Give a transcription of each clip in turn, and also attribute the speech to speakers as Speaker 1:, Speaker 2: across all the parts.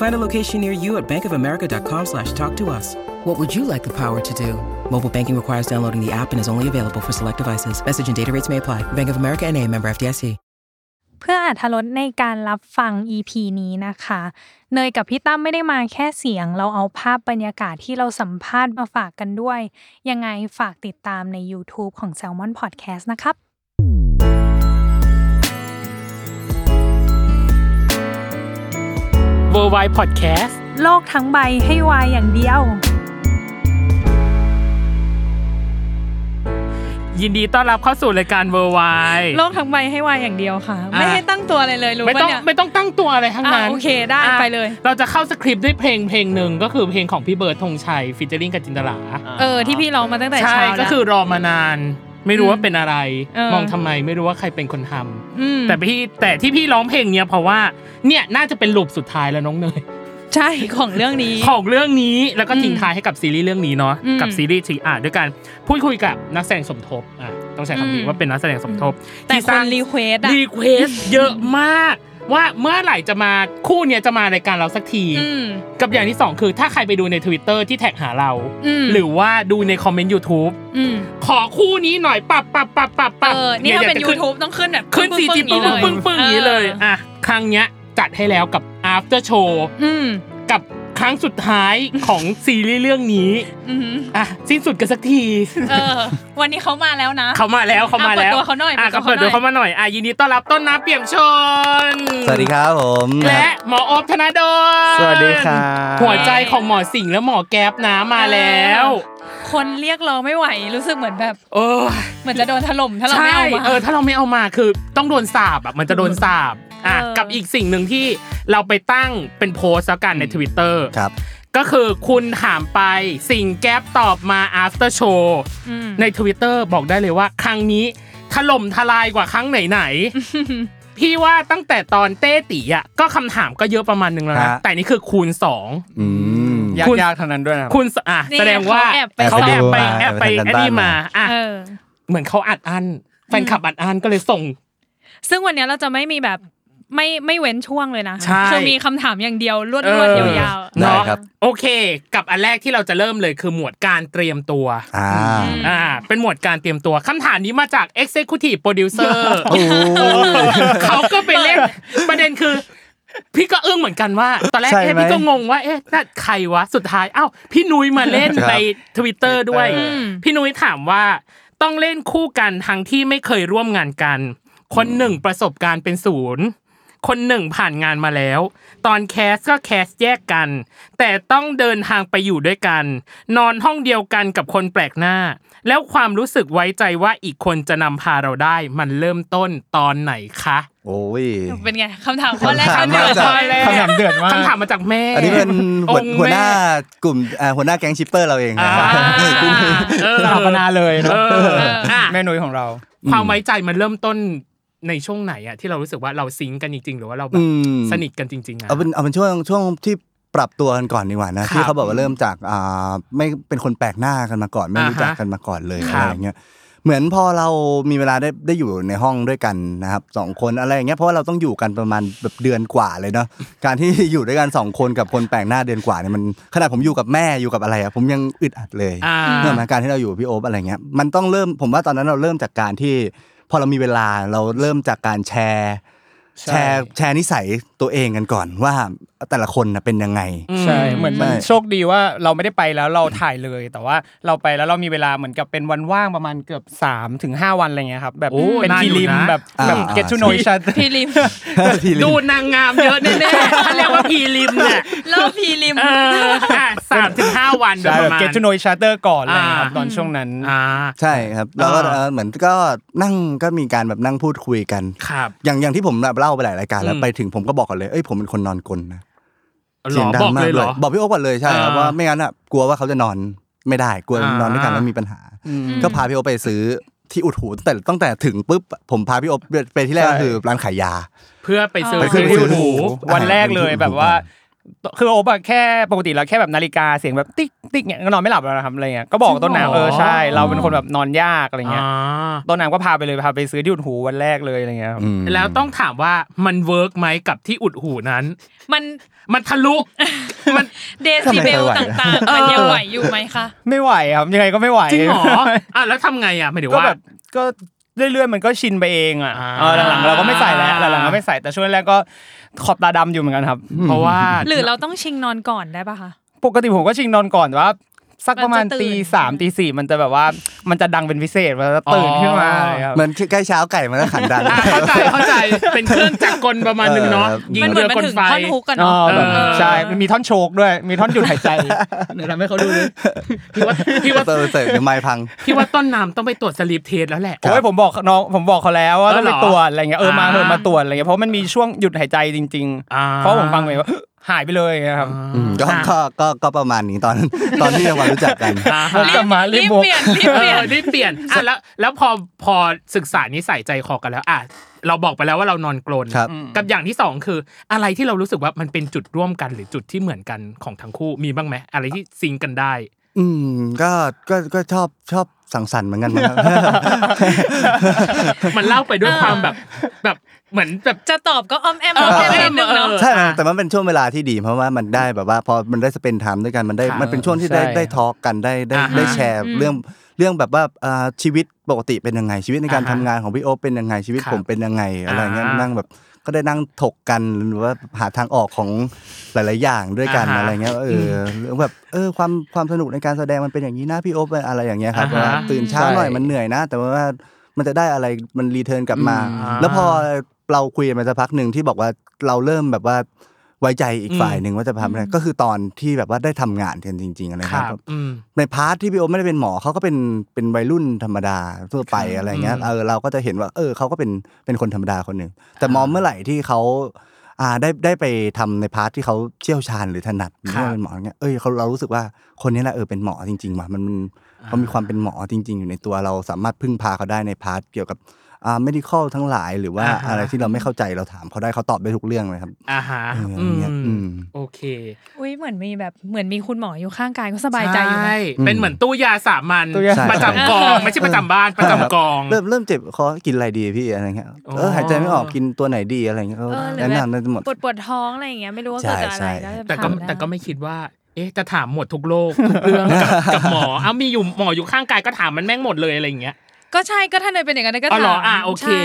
Speaker 1: Find a location near you at bankofamerica.com slash talk to us. What would you like the power to do? Mobile banking requires downloading the app and is only available for select devices. Message and data rates may apply. Bank of America and a member FDIC.
Speaker 2: เพื่ออาธรสในการรับฟัง EP นี้นะคะ เนยกับพี่ตั้มไม่ได้มาแค่เสียง เราเอาภาพบรรยากาศที่เราสัมภาษณ์มาฝากกันด้วย ยังไงฝากติดตามใน YouTube ของ Salmon Podcast นะครับ
Speaker 3: w o r l d w i d e Podcast
Speaker 2: โลกทั้งใบให้วายอย่างเดียว
Speaker 3: ยินดีต้อนรับเข้าสู่รายการ w o r l d w i d e
Speaker 2: โลกทั้งใบให้วายอย่างเดียวค่ะ ไม่ให้ตั้งตัวอะไรเลยรู้
Speaker 3: ไม่
Speaker 2: ปะ
Speaker 3: ต้อง
Speaker 2: เนี่ย
Speaker 3: ไม่ต้องตั้งตัวอะไรทั้งนั้น
Speaker 2: อ่ะโอเคได้
Speaker 3: อ่ะ
Speaker 2: ไปเลย
Speaker 3: เราจะเข้าสคริปต์ด้วยเพลงเพลงหนึ่งก็คือเพลงของพี่เบิร์ดธงชัยฟิเจอริงกับจินตลา
Speaker 2: เออที่พี่ร้องมาตั้งแต่
Speaker 3: ใช่
Speaker 2: เช้าแล้ว
Speaker 3: ก็คือรอมานาน ไม่รู้ว่าเป็นอะไร
Speaker 2: เออ
Speaker 3: มองทำไมไม่รู้ว่าใครเป็นคนทำ
Speaker 2: ม
Speaker 3: แต่พี่แต่ที่พี่ร้องเพลงเนี้ยเพราะว่าเนี่ยน่าจะเป็นลูปสุดท้ายแล้วน้องเนย
Speaker 2: ใช่ของเรื่องนี้
Speaker 3: ของเรื่องนี้แล้วก็
Speaker 2: อืม
Speaker 3: ทิ้งท้ายให้กับซีรีส์เรื่องนี้เนาะ
Speaker 2: อืม
Speaker 3: กับซีรีส์ทีอ่ะด้วยการพูดคุยกับนักแสดงสมทบอ่ะต้องใช้คำ
Speaker 2: อื
Speaker 3: นี้
Speaker 2: ม
Speaker 3: ว่าเป็นนักแสดงสมทบ
Speaker 2: แต่
Speaker 3: ที่สา
Speaker 2: ค
Speaker 3: ง
Speaker 2: น request อะ
Speaker 3: รีเควสเยอะมาก ว่าเมื่อไหร่จะมาคู่เนี้ยจะมารายการเราสักที
Speaker 2: อืม
Speaker 3: กับอย่างที่สองคือถ้าใครไปดูใน Twitter ที่แท็กหาเรา
Speaker 2: อืม
Speaker 3: หรือว่าดูในคอมเมนต์ YouTube
Speaker 2: อืม
Speaker 3: ขอคู่นี้หน่อยปับปับปับปับปับ
Speaker 2: เออนี่ถ้าเป็น
Speaker 3: ดี๋วจะขึ้
Speaker 2: YouTube ต้องขึ้นแบบ
Speaker 3: ขึ้นสี
Speaker 2: ปึ้
Speaker 3: จี
Speaker 2: งๆ
Speaker 3: ปึ้ง
Speaker 2: อย่างนี้เลย
Speaker 3: ปึ้งปึ้งอย่างนี้เลยอ่ะครั้งเนี้ยจัดให้แล้วกับ after show
Speaker 2: อืม
Speaker 3: กับครั้งสุดท้ายของ ซีรีส์เรื่องนี้
Speaker 2: อืม
Speaker 3: อ่ะสิ้นสุดกันสักที
Speaker 2: เออวันนี้เขามาแล้วนะ
Speaker 3: เขามาแล้วเขามาแล้ว
Speaker 2: อ่ะเปิดตัวเขาหน่อย
Speaker 3: อ่ะก็
Speaker 2: เปิ
Speaker 3: เปิ
Speaker 2: ด
Speaker 3: ด
Speaker 2: ตั
Speaker 3: ตัว ว
Speaker 2: เขา
Speaker 3: เขา
Speaker 2: หน่อย
Speaker 3: มาหน่อยอ่ะยินดีต้อนรับต้นน้ำเปี่ยมชน
Speaker 4: สวัสดีครับผม
Speaker 3: และหมออบธนาดล
Speaker 4: สวัสดีครับ
Speaker 3: หัวใจของหมอสิงห์และหมอแก๊ปนะมาแล้ว
Speaker 2: คนเรียกร้องไม่ไหวรู้สึกเหมือนแบบ
Speaker 3: โอ้ย
Speaker 2: เหมือนจะโดนถล่มถ้าเรา
Speaker 3: ใช่
Speaker 2: ไม่เอามา
Speaker 3: เออถ้าเราไม่เอามาคือต้องโดนสาบอ่ะมันจะโดนสาบอ่ะ
Speaker 2: เออ
Speaker 3: กับอีกสิ่งหนึ่งที่เราไปตั้งเป็นโพสต์แล้วกันใน Twitter
Speaker 4: ครับ
Speaker 3: ก็คือคุณถามไปสิ่งแก๊ปตอบมา after show
Speaker 2: ม
Speaker 3: ใน Twitter บอกได้เลยว่า ครั้งนี้ถล่มทลายกว่าครั้งไหน ๆ พี่ว่าตั้งแต่ตอนเต้ตีอ่ะก็คำถามก็เยอะประมาณนึงแล้วนะ
Speaker 4: ฮะ
Speaker 3: แต่นี่คือคูณ
Speaker 4: อืม
Speaker 5: ยากยากๆเท่านั้นด้วยนะครับ
Speaker 3: 2 คูณสอ่ะ
Speaker 2: นี่
Speaker 3: แสดงว่า
Speaker 2: เขาแอบไป
Speaker 3: เขาแอบไป
Speaker 4: ส่อง
Speaker 3: แอบไป
Speaker 4: แอบ
Speaker 3: อั
Speaker 4: ไปทำกาน รบ้าน
Speaker 3: นี้มาอ่ะ
Speaker 2: เออ
Speaker 3: เหมือนเขาอัดอั้นแฟนคลับอัดอั้นก็เลยส่ง
Speaker 2: ซึ่งวันเนี้ยเราจะไม่มีแบบไม่ไม่เว้นช่วงเลยนะ
Speaker 3: ใช่
Speaker 2: คือมีคำถามอย่างเดียวรวด
Speaker 3: เอ
Speaker 2: รวด
Speaker 3: อย
Speaker 2: าวๆ
Speaker 4: ได้
Speaker 3: เนาะ
Speaker 4: ครับ
Speaker 3: โอเค กับอันแรกที่เราจะเริ่มเลยคือหมวดการเตรียมตัว
Speaker 4: อ่า
Speaker 3: อ่า เป็นหมวดการเตรียมตัวคำถามนี้มาจาก Executive Producer เขาก็ไปเล่น ประเด็นคือ พี่ก็อึ้งเหมือนกันว่า ตอนแรก
Speaker 4: ใช่
Speaker 3: เอ๊ะ
Speaker 4: ไหม
Speaker 3: พี่ก็งงว่า เอ๊ะนั่นใครวะ สุดท้ายอ้าวพี่นุ้ยมาเล่น
Speaker 4: ครับ
Speaker 3: ใน Twitter ด้วย
Speaker 5: อื
Speaker 2: ม
Speaker 3: พี่นุ้ยถามว่าต้องเล่นคู่กันทั้งที่ไม่เคยร่วมงานกัน คนหนึ่งประสบการณ์เป็นศูนย์คนหนึ่งผ่านงานมาแล้ว ตอนแคสก็แคสแยกกัน แต่ต้องเดินทางไปอยู่ด้วยกัน นอนห้องเดียวกันกับคนแปลกหน้า แล้วความรู้สึกไว้ใจว่าอีกคนจะนำพาเราได้ มันเริ่มต้นตอนไหนคะ
Speaker 4: โอ้ย
Speaker 2: เป็นไงคำถามข้อแรก
Speaker 4: คำถาม
Speaker 2: เดือด
Speaker 4: มาจาก
Speaker 2: ข้อแรก
Speaker 5: คำถามเดือดมาก
Speaker 3: คำถามมาจากแม่
Speaker 4: อันนี้เป็นหัว
Speaker 3: องค์
Speaker 4: หัวห
Speaker 3: แม่
Speaker 4: น้ากลุ่มอ่าหัวหน้าแก๊งชิปเปอร์เราเอง
Speaker 3: อ่า
Speaker 4: นะครับ
Speaker 3: เออ
Speaker 5: สถาปนาเลยเน
Speaker 3: เอ
Speaker 5: อะ
Speaker 3: ออ่ะ
Speaker 5: แม่นุ้ยของเรา
Speaker 3: ความไว้ใจมันเริ่มต้นในช่วงไหนอะที่เรารู้สึกว่าเราซิงก์กันจริง ๆ หรือว่าเราแบ
Speaker 4: อื
Speaker 3: บ
Speaker 4: ม
Speaker 3: สนิทกันจริงๆอะ
Speaker 4: เอาเป็นเอาเป็นช่วงช่วงที่ปรับตัวกันก่อนดีกว่านะครับ ที่เขาบอกว่าเริ่มจากอ่าไม่เป็นคนแปลกหน้ากันมาก่อน ไม่รู้
Speaker 3: อ่าฮะ
Speaker 4: จักกันมาก่อนเลย
Speaker 3: ครั
Speaker 4: อะ
Speaker 3: บ
Speaker 4: ไรอย่างเงี้ยเหมือนพอเรามีเวลาได้ได้อยู่ในห้องด้วยกันนะครับสองคนอะไรอย่างเงี้ยเพราะว่าเราต้องอยู่กันประมาณแบบเดือนกว่าเลย เนาะ การที่อยู่ด้วยกันสองคนกับคนแปลกหน้าเดือนกว่าเนี่ยมันขนาดผมอยู่กับแม่อยู่กับอะไรอะผมยังอึดอัดเลย
Speaker 3: อ่า
Speaker 4: เนื่องจากการที่เราอยู่กับพี่โอ๊บอะไรเงี้ยมันต้องเริ่มผมว่าตอนนั้นเราเริ่มจากการที่ พอเรามีเวลาเราเริ่มจากการแชร์
Speaker 5: ใช่
Speaker 4: แชร์แชร์นิสัย ตัวเองกันก่อนว่าแต่ละคนน่ะเป็นยังไง
Speaker 6: ใช่เหมือนมัน
Speaker 4: ใช่
Speaker 6: โชคดีว่าเราไม่ได้ไปแล้วเราถ่ายเลย แต่ว่าเราไปแล้วเรามีเวลาเหมือนกับเป็นวันว่างประมาณเกือบ3าถึงหวันอะไรเงี้ยครับแบบ
Speaker 3: โอ้
Speaker 6: เป็น
Speaker 3: นาน
Speaker 6: พี
Speaker 3: อยู่
Speaker 6: ริม
Speaker 3: นะ
Speaker 6: แบบแบบ
Speaker 4: อ่า
Speaker 6: เกตชูโนชัน
Speaker 5: พีริม
Speaker 4: ทีละ
Speaker 3: ดูนางงามเยอะแน่ๆถ้าเรียกว่าพีริมเนี่ย
Speaker 5: เริ่มพีริม
Speaker 3: เอออ่ะสามถึงห้าวันโดย
Speaker 6: ใช่
Speaker 3: ป
Speaker 6: แบ
Speaker 3: ระ
Speaker 6: บ
Speaker 3: มาณ
Speaker 6: เกตชูโนชัตเตอร์ก่อนอะไรเงี้ยครับ
Speaker 3: อ่า
Speaker 6: ตอนช่วงนั้น
Speaker 3: อ่า
Speaker 4: ใช่ครับแล้วก็
Speaker 3: อ่า
Speaker 4: เอ่อเหมือนก็นั่งก็มีการแบบนั่งพูดคุยกัน
Speaker 3: ครับ
Speaker 4: อย่างอย่างที่ผมแบบเล่าไปหลายรายการแล้ว
Speaker 3: อืม
Speaker 4: ไปถึงผมก็บอกก่อนเลยเอ้ยผมเป็นคนนอนกลนะ
Speaker 3: หร
Speaker 4: เสีย
Speaker 3: อง
Speaker 4: ดั
Speaker 3: บอก
Speaker 4: งมา
Speaker 3: เลย
Speaker 4: กด้
Speaker 3: เหร
Speaker 4: วย
Speaker 3: อ
Speaker 4: บอกพี่โอ๊คก่อนเลยใช่ครับ
Speaker 3: อ่า
Speaker 4: ว่าไม่งั้นอ่ะกลัวว่าเขาจะนอนไม่ได้กลัว
Speaker 3: อ่าน น
Speaker 4: อนด้วยกันแล้วมีปัญหา ก็พาพี่โอ๊คไปซื้อที่อุดหูแต่ตั้งแต่ถึงปุ๊บผมพาพี่โอ๊คไปที่แรกก็คือร้านขายยา
Speaker 3: เพื่อไปซื้อ
Speaker 4: ไปซื้
Speaker 3: ซื้อที่
Speaker 4: อซื้อ
Speaker 3: หู
Speaker 6: วันแรกเลยแบบว่า คือโอ๊บอะแค่ปกติเราแค่แบบนาฬิกาเสียงแบบติ๊กติ๊กเนี่ยก็นอนไม่หลับแล้วนะครับอะไรเงี้ยก็บอกต้นหนา
Speaker 3: จ
Speaker 6: ว
Speaker 3: ริงเหรอ
Speaker 6: เออใช่ เราเป็นคนแบบนอนยากอะไรเงี้ย
Speaker 3: อ่า
Speaker 6: ต้นหนาวก็พาไปเลยพาไปซื้อที่อุดหูวันแรกเลยอะไรเงี้ยครับ
Speaker 4: อืม
Speaker 3: แล้วต้องถามว่ามันเวิร์กไหมกับที่อุดหูนั้น
Speaker 5: มัน
Speaker 3: มันทะลุ มัน
Speaker 5: เดซิเบล
Speaker 4: ทำไมไม่ไหว
Speaker 5: ต่างๆ มันยังไหวอยู่ไหมคะ
Speaker 6: ไม่ไหวครับยังไงก็ไม่ไหว
Speaker 3: จริงเหรออ่ะแล้วทำไงอ่ะหมายถึง
Speaker 6: ก็
Speaker 3: ว่า
Speaker 6: แบบก็เรื่อยๆมันก็ชินไปเองอ่ะ
Speaker 3: อ่า
Speaker 6: เออหลังๆเราก็ไม่ใส่แล้วหลังๆก็ไม่ใส่แต่ช่วงแรกก็ขอบตาดำอยู่เหมือนกันครับ
Speaker 3: เพราะว่า
Speaker 2: หรือเราต้องชิงนอนก่อนได้ปะคะ
Speaker 6: ปกติผมก็ชิงนอนก่อนแต่ว่า สักประมาณ
Speaker 5: มันจะตื่น
Speaker 6: ตีสามตีสี่มันจะแบบว่ามันจะดังเป็นพิเศษมันจะตื่นขึ้นมา
Speaker 3: อ๋อ
Speaker 6: เลยครับ
Speaker 4: เหมือนใกล้เช้าไก่มันก็ขันดัน
Speaker 3: อ่ะเข้าใจเข้าใจเป็นเครื่องจักรกลประมาณหนึงเนาะ
Speaker 4: เออครับ
Speaker 3: ยิ
Speaker 5: มั
Speaker 3: ง
Speaker 5: นเหมื
Speaker 3: เรื
Speaker 5: อน
Speaker 3: อ
Speaker 5: มัน
Speaker 3: กล
Speaker 5: ถึง
Speaker 3: ไฟ
Speaker 5: ท่อนฮุกกัน
Speaker 6: อ๋อ
Speaker 5: เนาะ
Speaker 6: แบบ
Speaker 3: เออ
Speaker 6: ใช่มันมีท่อนโชกด้วย มีท่อนหยุดหายใจเดี๋ยวทำให้เขาดูด้วย
Speaker 3: พี่ว่าพี่ว่า
Speaker 4: เตอร์เสร็จเดี๋ยวไม้พัง
Speaker 3: พี่ว่าต้นน้ำต้องไปตรวจสลีปเทสแล้วแหละ
Speaker 6: โอ้ยผมบอกน้องผมบอกเขาแล้วว่าต้องไป
Speaker 3: เออเหรอ
Speaker 6: ตรวจอะไรเงี้ยเออมาเถอะ
Speaker 3: อ่าม
Speaker 6: มาตรวจอะไรเงี้ยเพราะมันมีช่วงหยุดหายใจจริง
Speaker 3: อ่
Speaker 6: ๆ เพราะผมฟังไปว่า หายไปเลยอย่างเงี้ยครับ
Speaker 4: อืมก็
Speaker 3: อ่ะ
Speaker 4: ก็ก็ก็ประมาณนี้ต อนตอนที่เรารู้จักกัน
Speaker 3: อ่ะ
Speaker 6: วกกลับมารีบ
Speaker 5: รีบบเป
Speaker 6: วก
Speaker 5: ลี่ยนรีบ
Speaker 3: เอ
Speaker 5: เปลี่ย
Speaker 3: อน ได้เปลี่ยนอ่ะแล้วแล้วพอพอศึกษานิสัยใจคอกันแล้วอ่ะเราบอกไปแล้วว่าเรานอนกลน
Speaker 4: ครับ
Speaker 3: กับอย่างที่สองคือ อะไรที่เรารู้สึกว่ามันเป็นจุดร่วมกันหรือจุดที่เหมือนกันของทั้งคู่มีบ้างไหมอะไรที่ซิงค์กันได้
Speaker 4: อืมก็ก็ก็ชอบชอบสังสรรค์เหมือนกันนะครับ
Speaker 3: มันเล่าไปด้วยความแบบ แบบเหมือนแบบ
Speaker 5: จะตอบก็อ้อมแอมอ้อมแอมนิดนึงเนาะ
Speaker 3: เออ
Speaker 4: ใช่มันแต่มันเป็นช่วงเวลาที่ดีเพราะว่ามันได้แบบว่าพอมันได้สเปนไทม์ด้วยกันมันได้
Speaker 6: ค่ะ
Speaker 4: มันเป็นช่วงที่ได้
Speaker 6: ใช่
Speaker 4: ได้ทอล์กกันได้ได้
Speaker 3: อ่าฮะ
Speaker 4: ได้แชร์เรื่องเรื่องแบบว่าอ่าชีวิตปกติเป็นยังไงชีวิตในการ
Speaker 3: อ่า
Speaker 4: ทำ
Speaker 3: ฮะ
Speaker 4: งานของพี่โอ๊คเป็นยังไงชีวิต
Speaker 3: ครับ
Speaker 4: ผมเป็นยังไงอะไรเงี้ย
Speaker 3: อ่า
Speaker 4: นั่งแบบก็ได้นั่งถกกันหรือว่าหาทางออกของหลาย ๆ อย่างด้วยกัน
Speaker 3: อ่าฮะ
Speaker 4: อะไรเงี้ยเออหรือแบบเออความความสนุกในการแสดงมันเป็นอย่างนี้นะพี่โอ๊คเป็นอะไรอย่างเงี้ยครับ
Speaker 3: อ่าฮะ
Speaker 4: ว่าตื่นเช้าหน่อยมันเหนื่อยนะ แต่ว่ามันจะได้อะไรมันรีเทิร์นกลับมา
Speaker 3: อืม
Speaker 4: แล้วพอ เราคุยกันมาสักพักหนึ่งที่บอกว่าเราเริ่มแบบว่าไว้ใจอีกฝ่ายหนึ่งว่าจะทำอะไรก็คือตอนที่แบบว่าได้ทำงานกันจริงๆอะไร
Speaker 3: ค
Speaker 4: ค
Speaker 3: รั
Speaker 4: รั
Speaker 3: บบ อืม
Speaker 4: ในพาร์ทที่พี่โอไม่ได้เป็นหมอเขาก็เป็นเป็นวัยรุ่นธรรมดาทั่วไป
Speaker 3: ครับ
Speaker 4: อะไรเงี้ย
Speaker 3: อืม
Speaker 4: เออเราก็จะเห็นว่า เออเขาก็เป็นเป็นคนธรรมดาคนหนึ่งแต่มองเมื่อไหร่ที่เขาอ่าได้ได้ไปทำในพาร์ทที่เขาเชี่ยวชาญหรือถนัดหรือ
Speaker 3: ครับ
Speaker 4: ว่าเป็นหมอเงี้ยเอ้ยเขาเรารู้สึกว่าคนนี้แหละเออเป็นหมอจริงๆว่ะมันมันเขามีความเป็นหมอจริง ๆ อยู่ในตัวเราสามารถพึ่งพาเขาได้ในพาร์ทเกี่ยวกับอ่า medical ทั้งหลาย หรือว่า
Speaker 3: อ่าฮะ
Speaker 4: อะไรที่เราไม่เข้าใจเราถามเขาได้เขาตอบได้ทุกเรื่องเลยครับ
Speaker 3: อ่าฮะ
Speaker 4: เออ
Speaker 3: อื
Speaker 4: อย่างเงี้ยอื
Speaker 3: ม
Speaker 4: ม
Speaker 3: โอเค
Speaker 2: อุ้ยเหมือนมีแบบเหมือนมีคุณหมออยู่ข้างกายก็สบายใจอยู่นะ
Speaker 3: ช่เป็นเหมือนตู้ยาสามัญ
Speaker 6: ตู้ยา
Speaker 3: ประจำกองไม่ใช่ประจำบ้านประจำกอง
Speaker 4: เริ่มเริ่มเจ็บคอกินอะไรดีพี่อะไรเงี้ย
Speaker 3: อ๋อ
Speaker 4: เออหายใจไม่ออกกินตัวไหนดีอะไรเงี้ยเขา
Speaker 2: เออหรือ
Speaker 4: แนะนำได้หมด
Speaker 2: ปวดปวดท้องอะไรอย่างเงี้ยไม่รู้ว่า
Speaker 4: ใช่
Speaker 2: เกิดจากอะไร
Speaker 4: ใช่
Speaker 2: ก็จะ
Speaker 3: แต่ก็
Speaker 2: ถามได้
Speaker 3: แต่ก็ไม่คิดว่า เอ๊ะจะถามหมดทุกโลกทุกเรื่องกับกับหมอเอ้ามีอยู่หมออยู่ข้างกายก็ถามมันแม่งหมดเลยอะไรอย่างเงี้ย
Speaker 5: ก็ใช่ก็ท่านเลยเป็นอย่างนั้นก็
Speaker 3: อ๋อเหร
Speaker 5: ถา
Speaker 3: อ
Speaker 5: ม
Speaker 3: อ่ะโอเค
Speaker 5: ใช่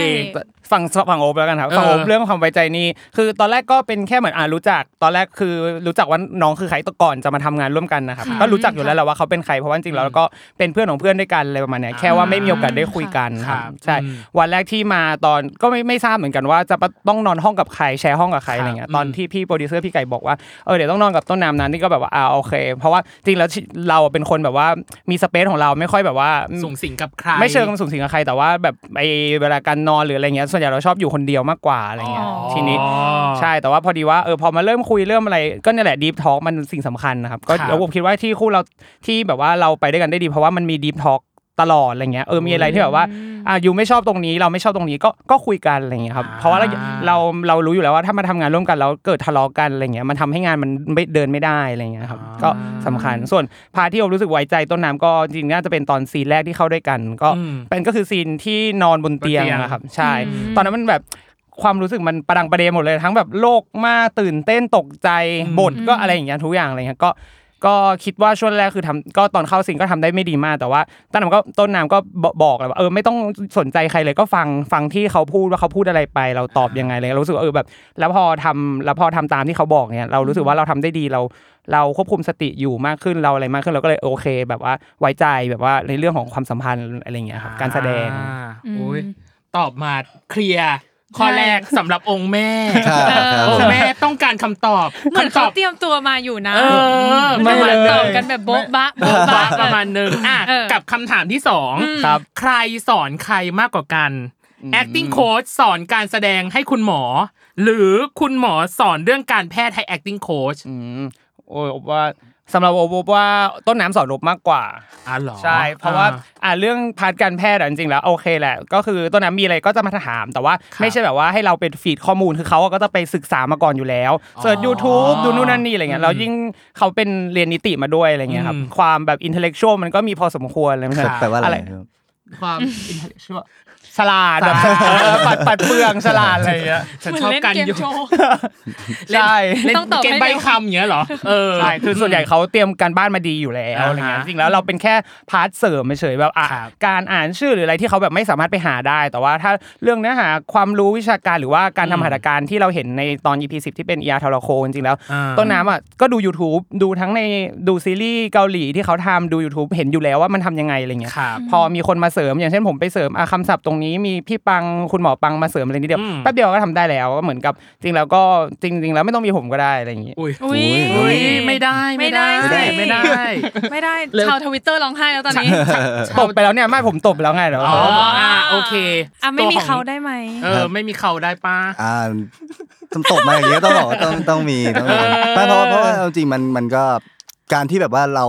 Speaker 6: ฝั่งฝั่งโอบแล้วกันครับ
Speaker 3: เออ
Speaker 6: ฝั่งโอบเรื่องความไว้ใจนี่คือตอนแรกก็เป็นแค่เหมือนอ่ารู้จัก ตอนแรกคือรู้จักว่าน้องคือใครแตก่อนจะมาทำงานร่วมกันนะครับก็รู้จักอยู่แล้วแหละว่าเขาเป็นใครเพราะว่าจริงๆแล้วก็เป็นเพื่อนของเพื่อนด้วยกันอะไรประมาณเนี้ยแค่ว่าไม่มีโอกาสได้คุยกันค
Speaker 3: ครั
Speaker 6: รับบ ใช่
Speaker 3: อืม
Speaker 6: วันแรกที่มาตอนก็ไม่ไม่ทราบเหมือนกันว่าจะต้องนอนห้องกับใครแชร์ห้องกับใครอะไรเงี้
Speaker 3: ค
Speaker 6: ย
Speaker 3: รับ
Speaker 6: ตอนที่พี่โปรดิวเซอร์พี่ไก่บอกว่าเออเดี๋ยวต้องนอนกับต้นน้ำนั้นนี่ก็แบบว่าอ่าโอเค เพราะว่าจริงแล้วที่เราเป็นคนแบบว่ามีสเปซของเราไม่ค่อยแบบว่า
Speaker 3: สูงสิงกับใคร
Speaker 6: ไม่เชิงสูงสิงกับใครแต่ว่าแบบไอเวลาการนอนหรืออะไรเงี้ยส่วนใหญ่เราชอบอยู่คนเดียวมากกว่าอะไรเงี้ย
Speaker 3: อ๋อ
Speaker 6: ทีนี้ใช่แต่ว่าพอดีว่าเออพอมาเริ่มคุยเริ่มอะไรก็เนี่ยแหละดีฟทอ a l กมันสิ่งสำคัญนะครับก็
Speaker 3: ครับ
Speaker 6: แล้วผมคิดว่าที่คู่เราที่แบบว่าเราไปด้วยกันได้ดี เพราะว่ามันมีดีฟทอ a l กตลอดอะไรเงี้ยเออมีอะไรที่แบบว่าอ่ะยูไม่ชอบตรงนี้เราไม่ชอบตรงนี้ก็ก็คุยกันอะไรเงี้ยครับ
Speaker 3: อ่า
Speaker 6: เพราะว่าเราเราเรารู้อยู่แล้วว่าถ้ามาทำงานร่วมกันแล้วเกิดทะเลาะกันอะไรเงี้ยมันทำให้งานมันไม่เดินไม่ได้อะไรเงี้ยครับก็สำคัญส่วนพาร์ทที่ผมรู้สึกไว้ใจต้นน้ำก็จริงๆน่าจะเป็นตอนซีนแรกที่เข้าด้วยกันก็
Speaker 3: อืม
Speaker 6: เป็นก็คือซีนที่นอนบนเตีย
Speaker 3: บ
Speaker 6: ง
Speaker 3: นเตียง
Speaker 6: นะครับใช่ ตอนนั้นมันแบบความรู้สึกมันประดังประเดหมดเลยทั้งแบบโลกมากตื่นเต้นตกใจ
Speaker 3: อืม
Speaker 6: บทก็อะไรอย่างเงี้ยทุกอย่างอะไรเงี้ยก็ ก็คิดว่าช่วงแรกคือทำก็ตอนเข้าซิงก็ทำได้ไม่ดีมากแต่ว่าต้นน้ำก็ต้นน้ำก็บอกบอกเลยว่าเออไม่ต้องสนใจใครเลยก็ฟังฟังที่เขาพูดว่าเขาพูดอะไรไป เราตอบยังไงเลยเรารู้สึกว่าเออแบบ แล้วพอทำแล้วพอทำตามที่เขาบอกเนี่ยเรารู้สึกว่าเราทำได้ดีเราเราควบคุมสติอยู่มากขึ้นเราอะไรมากขึ้นเราก็เลยโอเค แบบว่าไว้ใจแบบว่าในเรื่องของความสัมพันธ์อะไรอย่างเงี้ยครับการแสดง
Speaker 3: อ่า
Speaker 5: อืม
Speaker 3: โอ้ยตอบมาเคลียร์ข้อแรกสำหรับองค์แม่
Speaker 4: ใช่ครับ
Speaker 3: องค์แม่ต้องการคำตอบ
Speaker 5: เหมือน
Speaker 3: คำต
Speaker 5: เขา
Speaker 3: อบ
Speaker 5: เตรียมตัวมาอยู่นะ
Speaker 3: เออ
Speaker 5: ไม่
Speaker 3: ประาณ
Speaker 5: ตอบ
Speaker 3: ง
Speaker 5: กันแบบโบ๊ะบะโบ๊ะบะ
Speaker 3: ประมาณนึงอ่ะ
Speaker 5: เออ
Speaker 3: กับคำถามที่สอง
Speaker 6: ครับ
Speaker 3: ใครสอนใครมากกว่ากัน acting coach สอนการแสดงให้คุณหมอ หรือคุณหมอสอนเรื่องการแพทย์ให้ acting coach
Speaker 6: อืมโอ้ยอบว่าสำหรับโอบอบว่าต้นน้ำสอนลบมากกว่า
Speaker 3: อ๋อเหรอ
Speaker 6: ใช่ เพราะว่าอ่าเรื่องพาร์ทการแพทย์อะจริงๆแล้วโอเคแหละ ก็คือต้นน้ำมีอะไรก็จะมาถาม แต่ว่าไม่ใช่แบบว่าให้เราเป็นฟีดข้อมูลคือเขาก็จะไปศึกษามาก่อนอยู่แล้วเสิร์ช YouTube ดูนู่นนั่นนี่อะไรเงี้ยแล้วยิ่งเขาเป็นเรียนนิติมาด้วยอะไรเงี้ยครับความแบบอินเทลเล็กชวลมันก็มีพอสมควรอะไรเงี้ย
Speaker 4: แต่ว่าอะไรครับ
Speaker 3: ความ intellectual
Speaker 6: ฉลาดแบบเออปัดปัดเปลืองฉลาดอะไรเงี้ย
Speaker 3: ฉัน
Speaker 5: เหมือน
Speaker 3: ชอบ
Speaker 5: เล่น
Speaker 3: การ
Speaker 5: เกม
Speaker 3: โยน
Speaker 5: โชว์
Speaker 6: ใช่
Speaker 3: เล่น
Speaker 5: ต้องตอบ
Speaker 3: เกม
Speaker 5: ให้
Speaker 3: ใบ
Speaker 5: เร็ว
Speaker 3: คำอย่างเงี้ยเหรอ เออ
Speaker 6: ใช่คือส่วนใหญ่เขาเตรียมการบ้านมาดีอยู่แล้วอะไรเงี้ย
Speaker 3: อ่าฮะ
Speaker 6: จริงๆแล้วเราเป็นแค่พาร์ทเสริมเฉยๆแบบอ่ะ
Speaker 3: ครับ
Speaker 6: การอ่านชื่อหรืออะไรที่เขาแบบไม่สามารถไปหาได้ แต่ว่าถ้าเรื่องเนื้อหาความรู้วิชาการหรือว่าการทำหัตถการที่เราเห็นในตอน EP 10ที่เป็น ER ทรโคจริงๆแล้ว ต้นน้ำอ่ะก็ดู YouTube ดูทั้งในดูซีรีส์เกาหลีที่เขาทำดู YouTube เห็นอยู่แล้วว่ามันทำยังไงอะไรเงี้ย
Speaker 3: ครับ
Speaker 6: พอมีคนมาเสริมอย่างเช่นผมไปเสริมอ่ะคำศัพท์ตรงนี้มีพี่ปังคุณหมอปังมาเสริมอะไรนิดเดียว
Speaker 3: อืม
Speaker 6: แป๊บเดียวก็ทำได้แล้วก็เหมือนกับจริงแล้วก็จริง ๆ แล้วไม่ต้องมีผมก็ได้อะไรอย่างงี้
Speaker 3: อุ้ย
Speaker 5: อุ้ย
Speaker 3: อุ้ยไม่ได้
Speaker 5: ไม่ได้สิ
Speaker 3: ไม่ได้
Speaker 5: ไม่ได้
Speaker 3: เลิก
Speaker 5: ชาวทวิตเตอร์ร้องไห้แล้วตอนนี้
Speaker 6: ตบไปแล้วเนี่ยไม่ผมตบไปแล้วไงเดี๋ยว
Speaker 3: อ๋ออ่ะโอเค
Speaker 2: อ่ะไม่มี
Speaker 3: ตัวอง
Speaker 2: เขาได้ไหม
Speaker 3: เออ ไม่มีเขาได้ป้า
Speaker 4: อ่าต้องตกมาอย่างเงี้ยต้องบอกว่าต้อง ต้องมีต้องมีไม่เพราะว่าเพราะว่าเอาจริงมันมันก็การที่แบบว่าเรา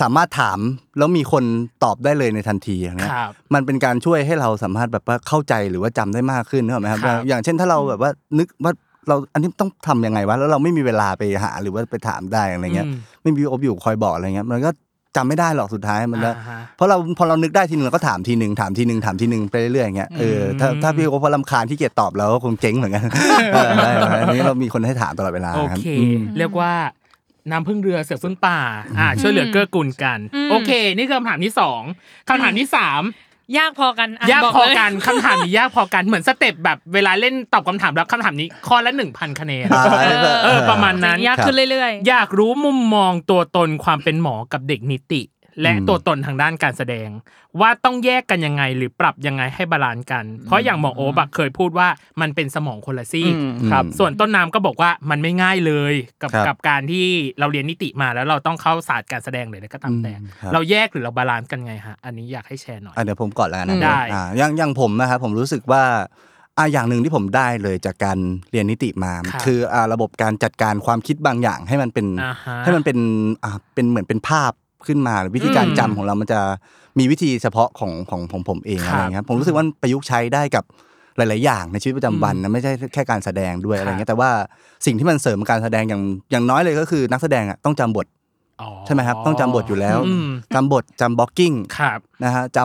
Speaker 4: สามารถถามแล้วมีคนตอบได้เลยในทันทีอย่างเงี้ย
Speaker 3: ครับ
Speaker 4: มันเป็นการช่วยให้เราสามารถแบบว่าเข้าใจหรือว่าจำได้มากขึ้นนึกออกไหมครับ
Speaker 3: ครับ
Speaker 4: อย่างเช่นถ้าเราแบบว่านึกว่าเราอันนี้ต้องทำยังไงวะแล้วเราไม่มีเวลาไปหาหรือว่าไปถามได้อะไรเงี้ย
Speaker 3: อืม
Speaker 4: ไม่มีอบอยู่คอยบอกอะไรเงี้ยมันก็จำไม่ได้หรอกสุดท้ายมันก็
Speaker 3: อ่าฮะ
Speaker 4: เพราะเราพอเรานึกได้ทีหนึ่งเราก็ถามทีหนึ่งถามทีหนึ่งถามทีหนึ่งไปเรื่อยๆอย่างเงี้ยเออถ้า
Speaker 3: อืม
Speaker 4: ถ้าพี่โอ๊คพอลำคาญที่เกียจตอบเราก็คงเจ๊งเห มือนกันเออได้ครับอันนี้เรามีคนให้ถามตลอดเวลา
Speaker 3: โอ
Speaker 4: ครับ
Speaker 3: เค
Speaker 4: อืม
Speaker 3: เรียกว่าน้ำพึ่งเรือเสือพึ่งป่า อ่า ช่วยเหลือเกื้อกูลกัน
Speaker 5: อืม
Speaker 3: โอเค นี่คือคำถามที่สองคำถามที่สาม
Speaker 5: ยากพอกันะ
Speaker 3: ยาก
Speaker 5: บ
Speaker 3: พอ
Speaker 5: เลย
Speaker 3: กันคำถามนี้ยากพอกันเหมือนสเต็ปแบบเวลาเล่นตอบคำถามรับคำถามนี้ข้อละหนึ่งพันคะแนน
Speaker 4: อ่า
Speaker 3: เออประมาณนั้น
Speaker 5: ยากขึ้นเรื่อย
Speaker 3: อยากรู้มุมมองตัวตนความเป็นหมอกับเด็กนิติ และ
Speaker 4: อืม
Speaker 3: ตัวตนทางด้านการแสดง ว่าต้องแยกกันยังไงหรือปรับยังไงให้บาลานซ์กัน เพราะอย่างหมอโอบักเคยพูดว่ามันเป็นสมองคนละซีก
Speaker 6: อืมครับ
Speaker 3: ส่วนต้นน้ำก็บอกว่ามันไม่ง่ายเลย กับ
Speaker 4: ครับ
Speaker 3: กับการที่เราเรียนนิติมาแล้วเราต้องเข้าศาสตร์การแสดงเลยแล้วก็ตามแต่
Speaker 4: อืมครับ
Speaker 3: เราแยกหรือเราบาลานซ์กันไงฮะอันนี้อยากให้แชร์หน่อย
Speaker 4: อ่ะเดี๋ยวผมก่อนแล้วกันนะ
Speaker 3: ได้
Speaker 4: อ่าอย่างอย่างผมนะครับผมรู้สึกว่าอ่ะอย่างหนึ่งที่ผมได้เลยจากการเรียนนิติมาคืออ่ะระบบการจัดการความคิดบางอย่างให้มันเป็น
Speaker 3: อ่าฮะ
Speaker 4: ให้มันเป็นอ่าเป็นเหมือนเป็นภาพขึ้นมาหรือวิธีการ
Speaker 3: อืม
Speaker 4: จำของเรามันจะมีวิธีเฉพาะของของของผมเอง
Speaker 3: ครับ
Speaker 4: อะไรเงี้ยผมรู้สึกว่ามันประยุกต์ใช้ได้กับหลาย ๆ อย่างในชีวิตประจำวันนะไม่ใช่แค่การแสดงด้วย
Speaker 3: ครับ
Speaker 4: อะไรเงี้ยแต่ว่าสิ่งที่มันเสริมการแสดงอย่างอย่างน้อยเลยก็คือนักแสดงอ่ะต้องจำบท
Speaker 3: อ๋อ
Speaker 4: ใช่ไหมครับต้องจำบทอยู่แล้ว
Speaker 3: อืม
Speaker 4: จำบทจำบล็อกกิ้ง
Speaker 3: ครับ
Speaker 4: นะฮะจ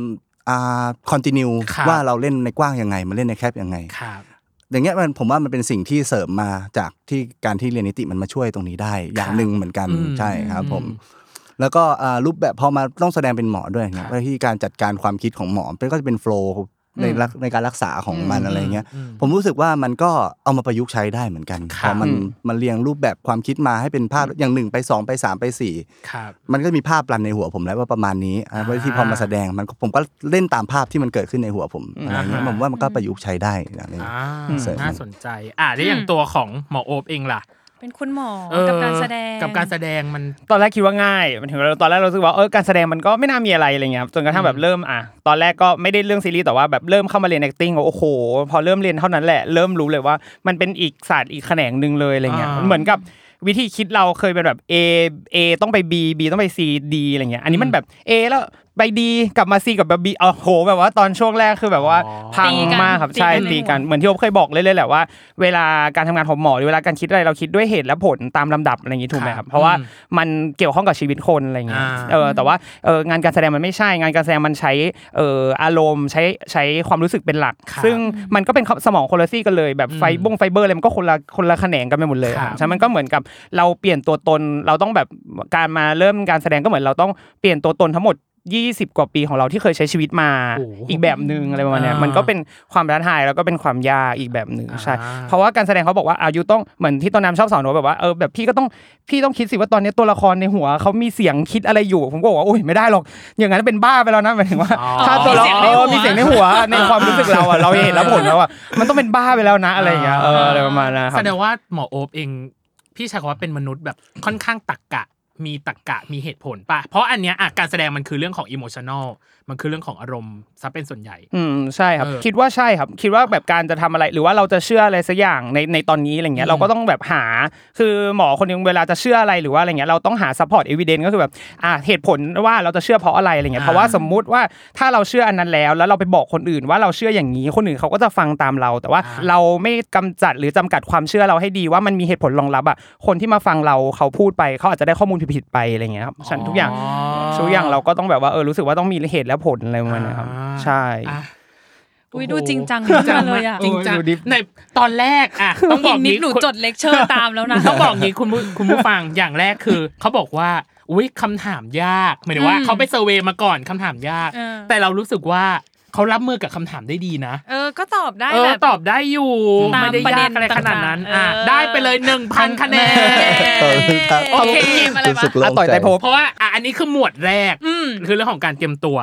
Speaker 4: ำอ่าคอนติเนีย
Speaker 3: ครับ
Speaker 4: ว่าเราเล่นในกว้างยังไงมาเล่นในแคบยังไง
Speaker 3: ครับ
Speaker 4: อย่างเงี้ยมันผมว่ามันเป็นสิ่งที่เสริมมาจากที่การที่เรียนนิติมันมาช่วยตรงนี้ได้ อย่างหนึ่งเหมือนกัน
Speaker 3: อืม
Speaker 4: ใช่ครับผม
Speaker 3: อืม
Speaker 4: แล้วก็อ่ารูปแบบพอมาต้องแสดงเป็นหมอด้วยอย่างเงี้
Speaker 3: ครับ
Speaker 4: ยที่การจัดการความคิดของหมอมันก็จะเป็นโฟล์ในรักในการรักษาของมันอะไรเงี้ย
Speaker 3: อืม
Speaker 4: ผมรู้สึกว่ามันก็เอามาประยุกต์ใช้ได้เหมือนกัน
Speaker 3: ค
Speaker 4: พ
Speaker 3: รับ
Speaker 4: อมันมันเรียงรูปแบบความคิดมาให้เป็นภาพอย่างหนึ่งไปสองไปสามไปสี่
Speaker 3: ครับ
Speaker 4: มันก็มีภาพรันในหัวผมแล้วว่าประมาณนี้อ่า
Speaker 3: อ่า
Speaker 4: เวลาที่พอมาแสดงมันก็ผมก็เล่นตามภาพที่มันเกิดขึ้นในหัวผมอะไรเงี้ยผมว่ามันก็ประยุกต์ใช้ได้อย่างนี้
Speaker 3: อ่า
Speaker 4: เสริม
Speaker 3: น่าสนใจ อ่าได้วอย่างตัวของหมอโอบเองล่ะ
Speaker 5: ๆ เป็นคุณหมอ
Speaker 3: เออ
Speaker 5: กับการแสดง
Speaker 3: กับการแสดงมัน
Speaker 6: ตอนแรกคิดว่าง่ายมันถึงเราตอนแรกเรารู้สึกว่าเออการแสดงมันก็ไม่น่ามีอะไรอะไรเงี้ยจนกระทั่งแบบเริ่มอ่ะตอนแรกก็ไม่ได้เรื่องซีรีส์แต่ว่าแบบเริ่มเข้ามาเรียน acting ก็โอ้โห พอเริ่มเรียนเท่านั้นแหละเริ่มรู้เลยว่ามันเป็นอีกศาสตร์อีกแขนงหนึ่งเลยอะไรเงี้ย
Speaker 3: อ่ามั
Speaker 6: นเหมือนกับวิธีคิดเราเคยเป็นแบบ A A ต้องไป B B ต้องไป C D อะไรเงี้ยอันนี้มันแบบ A แล้ว ไปดีกลับมาซีกับแบบบีโอ้โห แบบว่าตอนช่วงแรกคือแบบว่า
Speaker 3: อ๋อ
Speaker 6: พัง
Speaker 5: ตีกัน
Speaker 6: มากครับ
Speaker 5: ตีกัน
Speaker 6: ใช่
Speaker 5: ในหมู่
Speaker 6: ตีกันเหมือนที่ผมเคยบอกเรื่อยๆแหละว่าเวลาการทำงานของหมอหรือเวลาการคิดอะไรเราคิดด้วยเหตุและผลตามลำดับอะไรอย่างนี้ถูกไหมครับเพราะว่ามันเกี่ยวข้องกับชีวิตคนอะไรอย่างเงี้ย
Speaker 3: อ่า
Speaker 6: เออแต่ว่าเอองานการแสดงมันไม่ใช่ งานการแสดงมันใช้เอ่ออารมณ์ใช้ใช้ความรู้สึกเป็นหลัก ซึ่งมันก็เป็นสมองคนละซี่กันเลยแบบไฟบงไฟเบอร์อะไรมันก็คนละคนละแขนงกันไปหมดเลย
Speaker 3: ครับ
Speaker 6: ครับ มันก็เหมือนกับเราเปลี่ยนตัวตนเราต้องแบบการมาเริ่มการแสดงก็เหมือนเราต้องเปลี่ยนตัวตนทั้งหมด 20 กว่าปีของเราที่เคยใช้ชีวิตมา
Speaker 3: โอ้โห
Speaker 6: อีกแบบหนึ่งอะไรประมาณเนี้ย
Speaker 3: อ่ามั
Speaker 6: มันก็เป็นความท้าทายแล้วก็เป็นความยากอีกแบบหนึ่งใช่
Speaker 3: อ่า
Speaker 6: เพราะว่าการแสดงเขาบอกว่าอายุต้องเหมือนที่ต้นน้ำชอบสอนว่าแบบว่าเออแบบพี่ก็ต้องพี่ต้องคิดสิว่าตอนเนี้ยตัวละครในหัวเขามีเสียงคิดอะไรอยู่ ผมก็บอกว่าโอ้ยไม่ได้หรอกอย่างนั้นเป็นบ้าไปแล้วนะหมายถึงว่า
Speaker 3: อ๋อ
Speaker 6: ถ้าตัวละ
Speaker 5: มีเสียง
Speaker 6: เอ
Speaker 5: ใน หัว
Speaker 6: อมีเสียงในหัวในความรู้สึกเราอะเราเห็นแล้วผลแล้วอะมันต้องเป็นบ้าไปแล้วนะอะไรอย่างเงี้ยเอออะไรประมาณนั้นครับ
Speaker 3: แสดงว่าหมอโอบเองพี่ใชายว่าเป็นมนุษย์แบบค่อนข้างตักกะ มีตักกะมีเหตุผลป่ะ เพราะอันเนี้ยอ่ะการแสดงมันคือเรื่องของอิโมชันอลมันคือเรื่องของอารมณ์ซะเป็นส่วนใหญ่
Speaker 6: อืมใช่ครับ
Speaker 3: เออ
Speaker 6: คิดว่าใช่ครับ คิดว่าแบบการจะทำอะไร หรือว่าเราจะเชื่ออะไรสักอย่างในในตอนนี้อะไรเงี้ยเราก็ต้องแบบหา คือหมอคนหนึงเวลาจะเชื่ออะไรหรือว่าอะไรเงี้ยเราต้องหา support evidence ก็คือแบบอ่าเหตุผลว่าเราจะเชื่อเพราะอะไรอะไรเงี้ย
Speaker 3: อ่า
Speaker 6: เพราะว่าสมมุติว่าถ้าเราเชื่ออันนั้นแล้ว แล้วเราไปบอกคนอื่นว่าเราเชื่ออย่างนี้คนอื่นเขาก็จะฟังตามเรา แต่ว่าเราไม่กำจัดหรือจำกัดความเชื่อเราให้ดีว่ามันมีเหตุผลรองรับอ่ะคนที่มาฟังเราเขาพูดไปเขาอาจจะได้ข้อมูลผิดๆไปอะไรเงี้ยครับฉันทุกอย่างทุกอย่างเราก็ต้องแบบว่าเออรู้สึกว่าต้องมีเหตุและผลอะไรประมาณเนี้ยครับ
Speaker 3: อ่า
Speaker 6: ใช่
Speaker 3: อ่ะ
Speaker 5: อุ๊ยดูจริงจัง
Speaker 3: จริงจัง
Speaker 5: มาก
Speaker 3: มา
Speaker 5: เล
Speaker 3: ก
Speaker 5: ยอะ
Speaker 3: จริงจัง
Speaker 6: โอ้ยดูดิ
Speaker 3: ในตอนแรกอ่ะต้องบอก
Speaker 5: นิด
Speaker 3: งี้
Speaker 5: หนู
Speaker 3: คุณ
Speaker 5: จดเลคเชอ ร์ตามแล้วนะ
Speaker 3: ต้องบอกงี้คุณผู้คุณผู้ฟังอย่างแรกคือ เขาบอกว่าอุ้ยคำถามยากหมายถึงว่า
Speaker 5: อืม
Speaker 3: เขาไปเซอร์เวย์มาก่อนคำถามยาก
Speaker 5: เออ
Speaker 3: แต่เรารู้สึกว่าเขารับมือกับคำถามได้ดีนะ
Speaker 5: เออก็ตอบได้
Speaker 3: เออ
Speaker 5: แบบ
Speaker 3: ตอบได้อยู่
Speaker 5: ตาม
Speaker 3: ไม่ได้ยากอะไรขนาดนั้น
Speaker 5: ประเด็นต่างๆ
Speaker 3: อ่ะ
Speaker 5: เออ
Speaker 3: ได้ไปเลยหนึ่งพันคะแนน
Speaker 4: เออครับ
Speaker 3: โอเค
Speaker 5: อะไร
Speaker 4: รู้
Speaker 5: วะ
Speaker 4: สึกโล่
Speaker 6: อ่ะ
Speaker 4: ง
Speaker 6: ต่อย
Speaker 4: ใจ
Speaker 6: ไตรภพ
Speaker 3: เพราะว่าอ่ะอันนี้คือหมวดแรก
Speaker 5: อืม
Speaker 3: คือเรื่องของการเตรียมตัว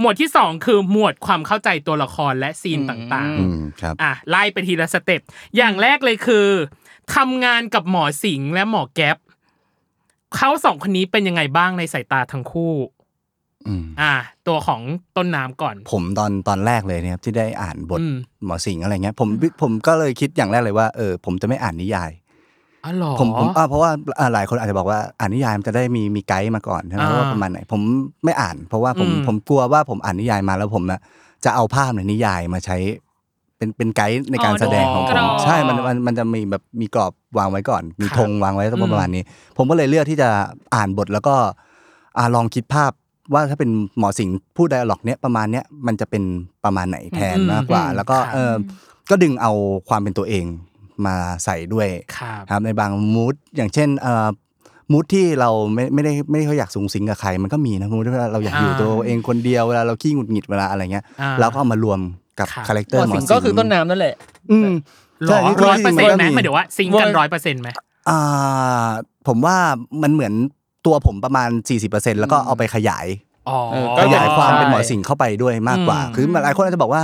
Speaker 3: หมวดที่สองคือหมวดความเข้าใจตัวละครและซีนต่างๆ
Speaker 4: อืมครับ
Speaker 3: อ่ะไล่ไปทีละสเต็ปอย่างแรกเลยคือทำงานกับหมอสิงห์และหมอแก๊ปเขาสองคนนี้เป็นยังไงบ้างในสายตาทั้งคู่
Speaker 4: อืม
Speaker 3: อ่ะตัวของต้นน้ำก่อน
Speaker 4: ผมตอนตอนแรกเลยเนี่ยครับที่ได้อ่านบท
Speaker 3: อืม
Speaker 4: หมอสิงห์อะไรเงี้ยผมผมก็เลยคิดอย่างแรกเลยว่าเออผมจะไม่อ่านนิยาย
Speaker 3: อ๋อเหรอ
Speaker 4: ผมผมอ่าเพราะว่าอ่าหลายคนอาจจะบอกว่าอ่านนิยายมันจะได้มีมีไกด์มาก่อนใช่ไหม
Speaker 3: อ่า
Speaker 4: ว่าประมาณไหนผมไม่อ่าน เพราะว่าผม
Speaker 3: อืม
Speaker 4: ผมกลัวว่าผมอ่านนิยายมาแล้วผมน่ะจะเอาภาพในนิยายมาใช้ เป็นเป็นไกด์ในการ
Speaker 5: อ๋อ
Speaker 4: แสดงของผ
Speaker 5: กร
Speaker 4: ม
Speaker 5: อบ
Speaker 4: ใช่มันมันมันจะมีแบบมีกรอบวางไว้ก่อน มี
Speaker 3: ครับ
Speaker 4: ธงวางไว้
Speaker 3: อืม
Speaker 4: ประมาณนี้ ผมก็เลยเลือกที่จะอ่านบทแล้วก็อ่าลองคิดภาพว่าถ้าเป็นหมอสิงห์พูดไดอะล็อกเนี้ยประมาณเนี้ยมันจะเป็นประมาณไหนแทนมากกว่า แล้วก็เออก็ดึงเอาความเป็นตัวเองมาใส่ด้วย
Speaker 3: ครับ
Speaker 4: ครับในบางมูดอย่างเช่นเอ่อมูดที่เราไม่ไม่ได้ไม่ได้เขาอยากสูงสิงกับใคร มันก็มีนะมูดที่เราอยากอยู่
Speaker 3: อ่า
Speaker 4: ตัวเองคนเดียวเวลาเราขี้หงุดหงิดเวลาอะไรเงี้ย
Speaker 3: อ่า
Speaker 4: เราก็เอามารวมกับ
Speaker 3: ครับ
Speaker 4: คาแรคเตอร์หมอสิง
Speaker 6: ก็คือต้นน้ำนั่นแหละ
Speaker 4: อืม
Speaker 3: หร
Speaker 4: ใช่
Speaker 3: อ
Speaker 4: ที่
Speaker 3: ร้อยเปอร์เซ็นต์ไหม
Speaker 4: ก็
Speaker 3: หมายถึงว่าซิงค์กันร้อยเปอร์เซ็นต์ไหม
Speaker 4: อ่าผมว่ามันเหมือนตัวผมประมาณ 40%แล้วก็เอาไปขยาย
Speaker 3: อ๋อ
Speaker 6: ก็
Speaker 4: ขยายความ
Speaker 6: ใช่
Speaker 4: เป็นหมอสิงเข้าไปด้วยมากกว่า
Speaker 3: อืม
Speaker 4: คือหลายคนอาจจะบอกว่า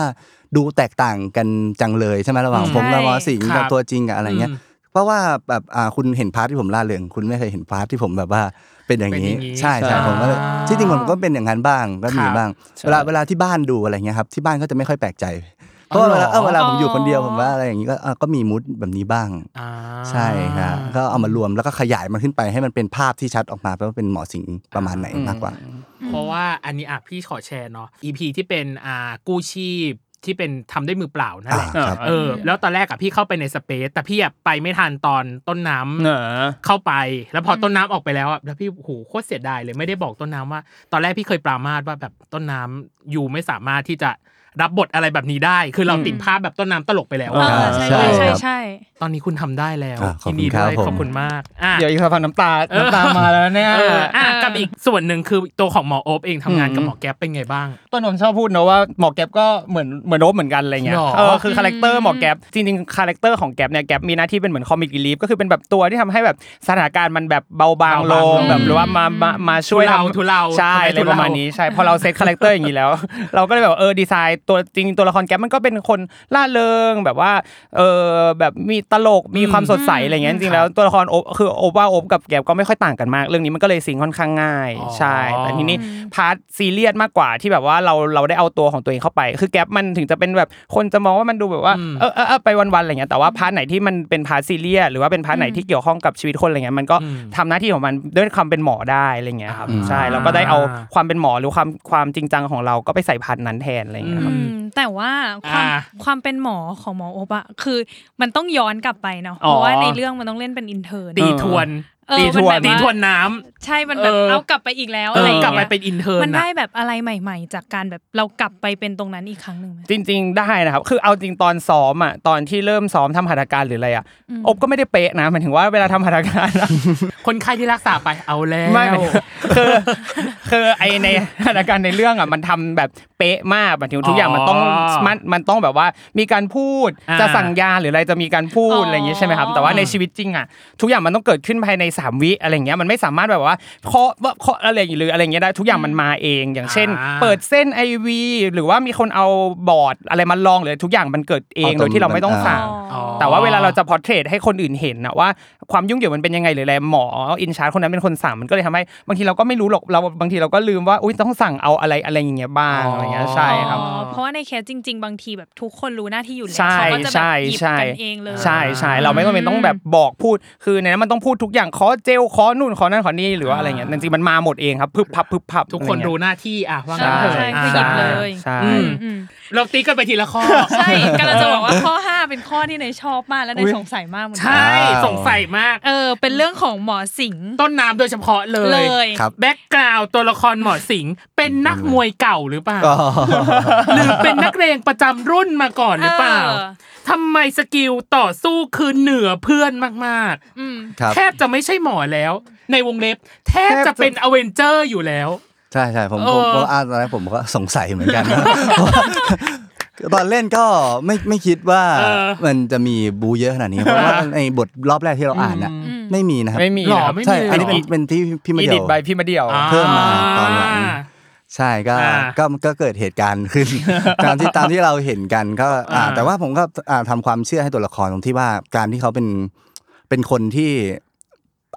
Speaker 4: ดูแตกต่างกันจังเลยใช่ไหมระหว่าง
Speaker 3: อืม
Speaker 4: ผมกับ
Speaker 5: ใช่
Speaker 4: หมอสิง
Speaker 3: ครั
Speaker 4: กับบ ตัวจริงกับอะไรเงี้ย
Speaker 3: อืม
Speaker 4: เพราะว่าแบบอ่าคุณเห็นพาร์ทที่ผมล่าเริงคุณไม่เคยเห็นพาร์ทที่ผมแบบว่าเป็นอย่าง
Speaker 3: เป็นอ
Speaker 4: นี้
Speaker 3: ย่างนี้
Speaker 4: ใช่ใช่
Speaker 3: อ่า
Speaker 4: ผมก็เลยที่จริงผมก็เป็นอย่างนั้นบ้างก็มี
Speaker 3: ครับ
Speaker 4: บ้าง เวลาเวลาที่บ้านดูอะไรเงี้ยครับที่บ้านก็จะไม่ค่อยแปลกใจ เพ
Speaker 3: อ๋
Speaker 4: ราะ
Speaker 3: อ
Speaker 4: ว่า
Speaker 3: เหรอ
Speaker 4: เวลาเออเวลาผมอยู่คนเดียวผมว่าอะไรอย่างนี้ก็อ่ะก็มีมูดแบบนี้บ้าง
Speaker 3: อ่า
Speaker 4: ใช่ครับก็เอามารวมแล้วก็ขยายมันขึ้นไปให้มันเป็นภาพที่ชัดออกมาว่าเป็นหมอสิงประมาณไหนมากกว่า
Speaker 3: เพราะว่าอันนี้อ่ะพี่ขอแชร์เนาะ EP ที่เป็นอ่ากู้ชีพที่เป็นทำด้วยมือเปล่านั่นแหละ
Speaker 4: อ่าครับ
Speaker 3: เออ แล้วตอนแรกอะพี่เข้าไปในสเปซแต่พี่อะไปไม่ทันตอนต้นน้ำ
Speaker 6: เนอ
Speaker 3: เข้าไปแล้วพอต้นน้ำออกไปแล้วอ่ะแล้วพี่โหโคตรเสียดายเลยไม่ได้บอกต้นน้ำว่า ตอนแรกพี่เคยปรามาสว่าแบบต้นน้ำอยู่ไม่สามารถที่จะรับบทอะไรแบบนี้ได้ คือเราติดภาพแบบต้นน้ำตลกไปแล้ว
Speaker 5: เอ
Speaker 3: อะ
Speaker 5: อใช่
Speaker 4: ใช่
Speaker 5: ใช่ใช่
Speaker 4: ครับ
Speaker 5: ใช่
Speaker 3: ตอนนี้คุณทำได้แล้ว
Speaker 4: อ่ะขอ
Speaker 3: ยิน
Speaker 4: บคุ
Speaker 3: ดี
Speaker 4: ณครั
Speaker 3: ด้ว
Speaker 4: บ
Speaker 3: ย
Speaker 4: ผม
Speaker 3: ขอบคุณมากอ่ะ
Speaker 6: เดี๋ยวอีกสักพักน้ำตา น้ำตามาแล้วเนี่ย
Speaker 3: เอออ่ะกับอีกส่วนหนึ่งคือตัวของหมอโอบเองทำงานกับหมอแก๊ปเป็นไงบ้าง
Speaker 6: ต้นนมชอบพูดนะว่าหมอแก๊ปก็เหมือนเหมือนโนบเหมือนกันอะไรเงี้ย
Speaker 3: หรอ
Speaker 6: เออคือคาแรคเตอร์หมอแก๊ปจริงๆคาแรคเตอร์ของแก๊ปเนี่ยแก๊ปมีหน้าที่เป็นเหมือนคอมิกรีลีฟก็คือเป็นแบบตัวที่ทำให้แบบสถานการณ์มันแบบเบาบางล
Speaker 3: เบาบาง
Speaker 6: ง
Speaker 3: ลง
Speaker 6: แบบหรือว่ามามามาช่วย
Speaker 3: ทุเลา
Speaker 6: ทำ
Speaker 3: ทุเลา
Speaker 6: ใช่
Speaker 3: ทำให้
Speaker 6: อะไร
Speaker 3: ทุ
Speaker 6: ป
Speaker 3: เลา
Speaker 6: ระมาณนี้ใช่พอเราเซตคาแรคเตอร์อย่างนี้แล้ว เราก็เลยแบบว่าเออดีไซน์ ตัวจริงตัวละครแก๊ปมันก็เป็นคนล่าเริงแบบว่าเออแบบมีตลกมีความสดใสอะไรอย่างเงี้ยจริงๆแล้วตัวละครโอบคือโอบว่าโอบกับแก๊ปก็ไม่ค่อยต่างกันมาก เรื่องนี้มันก็เลยสิงค่อนข้างง่าย
Speaker 3: อ๋อ
Speaker 6: ใช่แต่ทีนี้ พาร์ทซีเรียสมากกว่าที่แบบว่าเราเราได้เอาตัวของตัวเองเข้าไป คือแก๊ปมันถึงจะเป็นแบบคนจะมองว่ามันดูแบบว่าเออเออเออไปวันๆอะไรเงี้ยแต่ว่าพาร์ทไหนที่มันเป็นพาร์ทซีเรียสหรือว่าเป็นพาร์ทไหนที่เกี่ยวข้องกับชีวิตคนอะไรเงี้ยมันก็ทำหน้าที่ของมันด้วยความเป็นหมอได้อะไรเงี้ยครับ
Speaker 4: อืม
Speaker 6: ใช่เราก็ได้เอาความเป็นหมอหรือความความจริงจังของเราก็ไปใส่พาร์ทนั้นแทนอะไรเงี้ยครับ
Speaker 2: อืมแต่ว่าความ
Speaker 3: อ่า
Speaker 2: ความเป็นหมอของหมอโอบอะคือมันต้องย้อนกลับไปเนาะ
Speaker 3: อ๋
Speaker 2: เพ
Speaker 3: อ
Speaker 2: ราะว่าในเรื่องมันต้องเล่นเป็นอินเทอร์
Speaker 3: ตีทวน
Speaker 2: เออ
Speaker 3: ตีทวน
Speaker 2: มันแบบว่า
Speaker 3: ตีทวนน้ำ
Speaker 2: ใช่มันแบบ
Speaker 3: เออ
Speaker 2: เอากลับไปอีกแล้ว
Speaker 3: เอ
Speaker 2: อะไร
Speaker 3: อ
Speaker 2: อย่าง
Speaker 3: กลับไป
Speaker 2: เงี้ย
Speaker 3: เป็นอินเทอร์
Speaker 2: มัน
Speaker 3: นะ
Speaker 2: ได้แบบอะไรใหม่ ๆ จากการแบบเรากลับไปเป็นตรงนั้นอีกครั้งหนึ่งไหม
Speaker 6: จริง ๆ ได้นะครับคือเอาจริงตอนซ้อมอ่ะตอนที่เริ่มซ้อมทำหัตถการหรืออะไรอ่ะอบก็ไม่ได้เป๊ะนะหมายถึงว่าเวลาทำหัตถการอะ
Speaker 3: คนไข้ที่รักษาไปเอาแล้ว
Speaker 6: ไม่ไม่คือคือไอในสถานการณ์ในเรื่องอ่ะมันทำแบบเป๊ะมากแบบถึงทุกอย่างมันต้อง
Speaker 3: อ๋อ
Speaker 6: มันมันต้องแบบว่ามีการพูด
Speaker 3: อ่า
Speaker 6: จะสั่งยาหรืออะไรจะมีการพูดอะไรอย่างงี้ใช่ไหมครับ แต่ว่าในชีวิตจริงอ่ะทุกอย่างมันต้องเกิดขึ้นภายในสามวิอะไรอย่างเงี้ยมันไม่สามารถแบบว่าเคาะว่าเคาะอะไรอย่างงี้หรืออะไรอย่างเงี้ยได้ทุกอย่างมันมาเอง อย่างเช่น เปิดเส้นไอวีหรือว่ามีคนเอาบอร์ดอะไรมาลองหรือทุกอย่างมันเกิดเองโดยที่เราไม่ต้องสั่ง
Speaker 3: อ๋อ
Speaker 6: แต่ว่าเวลาเราจะพอร์เทรตให้คนอื่นเห็นนะว่าความยุ่งเหยิงมันเป็นยังไงหรืออะไรหมออินชาร์จคนนั้นเป็นคนสั่งมันก็เลยทำให้บางทีเราก็ไม่รู้หรอกเราบางทีเราก็ลืมว่าอุ้ยต้องสั่งเอาอะไรอะไรอย่างเงี้ยบ้าง
Speaker 3: อ๋ออ
Speaker 6: อะไรเงี้ยใช่ครับ
Speaker 2: อ๋อเพราะว่าในเคสจริง ๆ บางทีแบบทุกคนรู้หน้าที่อยู่แล้ว
Speaker 6: ใช่
Speaker 2: เขาก็จะแบ
Speaker 6: ใช่
Speaker 2: บหยิบ
Speaker 6: ใช่
Speaker 2: กันเองเลย
Speaker 6: ใช่ใช่เราไม่ต้องเป็นต้องแบบบอกพูดคือในนั้นมันต้องพูดทุกอย่างขอเจลขอนู่นขอนั่นขอนี่หรือว่าอะไรเงี้ยจริงๆมันมาหมดเองครับพึบพับพึบพับ
Speaker 3: ทุกคนรู้หน้าที่อ่ะว่างั้นเถอะ
Speaker 2: ใช่
Speaker 3: อ่า
Speaker 2: คือหยิบเลย
Speaker 6: ใช่
Speaker 3: อืม
Speaker 2: อืม
Speaker 3: เราตีกันไปทีละข้อ
Speaker 2: ใช่กำลังจะบอกว่าข้อ 5 เป็นข้อที่เนยชอบมากและเน
Speaker 3: อุ๊
Speaker 2: ย
Speaker 3: ย
Speaker 2: สงสัยมากเหมือนกั
Speaker 3: ใช่
Speaker 2: น
Speaker 3: สงสัยมาก
Speaker 2: เออ เป็นเรื่องของหมอสิงห์
Speaker 3: ต้นน้ำโดยเฉพาะเล
Speaker 2: เลย ย
Speaker 4: ครับ
Speaker 3: แบ็กกราวตัวละครหมอสิงห์เป็นนักมวยเก่าหรือเปล่า
Speaker 4: ก็
Speaker 3: หรือเป็นนักเลงประจำรุ่นมาก่อนหรือเปล่า
Speaker 2: เออ
Speaker 3: ทำไมสกิลต่อสู้คือเหนือเพื่อนมาก
Speaker 2: อืม
Speaker 4: ครับ
Speaker 3: ๆ แทบจะไม่ใช่หมอแล้ว ในวงเล็บ แทบจะเป็นอเวนเจอร์อยู่แล้ว
Speaker 4: ใช่ใช่ผม
Speaker 3: เอ
Speaker 4: ผ
Speaker 3: อ
Speaker 4: มก็อ่านตอนแรกผมก็สงสัยเหมือน กันเพราะว่าตอนเล่นก็ไม่ไม่คิดว่า
Speaker 3: เออ
Speaker 4: มันจะมีบูเยอะขนาดนี้เพราะว่าในบทรอบแรกที่เราอ่านน่ะไม่มีนะครับ
Speaker 6: ไม่มี
Speaker 3: หล่อ
Speaker 6: นะครับ
Speaker 3: ไม่มี
Speaker 4: ใช่
Speaker 3: เลย
Speaker 4: อันนี้เป็
Speaker 3: ห
Speaker 4: น
Speaker 3: รอ
Speaker 4: เป็นที่พี่มา
Speaker 6: อี
Speaker 4: เดี
Speaker 6: ดิ
Speaker 4: ย
Speaker 6: ท
Speaker 4: ว
Speaker 6: ใบพี่มาเดียว
Speaker 4: เพิ่มมาตอนหลัง
Speaker 3: อ่า
Speaker 4: ใช่ก็
Speaker 3: อ่า
Speaker 4: ก็ก็เกิดเหตุการณ์ ขึ้น ตามที่ตามที่เราเห็นกันก็
Speaker 3: อ่า
Speaker 4: อ่าแต่ว่าผมก็อ่าทำความเชื่อให้ตัวละครตรงที่ว่าการที่เขาเป็นเป็นคนที่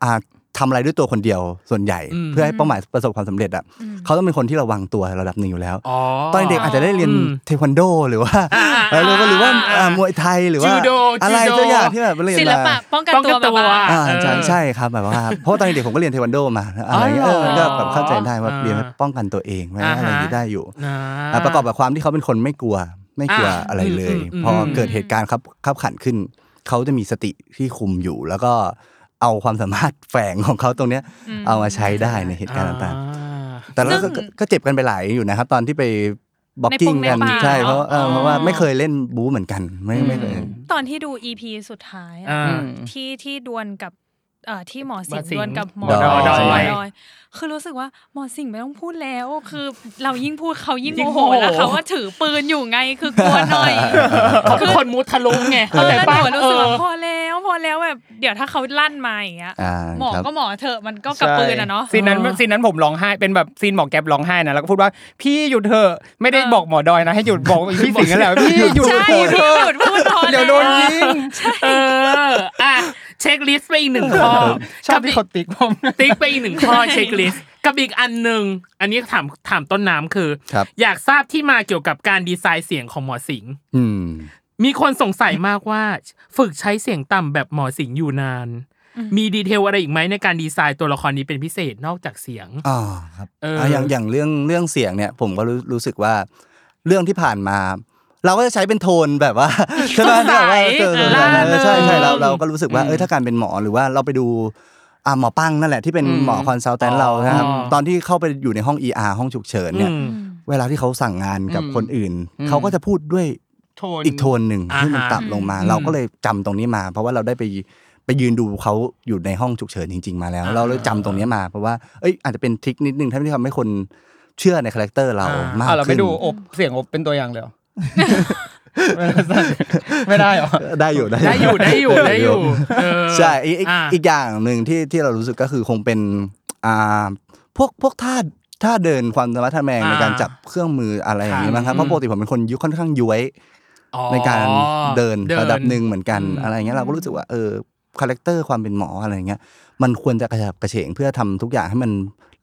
Speaker 4: อ่าทำอะไรด้วยตัวคนเดียวส่วนใหญ่
Speaker 3: อืม
Speaker 4: เพื่อให้เป้าหมายประสบความสำเร็จอ่ะเขาต้องเป็นคนที่ระวังตัวระดับหนึ่งอยู่แล้ว
Speaker 3: อ๋อ
Speaker 4: ตอนเด็กอาจจะได้เรียน
Speaker 3: อืม
Speaker 4: เทควันโด หรือว่า
Speaker 3: อ่าอ่า
Speaker 4: อะไรหรือว่า
Speaker 3: อ่า
Speaker 4: อ่ามวยไทยหรือว่า
Speaker 3: จูโด
Speaker 4: อะไร
Speaker 3: จูโด
Speaker 4: ตัวอย่างที่แบบเรียน
Speaker 2: ศิลปะ
Speaker 4: มา
Speaker 2: ป้องกัน
Speaker 3: ป้อง
Speaker 2: ตัวนแบ
Speaker 3: กัตั
Speaker 2: บ
Speaker 3: ว
Speaker 2: ว่า
Speaker 4: อ่า
Speaker 3: เออ
Speaker 4: ใช่ใช่ครับแบบว่าเพราะว่าตอนเด็กผมก็เรียนเทควันโดมาอะไรอย่างเงี้ย
Speaker 3: อ๋
Speaker 4: เอ
Speaker 3: อ
Speaker 4: อ
Speaker 3: เหรอ
Speaker 4: ก็แบบเข้าใจได้ว่า
Speaker 3: อ่า
Speaker 4: เรียนป้องกันตัวเองไว้
Speaker 3: อ่า
Speaker 4: อะไรอย่างนี้
Speaker 3: ฮะ
Speaker 4: ได้อยู่
Speaker 3: อ่า
Speaker 4: อ่าประกอบกับความที่เขาเป็นคนไม่กลัวไม่กลัว
Speaker 3: อ่า
Speaker 4: อะไรเลย
Speaker 3: อืมอืม
Speaker 4: พอเกิดเหตุการณ์ครับขับขันขึ้น เขาจะมีสติที่คุมอยู่ แล้วก็เอาความสามารถแฝงของเขาตรงเนี้ยเอามาใช้ได้ในเหตุการณ์ต่างๆ แต่เราก็
Speaker 2: ซึ่ง
Speaker 4: ก็เจ็บกันไปหลายอยู่นะครับ ตอนที่ไปบ็อก
Speaker 2: ในปง
Speaker 4: กิ้งกัน
Speaker 2: ในป่า
Speaker 4: ใช่เพ
Speaker 2: เนอะ
Speaker 4: ราะเอออ
Speaker 2: อ
Speaker 4: เพราะว่าไม่เคยเล่นบู๊เหมือนกัน ไม่ไม่เคย
Speaker 2: ตอนที่ดู EP สุดท้ายอะ
Speaker 3: อ่า
Speaker 2: ที่ที่ดวลกับเอ่อที่หมอสิง
Speaker 3: หมอ
Speaker 2: ห์
Speaker 3: สิงห์
Speaker 2: ดวลกับหมอ
Speaker 4: ดอย
Speaker 2: ด
Speaker 3: ดอย
Speaker 2: ดอย คือรู้สึกว่าหมอสิงห์ไม่ต้องพูดแล้ว คือเรายิ่งพูดเขายิ่ง
Speaker 3: ยิ่ง
Speaker 2: โมโห
Speaker 3: โมโห
Speaker 2: แล้วเขาว่าถือปืนอยู่ไงคือกลัวหน่อย
Speaker 3: เขาเป็นคนมุทะลุไงเข้าใจ
Speaker 2: แล้วห
Speaker 3: ป้า
Speaker 2: นูรู้สึกว่าพอแล้วพอแล้วแบบเดี๋ยวถ้าเขาลั่นมาอย่างเงี้ย
Speaker 4: อ่า
Speaker 2: หมอ
Speaker 4: ครับ
Speaker 2: ก็หมอเถอะมันก็กับปืนอะเนาะ
Speaker 6: ใช่ซีนนั้นซีนนั้นผมร้องไห้เป็นแบบซีนหมอแก๊ปร้องไห้นะแล้วก็พูดว่าพี่หยุดเถอะไม่ได้
Speaker 2: เออ
Speaker 6: บอกหมอดอยนะให้หยุดบอกพี่สิงห์นั่นแหละพี่หยุด
Speaker 2: ใช่
Speaker 6: เถอะ
Speaker 2: พี่หยุดพูดพอ
Speaker 6: เดี๋ยวโดนยิง
Speaker 3: เออ อ่ะ เช็คลิสต์ไปอีกหนึ่งข้อ
Speaker 6: ชอบ
Speaker 3: กับอีก
Speaker 6: ที่เขาติ๊กผม
Speaker 3: ติ๊กไปอีกหนึ่งข้อเช็คลิสต์กับอีกอันหนึ่ง อันนี้ถามถามต้นน้ำคือ
Speaker 4: ครับ
Speaker 3: อยากทราบที่มาเกี่ยวกับการดีไซน์เสียงของหมอสิงห์
Speaker 4: อืม
Speaker 3: มีคนสงสัยมากว่า ฝึกใช้เสียงต่ำแบบหมอสิงห์อยู่นาน มีดีเทลอะไรอีกไหมในการดีไซน์ตัวละครนี้เป็นพิเศษนอกจากเสียง
Speaker 4: อ่าครับ
Speaker 3: เอออ่
Speaker 4: ะอย่างอย่างเรื่องเรื่องเสียงเนี่ยผมก็รู้รู้สึกว่าเรื่องที่ผ่านมา เราก็จะใช้เป็นโทนแบบ ว่าใช่ไหม
Speaker 3: สดใส
Speaker 4: แบบว่าเออ
Speaker 3: ล่าเริง
Speaker 4: ใช่ใช่เราเราก็รู้สึกว่า
Speaker 3: อืม
Speaker 4: เออถ้าการเป็นหมอหรือว่าเราไปดูอ่าหมอปังนั่นแหละที่เป็น
Speaker 3: อืม
Speaker 4: หมอคอนซัลแทนเรานะครับ
Speaker 3: อ๋อ
Speaker 4: ตอนที่เข้าไปอยู่ในห้อง ER ห้องฉุกเฉินเนี่ย
Speaker 3: อืม
Speaker 4: เวลาที่เขาสั่งงานกับคนอื่น เขาก็จะพูดด้วย
Speaker 6: โทน
Speaker 4: อีกโทนหนึ่ง
Speaker 3: อ่า
Speaker 4: ที่มัน
Speaker 3: ฮะ
Speaker 4: ต่ำลงมา เราก็เลยจำตรงนี้มา เพราะว่าเราได้ไปไปยืนดูเขาอยู่ในห้องฉุกเฉินจริง ๆ มาแล้ว
Speaker 3: อ่า
Speaker 4: เราเลยจำตรงนี้มาเพราะว่าเอ้ยอาจจะเป็นทริคนิดนึงที่ทำให้คนเชื่อในคาแรคเตอร์เรา
Speaker 3: อ่าม
Speaker 4: มาก
Speaker 6: อ่ะเราไป
Speaker 4: ขึ้น
Speaker 6: ดูอบเสียงอบเป็นตัวอย่างเลยเหรอ ไม่ได้เหรอ
Speaker 4: ได้อยู่
Speaker 3: ได้อยู่ได้อยู่ได้อยู่เออ
Speaker 4: ใช่อีกอีก
Speaker 3: อ่ะ
Speaker 4: อีกอย่างหนึ่งที่ที่เรารู้สึกก็คือคงเป็นอ่าพวกพวกท่า ท่าเดินความสามารถทางแมงในการจับเครื่องมืออะไรอย่างนี้มั้งครับเพราะปกติผมเป็นคนยุคค่อนข้างย้วย
Speaker 3: อ๋อ
Speaker 4: ในการเดินระดับหนึ่งเหมือนกัน
Speaker 3: ม
Speaker 4: อะไรเงี้ยเราก็รู้สึกว่าเออคาแรคเตอร์ความเป็นหมออะไรเงี้ยมันควรจะกระฉับกระเฉงเพื่อทำทุกอย่างให้มัน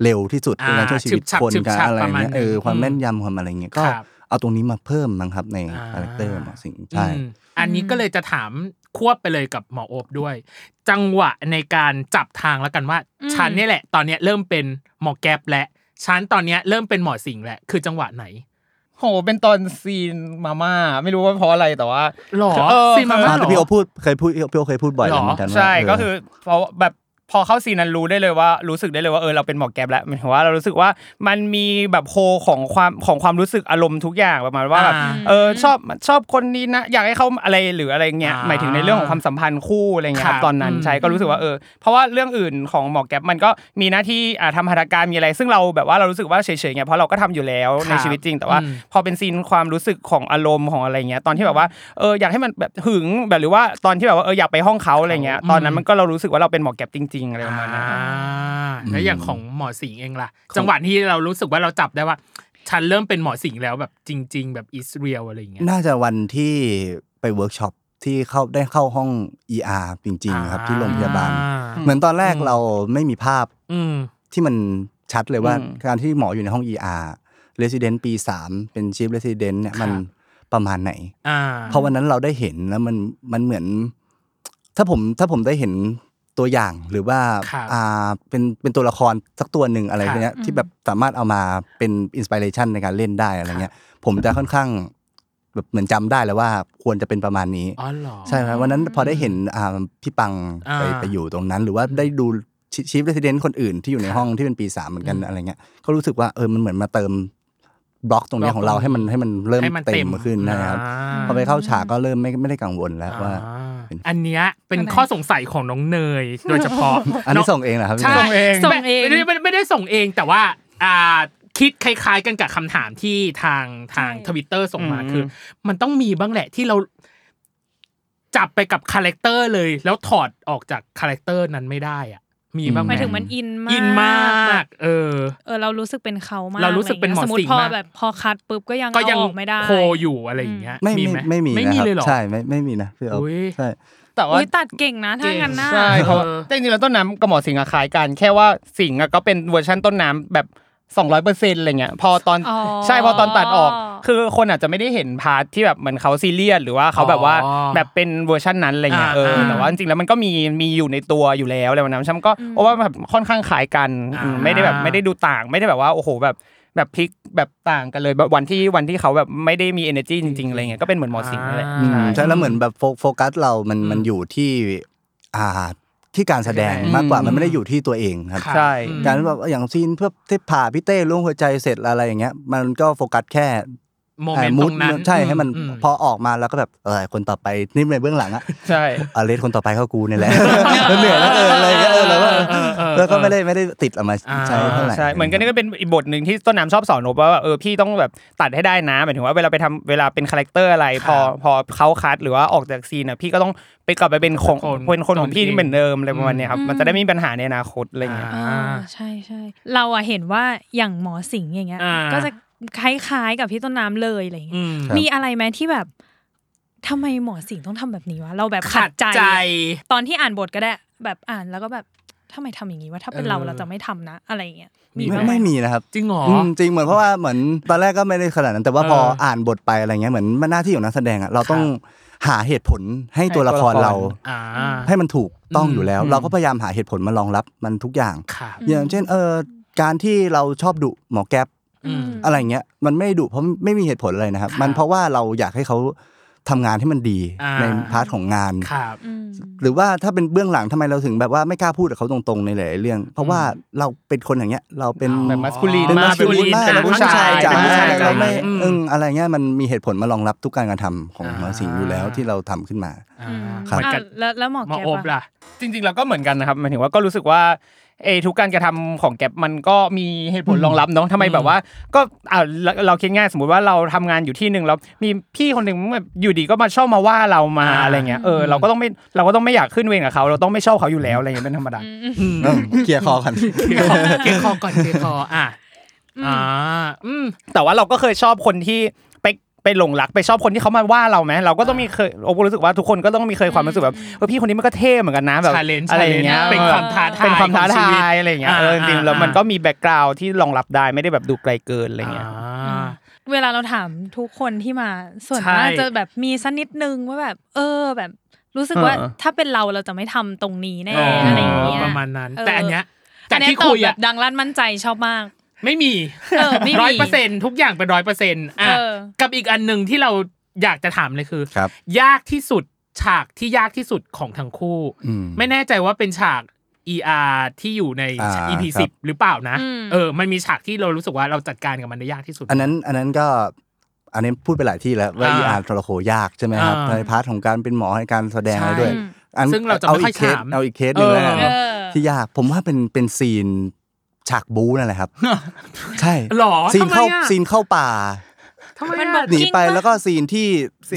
Speaker 4: เร็วที่สุด
Speaker 3: อ่า
Speaker 4: ในการช่วยชีวิต
Speaker 3: ฉึบฉับ
Speaker 4: คน
Speaker 3: ฉึบ
Speaker 4: การ
Speaker 3: ฉับ
Speaker 4: อะไร
Speaker 3: ประมาณ
Speaker 4: เงี้ยเออ
Speaker 3: นั้น
Speaker 4: ความ
Speaker 3: อืม
Speaker 4: แม่นยำความอะไรเงี้ยก็
Speaker 3: ครับ
Speaker 4: เอาตรงนี้มาเพิ่มมั้งครับใน
Speaker 3: อ่
Speaker 4: คาแรคเตอร์หมอสิงห์
Speaker 3: อื
Speaker 4: ใช่
Speaker 3: มอันนี้ก็เลยจะถามควบไปเลยกับหมอโอบด้วย จังหวะในการจับทางแล้วกันว่า
Speaker 5: อืม
Speaker 3: ฉันเนี่ยแหละ ตอนเนี้ยเริ่มเป็นหมอแก๊ปและฉันตอนเนี้ยเริ่มเป็นหมอสิงห์แหละคือจังหวะไหน
Speaker 6: โหเป็นตอนซีนมาม่าไม่รู้ว่าเพราะอะไรแต่ว่า
Speaker 3: หรอ
Speaker 6: เออ
Speaker 3: ซีนมาม่าห
Speaker 4: อ่า
Speaker 3: ร
Speaker 4: แต่
Speaker 3: อ
Speaker 4: พี่โอพูดเคยพูดพี่โอเคยพูดบ่อย
Speaker 3: หรอ
Speaker 4: เหมือนกันว่า
Speaker 6: ใช่
Speaker 4: เ
Speaker 6: ก็คือเพราะแบบพอเข้าซีนนั้นรู้ได้เลยว่ารู้สึกได้เลยว่าเออเราเป็นหมอแก๊ปแล้วหมายถึงว่าเรารู้สึกว่ามันมีแบบโฮของความของความรู้สึกอารมณ์ทุกอย่างประมาณว่าแบบ
Speaker 3: อ่า
Speaker 6: เออชอบชอบคนนี้นะอยากให้เขาอะไรหรืออะไรเงี้ย
Speaker 3: อ่า
Speaker 6: หมายถึงในเรื่องของความสัมพันธ์คู่อะไรเงี้ยครั
Speaker 3: ครับ
Speaker 6: บตอนนั้น
Speaker 3: อืม
Speaker 6: ใช่ก็รู้สึกว่าเออเพราะว่าเรื่องอื่นของหมอแก๊ปมันก็มีหน้าที่อ่าทำหัตถการมีอะไร ซึ่งเราแบบว่าเรารู้สึกว่าเฉยๆไงเพราะเราก็ทำอยู่แล้ว
Speaker 3: ค
Speaker 6: ใน
Speaker 3: รับ
Speaker 6: ชีวิตจริง แต่ว่า
Speaker 3: อืม
Speaker 6: พอเป็นซีนความรู้สึกของอารมณ์ของอะไรเงี้ยตอนที่แบบว่าเอออยากให้มันแบบหึงแบบหรือว่าตอนที่แบบว่าเอออยากไปห้องเขา อะไรเงี้ย
Speaker 3: อืม
Speaker 6: ตอนนั้นมันก็เรารู้สึกว่าเราเป็นหมอแก็บจริง ๆ อะไรประมาณนั้น
Speaker 3: อ่าแล้วอย่างของหมอสิงห์เองล่ะ จังหวะที่เรารู้สึกว่าเราจับได้ว่า ฉันเริ่มเป็นหมอสิงห์แล้วแบบจริง ๆ แบบอิสเรียลอะไรอย่างเงี้ย
Speaker 4: น่าจะวันที่ไปเวิร์กช็อปที่เข้าได้เข้าห้อง ER จริงๆครับที่โรงพยาบาล เหมือนตอนแรก
Speaker 3: อืม
Speaker 4: เราไม่มีภาพ
Speaker 3: อืม
Speaker 4: ที่มันชัดเลยว่า
Speaker 6: อืม
Speaker 4: การที่หมออยู่ในห้อง ER Resident ปี 3 เป็น Chief Resident เนี่ยมัน
Speaker 3: ครับ
Speaker 4: ประมาณไหน
Speaker 3: อ่า
Speaker 4: เพราะวันนั้นเราได้เห็นแล้วมันมันเหมือน ถ้าผมถ้าผมได้เห็นตัวอย่างหรือว่า
Speaker 3: ครับ
Speaker 4: อ่าเป็นเป็นตัวละครสักตัวหนึ่งอะไร
Speaker 3: ครับ
Speaker 4: เนี้ยที่แบบสามารถเอามาเป็นอินสปิเรชันในการเล่นได้อะไรเงี้ย ผมจะค่อนข้างแบบเหมือนจำได้แล้วว่าควรจะเป็นประมาณนี้
Speaker 3: อ๋อเหรอ
Speaker 4: ใช่ไหมวันนั้นพอได้เห็นอ่าพี่ปัง
Speaker 3: อ่า
Speaker 4: ไปไปอยู่ตรงนั้น หรือว่าได้ดูชีฟเรสเดนต์คนอื่นที่อยู่ในห้องที่เป็นปีสามเหมือนกันอะไรเงี้ยก็รู้สึกว่าเออมันเหมือนมาเติมบล็อกตรงเนี้ยของเราให้มันให้มันเริ่ม
Speaker 3: ให้มันเต็
Speaker 4: เต็
Speaker 3: ม
Speaker 4: มขึ้นนะครับ
Speaker 3: อ่า
Speaker 4: พอไปเข้าฉากก็เริ่มไม่ไม่ได้กังวลแล้วว่า
Speaker 3: อ่า
Speaker 4: เป็น
Speaker 3: อันเนี้ยเป็นข้อสงสัยของน้องเนย โดยเฉพาะ
Speaker 4: อันนี้
Speaker 3: ง
Speaker 4: ส่งเองเหรอครับ
Speaker 3: ใช่
Speaker 4: พี่
Speaker 5: งเองส่งเอง
Speaker 3: ไม่ไม่ไม่ได้ส่งเองแต่ว่าอ่าคิดคล้าย ๆ กันกับคำถามที่ทางทางทวิตเตอร์ส่งมา
Speaker 6: อืม
Speaker 3: คือ มันต้องมีบ้างแหละที่เราจับไปกับคาแรคเตอร์เลย แล้วถอดออกจากคาแรคเตอร์นั้นไม่ได้อ่ะ มีบ้าง
Speaker 5: ห
Speaker 3: ไหม
Speaker 5: มายถึงมันอินมาก
Speaker 3: อินมาก เออ
Speaker 5: เออเรารู้สึกเป็นเขามาก
Speaker 3: เรารู้สึกเป็นหมอ
Speaker 5: สมม
Speaker 3: สิง
Speaker 5: ติ
Speaker 3: ห์
Speaker 5: พอ
Speaker 3: มาก
Speaker 5: แบบพอคัดปุ๊บก็ยัง
Speaker 3: ก็ยัง
Speaker 5: เอาออกไม่ได้
Speaker 3: โคอยู่อะไรอย่างเงี้ย
Speaker 4: ไม่ไม่ไม่มี
Speaker 3: ไม่
Speaker 4: นะ
Speaker 3: มี
Speaker 4: ครับ
Speaker 3: เลยเหรอ
Speaker 4: ใช่ไม่ไม่มีนะพี่อ๊อฟ
Speaker 3: อุ๊ย
Speaker 4: ใช่
Speaker 6: แต่ว่า
Speaker 5: อุ้ยตัดเก่งนะถ้างั้นน่ะ
Speaker 6: ใช่เพราะ
Speaker 3: เออ
Speaker 6: แต่จริงๆแล้วต้นน้ำกับหมอสิงห์อะคล้ายกัน แค่ว่าสิงห์อะก็เป็นเวอร์ชันต้นน้ำแบบ200เปอร์เซ็นต์อะไรเงี้ยพอตอน
Speaker 5: อ๋อ
Speaker 6: ใช่พอตอนตัดออก คือคนอาจจะไม่ได้เห็นพาร์ทที่แบบเหมือนเขาซีเรียสหรือว่าเขาแบบว่า
Speaker 3: อ๋อ
Speaker 6: แบบเป็นเวอร์ชันนั้นอะไรเงี้ย
Speaker 3: อ่า
Speaker 6: เออ
Speaker 3: อ่า
Speaker 6: แต่ว่าจริงๆแล้วมันก็มีมีอยู่ในตัวอยู่แล้วอะไรแบบนั้นฉันก็เพราะว่าแบบค่อนข้างคล้ายกันอืม
Speaker 3: อ่า
Speaker 6: ไม่ได้แบบไม่ได้ดูต่าง ไม่ได้แบบว่าโอ้โหแบบแบบพลิกแบบต่างกันเลยแบบวันที่วันที่เขาแบบไม่ได้มี energy จริงๆอะไรเงี้ยก็เป็นเหมือนหมอสิงห์นั่นแหละ
Speaker 4: อืมใช่แล้วเหมือนแบบโฟโฟกัสเรามัน
Speaker 3: อืม
Speaker 4: มันอยู่ที่อ่าที่การแสดง
Speaker 3: อืม
Speaker 4: มากกว่ามันไม่ได้อยู่ที่ตัวเองครับ
Speaker 3: ค่ะ
Speaker 6: ใช่
Speaker 3: อืม
Speaker 4: การแบบอย่างซีนเพื่อที่ผ่าพี่เต้ล่วงหัวใจเสร็จอะไรอย่างเงี้ย มันก็โฟกัสแค่
Speaker 3: โมเมนต์ตรงนั้น
Speaker 4: ใช่ให้มัน
Speaker 3: อื
Speaker 4: พอออกมาแล้วก็แบบเออคนต่อไปนี่ในเบื้องหลังอะ
Speaker 6: ใช่
Speaker 4: อาเลสคนต่อไปก็กูนี่แหละ แล้วเหนื่อยแล้วเอออะไรเงี้ยเออแล้วก็
Speaker 3: เออเออ
Speaker 4: แล้วก็ไม่ได้ไม่ได้ติดเอามาใช้เท่าไหร่
Speaker 6: ใช่ เหมือนกันนี่ก็เป็นอีกบทหนึ่งที่ต้นน้ำชอบสอนนบว่าแบบเออพี่ต้องแบบตัดให้ได้นะหมายถึงว่าเวลาไปทำเวลาเป็นคาแรคเตอร์อะไร พอพอเขาคัดหรือว่าออกจากซีนอ่ะพี่ก็ต้องไปกลับไปเป็นของ
Speaker 3: คน
Speaker 6: เป็นคนของพี่
Speaker 3: ตนเอง
Speaker 6: ที่เหมือนเดิมอะไรประมาณเนี้ยครับมันจะได้ไม่มีปัญหาในอนาคตอะไรเงี้ย
Speaker 5: อ่า
Speaker 3: อ่า
Speaker 5: ใช่ใช่เราอะเห็นว่าอย่างหมอสิงห์อย่างเงี้ย
Speaker 3: อ่า
Speaker 5: ก็จะคล้ายๆกับพี่ต้นน้ำเลยอะไรอย่างเงี้ย
Speaker 3: อืม
Speaker 4: ครับ
Speaker 5: มีอะไรไหมที่แบบทำไมหมอสิงห์ต้องทำแบบนี้วะเราแบบขั
Speaker 3: ขั
Speaker 5: ด
Speaker 3: ด
Speaker 5: ใจ
Speaker 3: ใจ
Speaker 5: ตอนที่อ่านบทก็ได้ แบบอ่านแล้วก็แบบทำไมทำอย่างนี้ว่าถ้าเป็นเรา
Speaker 3: เออ
Speaker 5: เราจะไม่ทำนะ อะไรอย่างเงี้ย
Speaker 3: มี
Speaker 4: ไม่
Speaker 3: ไหม
Speaker 4: ไม่มีนะครับ
Speaker 3: จริงเหรอ
Speaker 4: อืมจริงเหมือนเพราะว่าเหมือนตอนแรกก็ไม่ได้ขนาดนั้นแต่ว่าพอ
Speaker 3: เอออ่
Speaker 4: อ่านบทไปอะไรเงี้ยเหมือนมันหน้าที่ของนักแสดงอ่ะเราต้องหาเหตุผลให้ตัวละคร
Speaker 6: ให้ตัวละคร
Speaker 4: เรา
Speaker 3: อ่า
Speaker 4: ให้มันถูกต้องอยู่แล้ว
Speaker 3: อืม
Speaker 4: เราก็พยายามหาเหตุผลมารองรับมันทุกอย่าง
Speaker 3: ครับ
Speaker 4: อย่างเช่นเออการที่เราชอบดุหมอแก๊ป
Speaker 3: อืม
Speaker 4: อะไรเงี้ยมันไม่ได้ดุเพราะไม่มีเหตุผลอะไรนะครับ
Speaker 3: ครับ
Speaker 4: มันเพราะว่าเราอยากให้เขาทำงานให้มันดี
Speaker 3: อ่า
Speaker 4: ในพาร์ทของงาน
Speaker 3: ครับ
Speaker 5: อืม
Speaker 4: หรือว่าถ้าเป็นเบื้องหลังทำไมเราถึงแบบว่าไม่กล้าพูดกับเขาตรงๆในหลายๆเรื่อง เพราะว่าเราเป็นคนอย่างเงี้ยเราเป็น
Speaker 6: แบบมัสคูลีน
Speaker 4: เป็น
Speaker 3: มา
Speaker 4: มา
Speaker 3: สคู
Speaker 4: สู
Speaker 3: ลี
Speaker 4: ลี
Speaker 3: น
Speaker 4: นมาก
Speaker 3: อ่ะ
Speaker 4: เป็นผู้ชายจ๋า
Speaker 3: เป็นผู้ชายจ๋า
Speaker 4: เราไม่
Speaker 3: อืม
Speaker 4: เอึ้งอะไรเงี้ยมันมีเหตุผลมารองรับทุกการกระทำของ
Speaker 3: อ่า
Speaker 4: หมอสิงห์อยู่แล้วที่เราทำขึ้นมา
Speaker 3: อ่า
Speaker 4: ครับ
Speaker 3: เหมือนกับ
Speaker 5: อ่ะแล้วแล้วหมอ
Speaker 3: หมอ
Speaker 5: แก๊ป
Speaker 3: โอบ
Speaker 5: อะ
Speaker 3: ล่ะ
Speaker 6: จริงๆเราก็เหมือนกันนะครับหมายถึงว่าก็รู้สึกว่าเออทุกการกระทำของแก๊ปมันก็มีเหตุผลรองรับเนาะทำไมแบบว่า ก็อ่าเราเราคิดง่ายสมมุติว่าเราทำงานอยู่ที่หนึ่งแล้วมีพี่คนหนึ่งแบบอยู่ดีก็มาชอบมาว่าเรามา
Speaker 3: อ่า
Speaker 6: อะไรเงี้ยเออเราก็ต้องไม่เราก็ต้องไม่อยากขึ้นเวรกับเขาเราต้องไม่ชอบเขาอยู่แล้วอะไรเงี้ยเป็นธรรมดา
Speaker 4: เออเคลียร์คอกัน
Speaker 3: เคลียร์คอก่อนเคลียร์คออ่ะ อ่าอืม
Speaker 6: แต่ว่าเราก็เคยชอบคนที่ไปไปหลงรักไปชอบคนที่เขามาว่าเราไหมเราก็ต้องมีเคยโอ้รู้สึกว่าทุกคนก็ต้องมีเคยความรู้สึกแบบเออพี่คนนี้มันก็เท่เหมือนกันนะแบบ
Speaker 3: Challenge
Speaker 6: อะไรอย่างเงี้ย
Speaker 3: challenge เป็นความท้าทาย
Speaker 6: เป็นความท้า
Speaker 3: ของชี
Speaker 6: ทา
Speaker 3: วิต
Speaker 6: ยอะไรอย่างเงี้ย
Speaker 3: อ่า
Speaker 6: เออจริงๆแล้ว
Speaker 3: อ่ามั
Speaker 6: มันก็มีแบ็กกราวที่รองรับได้ไม่ได้แบบดูไกลเกินอะไรเงี้ย
Speaker 3: อ่า
Speaker 5: เวลาเราถามทุกคนที่มาส่วน
Speaker 3: ใช่
Speaker 5: มากจะแบบมีสักนิดนึงว่าแบบ เออแบบ รู้สึกว่า
Speaker 6: เออ
Speaker 5: ถ้าเป็นเราเราจะไม่ทำตรงนี้แน่
Speaker 3: อ๋อ
Speaker 5: อะไรอย่างเงี้ย
Speaker 3: ประมาณนั้น
Speaker 5: เออ
Speaker 3: แต่อันเนี้ย
Speaker 5: อั
Speaker 3: จา
Speaker 5: น
Speaker 3: ก
Speaker 5: เนี้ย
Speaker 3: ที่
Speaker 5: ตอบ
Speaker 3: คุย
Speaker 5: แบ
Speaker 3: อะ
Speaker 5: บดังลั่นมั่นใจชอบมาก
Speaker 3: ไม่มี
Speaker 5: เออ ไม่มี
Speaker 3: ร้อยเปอร์เซ็นทุกอย่างเป็นร้อยเปอร์เซ็นอ่ะ
Speaker 5: เออ
Speaker 3: กับอีกอันหนึ่งที่เราอยากจะถามเลยคือ
Speaker 4: ครับ
Speaker 3: ยากที่สุดฉากที่ยากที่สุดของทั้งคู่
Speaker 4: อืม
Speaker 3: ไม่แน่ใจว่าเป็นฉาก ER ที่อยู่ใน
Speaker 4: อ่า
Speaker 3: EP
Speaker 4: ครั
Speaker 3: สิ
Speaker 4: บ
Speaker 3: บหรือเปล่านะ
Speaker 5: อืม
Speaker 3: เออ มันมีฉากที่เรารู้สึกว่าเราจัดการกับมันได้ยากที่สุด
Speaker 4: อันนั้นอันนั้นก็อันนี้พูดไปหลายที่แล้วว่า
Speaker 3: อ่า
Speaker 4: อีอาร์ทรโขยากใช่ไหมครับ
Speaker 3: อ่า
Speaker 4: ในพาร์ทของการเป็นหมอในการแสดงอะไรด้วย
Speaker 3: ใช่
Speaker 4: อัน
Speaker 3: ซึ่งเราจะไม่ค่อย
Speaker 4: กเคส
Speaker 3: ถาม
Speaker 4: เอาอีกเคสหนึ่งแล้วกัน
Speaker 3: เอ
Speaker 5: เออ
Speaker 4: ที่ยากผมว่าเป็นเป็นซีนฉากบู๊นั่นแห ละครับ ใช่
Speaker 3: หรอ
Speaker 4: ซีนเข้า
Speaker 3: ทำไมอะ
Speaker 4: ซีนเข้าป่า
Speaker 3: ทำไม
Speaker 5: มัน
Speaker 3: อะ
Speaker 5: แบบ
Speaker 4: หนีไป
Speaker 5: จริงปะ
Speaker 4: แล้วก็ซีนที่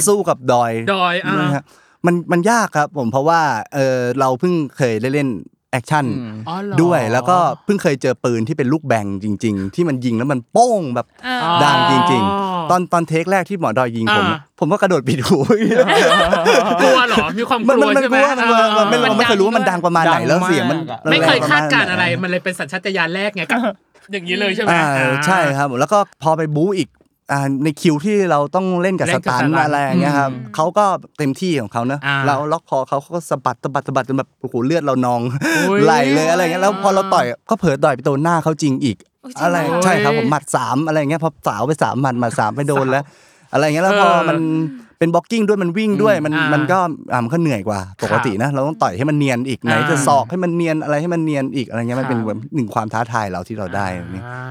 Speaker 4: สู้กับดอย
Speaker 3: ดอยอ่า
Speaker 4: นะฮะมันมันยากครับผมเพราะว่าเออเราเพิ่งเคยได้เล่นแอคชั่น
Speaker 3: อ๋อเหรอ
Speaker 4: ด้วยแล้วก็เพิ่งเคยเจอปืนที่เป็นลูกแบงจริง ๆ ที่มันยิงแล้วมันโป้งแบบ
Speaker 5: เออ
Speaker 4: ดังจริง
Speaker 3: อ๋อ
Speaker 4: ๆ ตอนตอนเทคแรกที่หมอดอยยิงผม
Speaker 3: อ่า
Speaker 4: ผมก็กระโดดปิด หู
Speaker 3: กลัวเหรอ มีความก
Speaker 4: มัน
Speaker 3: ลั
Speaker 4: มั
Speaker 3: วน
Speaker 4: มัน
Speaker 3: ใช่
Speaker 4: ก
Speaker 3: ไหม
Speaker 4: ลัวมันกลัวมันไม่
Speaker 3: เออ
Speaker 4: เราไม่เคยรู้ว่ามันดังประมาณไหนแล้วเสียงมัน
Speaker 3: เออไม่เคย
Speaker 4: แงปะ
Speaker 3: คา
Speaker 4: ณ
Speaker 3: ด
Speaker 4: หน
Speaker 3: การณ์อะไร มันเลยเป็นสัญชาตญาณแรกไงกับ อย่างนี้เลยใช่ไหม
Speaker 4: อ่า
Speaker 3: อ่า
Speaker 4: ใช่ครับแล้วก็พอไปบู๊อีกอ่าในคิวที่เราต้องเล่นกับ
Speaker 3: เล่
Speaker 4: ส
Speaker 3: นกับ
Speaker 4: ตัน
Speaker 3: สตัน
Speaker 4: อะไรอย่างเงี้ยครับ
Speaker 3: อืม
Speaker 4: เขาก็เต็มที่ของเขานะ
Speaker 3: อ่า
Speaker 4: เราล็อกคอเขาเขาก็สะบัดสะบัดสะบัดจนแบบโอ้โหเลือดเรานอง
Speaker 3: โอ้ย
Speaker 4: ไหลเลยอะไรอย่างเงี้ยแล้วพอเราต่อยก็เผลอต่อยไปโดนหน้าเขาจริงอีก
Speaker 5: อุ๊ยจง
Speaker 4: อะไร
Speaker 5: เหอ
Speaker 4: ใช่ครับผมหมัดสามอะไรเงี้ยพอสาวไปสามหมัดหมัดสามไปโดนแล้ว อะไรเงี้ยแล้ว
Speaker 3: เออ
Speaker 4: พอมันเป็นบล็อกกิ้งด้วยมันวิ่งด้วยมัน
Speaker 3: อ่ามั
Speaker 4: มันก็อ่ะมันก็เหนื่อยกว่า ปกตินะเราต้องต่อยให้มันเนียนอีกไหนจะ
Speaker 3: อ่า
Speaker 4: ศอกให้มันเนียนอะไรให้มันเนียนอีกอะไรเงี้ยมันเป็น
Speaker 3: ครับ
Speaker 4: หนึ่งความท้าทายเราที่เราได้อันนี้
Speaker 3: อ่า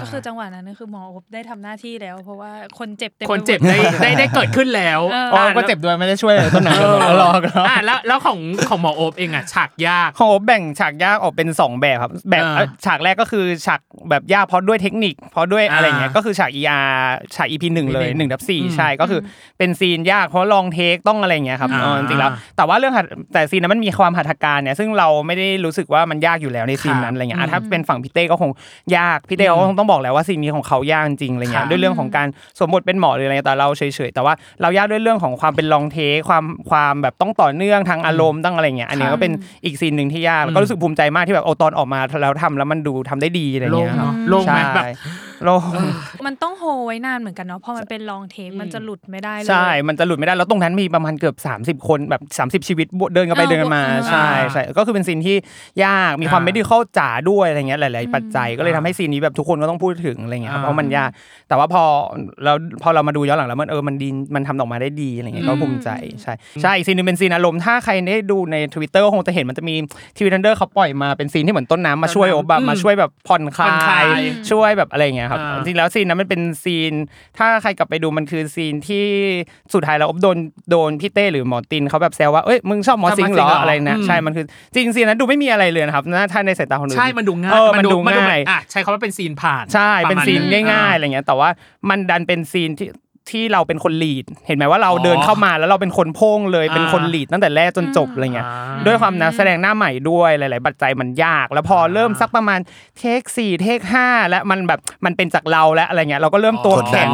Speaker 5: ก็คือจังหวะนั้นก็คือหมอโอบได้ทำหน้าที่แล้ว เพราะว่าคนเจ็บเต็ม
Speaker 3: คนเจ็บ
Speaker 5: ไปหม
Speaker 3: ได้ได้ได้เกิดขึ้นแล้ว
Speaker 5: เออ
Speaker 6: อ๋
Speaker 3: ะ
Speaker 6: อก็เจ็บด้วยไม่ได้ช่วยเลยต้นไหน
Speaker 3: เออ
Speaker 6: รอกแล้ว
Speaker 3: อ่ะแล้วแล้วของของหมอโอบเองอ่ะฉากยาก
Speaker 6: เขาแบ่งฉากยากออกเป็น 2 แบบครับแบบ
Speaker 3: อ่า
Speaker 6: เอ่อฉากแรกก็คือฉากแบบยากเพราะด้วยเทคนิค เพราะด้วย
Speaker 3: อ่า
Speaker 6: อะไรเงี้ยก็คือฉาก ER ฉาก EP หนึ่งเลย1นึ่งทับสี่ใช่ก็คือเป็นซีนยากเพราะลองเทคต้องอะไรเงี้ยครับ
Speaker 3: อ่า
Speaker 6: เออจริงๆแล้วแต่ว่าเรื่องหัดแต่ซีนนั้นมันมีความหัตถการเนี่ยซึ่งเราไม่ได้รู้สึกว่ามันยากอยู่แล้วในซีนนั้นอะไรเงี้ยอ่ะถ้าเป็นฝั่งพี่เต้ก็คงยากพี่เต้เขาก็คงต้องบอกแล้วว่าซีนนี้ของเขายากจริงอะไร
Speaker 3: ค
Speaker 6: เงี้
Speaker 3: รั
Speaker 6: ย
Speaker 3: บ
Speaker 6: ด้วยเรื่องของการสวมบทเป็นหมอหรืออะไรแต่เราเฉยๆแต่ว่าเรายากด้วยเรื่องของความเป็นลองเทคความความแบบต้องต่อเนื่องทางอารมณ์ต้องอะไรเงี้ยอันนี้ก็เป็นอีกซีนหนึ่งที่ยากแล้วก็รู้สึกภูมิใจมากที่แบบโอาตอนออกมาแล้วทำแล้วมันดูทำได้ดีอะไร
Speaker 3: โล่ง
Speaker 6: เงี้ย
Speaker 3: เนาะโล่งไหม
Speaker 6: ใช่
Speaker 3: แบบ
Speaker 6: โล่ง
Speaker 5: มันต้องโฮไว้นานเหมือนกันเนาะเพอมันเป็นลองเทคมันจะหลุดไม่ได้เลย
Speaker 6: ใช่ มันจะหลุดไม่ได้แล้วตรงนั้นมีประมาณเกือบ 30 คนแบบ 30 ชีวิตเดินกันไป
Speaker 5: เอา
Speaker 6: เดินกันมา
Speaker 5: อ่า
Speaker 6: ใช่ใช่ก็คือเป็นซีนที่ยากมีความ
Speaker 3: อ่า
Speaker 6: ไม่ได้เข้าจ๋าด้วยอะไรเงี้ยหลาย ๆ ปัจจัยก็เลยทำให้ซีนนี้แบบทุกคนก็ต้องพูดถึงอะไรเงี้ย
Speaker 3: อ่า
Speaker 6: เพราะมันยากแต่ว่าพอเราพอเรามาดูย้อนหลังแล้วมันเออมันดีมันทำออกมาได้ดีอะไรเงี้ยก็ภูมิใจใช่ใช่อีกซีนหนึงเป็นซีนอารมณ์ถ้าใครได้ดูใน Twitter ก็คงจะเห็นมันจะมีทวิตเตอร์เขาปล่อยมาเป็นซีนที่เหมือนต้นน้ำมาช่วยโอบะ
Speaker 3: อืม
Speaker 6: มาช่วยแบบผ่อนคล
Speaker 3: ผ่อนคลา
Speaker 6: ายยช่วยแบบอะไรเงี้ยครับ
Speaker 3: อ่า
Speaker 6: จริงๆแล้วซีนนั้นมันเป็นซีน ถ้าใครกลับไปดูมันคือซีนที่สุดท้ายเราอบโดนโดนพี่เต้หรือหมอตินเขาแบบแซวว่าเอ้ยมึงชอบหมอซิงเหรออะไรนะใช่มันคือจริงๆซีนนั้นดูไม่มีอะไรเลยนะครับน่าถ้าในสายตาคนอื่น
Speaker 3: ใช่มันดูง่า
Speaker 6: เอย อมันดู
Speaker 3: มั
Speaker 6: ง่าย
Speaker 3: อ่ะใช้คำว่าเป็นซีนผ่าน
Speaker 6: ใช่เป็น
Speaker 3: ระมาณ
Speaker 6: ซีนง่ายๆ
Speaker 3: อ่
Speaker 6: อะไรเงี้ยแต่ว่ามันดันเป็นซีนที่ที่เราเป็นคนลีด เห็นไหมว่าเรา
Speaker 3: อ๋อ
Speaker 6: เดินเข้ามาแล้วเราเป็นคนโพ่งเลย
Speaker 3: อ่า
Speaker 6: เป็นคนลีดตั้งแต่แรกจนจบอะไรเงี้ย
Speaker 3: อ่า
Speaker 6: ด้วยความนักแสดงหน้าใหม่ด้วยหลาย ๆ ปัจจัยมันยาก แล้วพอเริ่มสักประมาณเทคสี่เทคห้าและมันแบบมันเป็นจากเราแล้วอะไรเงี้ยเราก็เริ่มตัว
Speaker 3: กดดัน
Speaker 6: แข็ง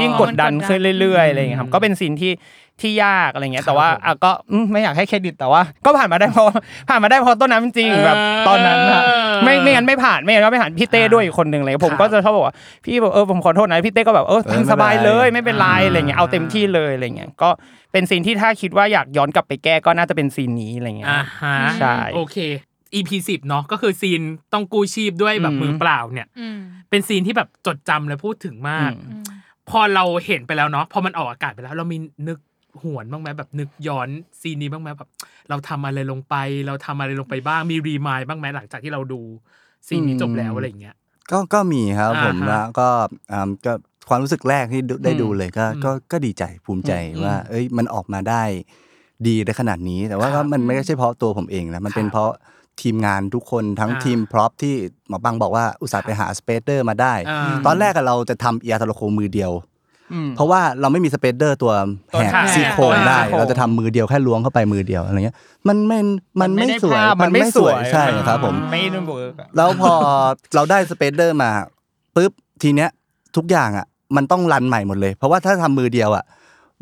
Speaker 6: ยิ่งกดดัน
Speaker 5: มันกดดัน
Speaker 6: ขึ้นเรื่อยๆอะไรเงี้ยครับก็เป็นซีนที่ที่ยากอะไรเงี้ยแต่ว่าอ่ะก็อืมไม่อยากให้เครดิตแต่ว่า ก็ผ่านมาได้เพราะผ่านมาได้เพราะต้นน้ำจริงๆแบบตอนนั้นอะ
Speaker 3: เออ
Speaker 6: ไม่ไม่งั้น ไม่ผ่านไม่งั้นก็ไม่ผ่านพี่เต้ด้วยอีกคนหนึ่งเลยผมก็จะชอบบอกว่าพี่บอกเออผมขอโทษนะพี่เต้ก็แบบเออ
Speaker 4: เออไม่
Speaker 6: ทำ
Speaker 4: เป็นไร
Speaker 6: สบายเลยไม่เป็นไรอะไรเงี้ยเอาเต็มที่เลยอะไรเงี้ยก็เป็นซีนที่ถ้าคิดว่าอยากย้อนกลับไปแก้ก็น่าจะเป็นซีนนี้อะไรเงี้ย
Speaker 3: อ่าฮะ
Speaker 6: ใช่
Speaker 3: โอเค EP สิบเนาะก็คือซีนต้องกู้ชีพด้วยแบบ
Speaker 6: อืม
Speaker 3: มือเปล่าเนี่ย
Speaker 5: อืม
Speaker 3: เป็นซีนที่แบบจดจำและพูดถึงมาก พอเราเห็นไปแล้วเนาะพอมันออกอากาศไปแล้ว เรามีนึกหวนบ้างไหมแบบนึกย้อนซีนนี้บ้างไหมแบบ เราทำอะไรลงไป เราทำอะไรลงไปบ้างมีรีมายบ้างไหมหลังจากที่เราดูซีนนี้จบแล้วอะไรอย่างเงี้ย
Speaker 4: ก็ก็มีครับผม
Speaker 3: อ่าฮะ
Speaker 4: นะก็อ่าก็ความรู้สึกแรกที่ดูได้ดูเลยก็
Speaker 3: อืม
Speaker 4: ก็ก็ดีใจภูมิใจ
Speaker 3: อืม
Speaker 4: ว่า เอ้ยมันออกมาได้ดีได้ขนาดนี้ แต่ว่า
Speaker 3: ครั
Speaker 4: ก็
Speaker 3: บ
Speaker 4: มันไม่ใช่เพราะตัวผมเองนะมันเป็น
Speaker 3: ครับ
Speaker 4: เพราะทีมงานทุกคนทั้ง
Speaker 3: อ่า
Speaker 4: ทีมพร็อพที่หมอปังบอกว่าอุตส่าห์ไปหาสเปเดอร์มาได้
Speaker 3: อ่า
Speaker 4: ตอนแรกอะเราจะทำเอียร์ทรโคมือเดียว เพราะว่าเราไม่มีสเปเดอร์ตัว
Speaker 6: ตัว
Speaker 4: แหก
Speaker 6: แหก
Speaker 4: ซี่โครงได้
Speaker 6: ตัวแหก
Speaker 4: เราจะทำมือเดียวแค่ล้วงเข้าไปมือเดียวอะไรเงี้ยมันไม่มันไม่สวย
Speaker 6: ภาพมันไม่สวย
Speaker 4: ใช่ครับผม
Speaker 6: ไม่ได้เวิร์กอะ
Speaker 4: แล้วพอ เราได้สเปเดอร์มา ปุ๊บทีเนี้ยทุกอย่างอ่ะมันต้องรันใหม่หมดเลย เพราะว่าถ้าทำมือเดียวอ่ะ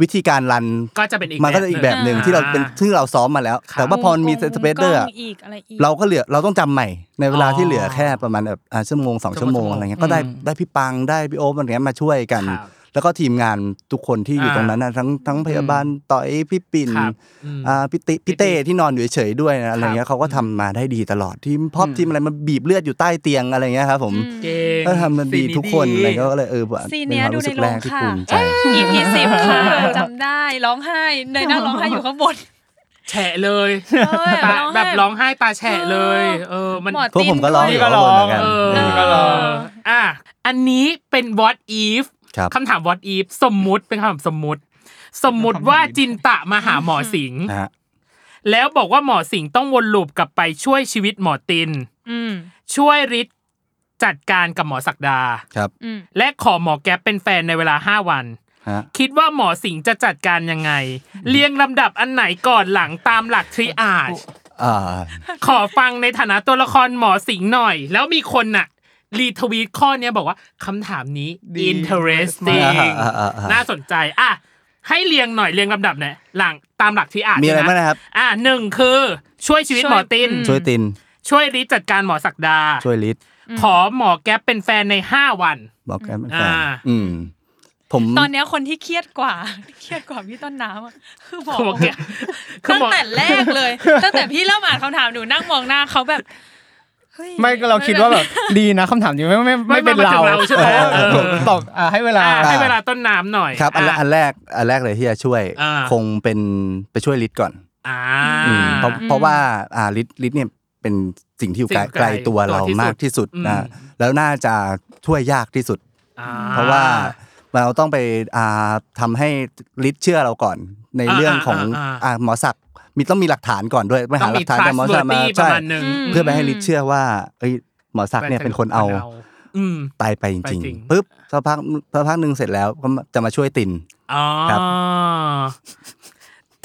Speaker 4: วิธีการรัน
Speaker 3: ก็จะเป็นอีก
Speaker 4: มันก็จะอีกแบบหนึ่งที่เราเป็น
Speaker 3: อ่
Speaker 4: ที่เราซ้อมมาแล้ว
Speaker 3: ครับ
Speaker 4: แต่ว่าพอมี
Speaker 5: วงกล
Speaker 4: สเปเดอร์
Speaker 5: กล้งอีกอะไรอีก
Speaker 4: เราก็เหลือเราต้องจำใหม่ ในเวลา
Speaker 3: อ๋อ
Speaker 4: ที่เหลือแค่ประมาณแบบอ่ะชั่วโมงสอง
Speaker 3: ชั่
Speaker 4: ชั่
Speaker 3: ว
Speaker 4: ว
Speaker 3: โม
Speaker 4: โม
Speaker 3: ง
Speaker 4: งอะไรเงี้ยก็ได้
Speaker 3: อืม
Speaker 4: ได้พี่ปังได้พี่โอ๊คอะไรเงี้ยมาช่วยกัน
Speaker 3: ครับ
Speaker 4: แล้วก็ทีมงานทุกคนที่อยู่
Speaker 3: อ่า
Speaker 4: ตรงนั้นนะทั้งทั้งพยาบาลต่อยพี่ปิ่น
Speaker 3: ครับอืม
Speaker 4: อ่าพี่ติพี่เต้ที่นอนอยู่เฉยๆด้วยนะอะไรเงี้ยเขาก็ทำมาได้ดีตลอดทีมพอบ
Speaker 3: อืม
Speaker 4: ทีมอะไรมาบีบเลือดอยู่ใต้เตียงอะไรเงี้ยครับผม
Speaker 3: เก่ง
Speaker 4: ก็ทำมันดีทุกคนอะไรเงี้ยก็เลยเออแบบ
Speaker 5: ซีน
Speaker 4: เป็
Speaker 5: เนี้ย
Speaker 4: นความ
Speaker 5: ดู
Speaker 4: รู้
Speaker 5: ใน
Speaker 4: สึก
Speaker 5: โร
Speaker 4: แรง กที่
Speaker 5: ค่ะ
Speaker 4: ภูมิใจ
Speaker 5: อีพีสิบค่ะจำได้ร้องไห้เนยนั่งร้องไห้อยู่ข้างบน
Speaker 3: แฉะเลย
Speaker 5: เออ
Speaker 3: ตา
Speaker 5: ร้องไห้
Speaker 3: แบบร้องไห้ตาแฉะเลย เออมัน
Speaker 5: หอ
Speaker 4: พวกผมก็ร้อง
Speaker 5: ตีน
Speaker 4: ยู่
Speaker 5: ด้วย
Speaker 6: ก็ร้อง
Speaker 4: เออ
Speaker 3: เออ
Speaker 6: นี่ก็ร้อง
Speaker 3: อ่ะอันนี้เป็น what if
Speaker 4: ครับ
Speaker 3: คำถาม what if สมมุติเป็นคำถามสมมุติ สมมุติว่าจินตะมาหาหมอสิงห์
Speaker 4: นะฮะ
Speaker 3: แล้วบอกว่าหมอสิงห์ต้องวนลูปกลับไปช่วยชีวิตหมอติน
Speaker 5: อืม
Speaker 3: ช่วยฤทธิ์จัดการกับหมอศักดา
Speaker 4: ครับ
Speaker 5: อืม
Speaker 3: และขอหมอแก๊ปเป็นแฟนในเวลา 5 วัน
Speaker 4: ฮะ
Speaker 3: คิดว่าหมอสิงห์จะจัดการยังไง เรียงลำดับอันไหนก่อนหลังตามหลักทริอาจ
Speaker 4: อ่า
Speaker 3: ขอฟังในฐานะตัวละครหมอสิงห์หน่อย แล้วมีคนน่ะ รีทวีตข้อเนี้ยบอกว่าคำถามนี้
Speaker 6: ดี
Speaker 3: interesting
Speaker 4: อ่าอ่าอ่า
Speaker 3: น่าสนใจ อ่ะ ให้เรียงหน่อยเรียงลำดับหน่อยหลังตามหลักที่อ่าน
Speaker 4: มีอะไร
Speaker 3: น
Speaker 4: บ้างนะครับ
Speaker 3: อ่ะหนึ่งคือช่วยชีวิตหมอติน
Speaker 4: ช่วยติน
Speaker 3: ช่วยรีจัดการหมอศักดา
Speaker 4: ช่วยลิศ
Speaker 3: ขอหมอแก๊ปเป็นแฟนในห้าวัน
Speaker 4: บอกแกเป็นแฟน
Speaker 3: อ่า
Speaker 4: อืม ผม
Speaker 5: ตอนเนี้ยคนที่เครียดกว่า เครียดกว่าพี่ต้นน้ำอะคือหมอ
Speaker 3: ขอหมอแก๊ปคื
Speaker 5: ตั้
Speaker 3: อหมอ
Speaker 5: งแต่แรกเลย ตั้งแต่พี่เริ่มอ่านคำถามหนูนั่งมองหน้าเขาแบบเฮ้ย
Speaker 6: ไม่ก็เราคิดว่า แบบดีนะคำถามนี้ไม่ไม่ไม่เป็น
Speaker 3: ไม่มาถึ
Speaker 6: เรา
Speaker 3: งเราใช่ไหม
Speaker 6: เออ
Speaker 3: เออ
Speaker 6: ผมตอบอ่ะให้เวลา
Speaker 3: อ่ะให้เวลาต้นน้ำหน่อย
Speaker 4: ครับอันแรก
Speaker 3: อ่ะ
Speaker 4: อันแรกอันแรกเลยที่จะช่วย
Speaker 3: อ่า
Speaker 4: คงเป็นไปช่วยลิศก่อน
Speaker 3: อ่า
Speaker 4: อืมเพราะเพราะว่าอ่าลิศลิศเนี่ยเป็นสิ่งที่อยู่ไกล
Speaker 3: สิ่งไก
Speaker 4: ไก
Speaker 3: ล
Speaker 4: ลตัว
Speaker 3: ตัว
Speaker 4: เรา
Speaker 3: ที่สุด
Speaker 4: มากที่สุด
Speaker 3: อื
Speaker 4: นะ
Speaker 3: ม
Speaker 4: แล้วน่าจะช่วยยากที่สุด
Speaker 3: อ่
Speaker 4: เพราะว่าเราต้องไปอ่าทำให้ลิศเชื่อเราก่อน ในเรื่องของ
Speaker 3: าา
Speaker 4: อ่าหมอศักดิ์มีต้องมีหลักฐานก่อนด้วยไป
Speaker 3: ต้
Speaker 4: หา
Speaker 3: อง
Speaker 4: หลั
Speaker 3: มี
Speaker 4: กฐานจากหมอศักดิ์มา
Speaker 3: trustworthy ประ
Speaker 4: ใช่
Speaker 3: มาณหนึ่ง
Speaker 4: เพื่อไปให้ลิศเชื่อว่าเอ้ยหมอศักดิ์เนี่ยเป็นคนเอา
Speaker 3: อืม
Speaker 4: ตายไปจ
Speaker 3: ไป
Speaker 4: ริง
Speaker 3: จริง
Speaker 4: ๆปุ๊บสักพักสักพักหนึ่งเสร็จแล้วก็จะมาช่วยติน
Speaker 3: อ๋อ
Speaker 4: ครับ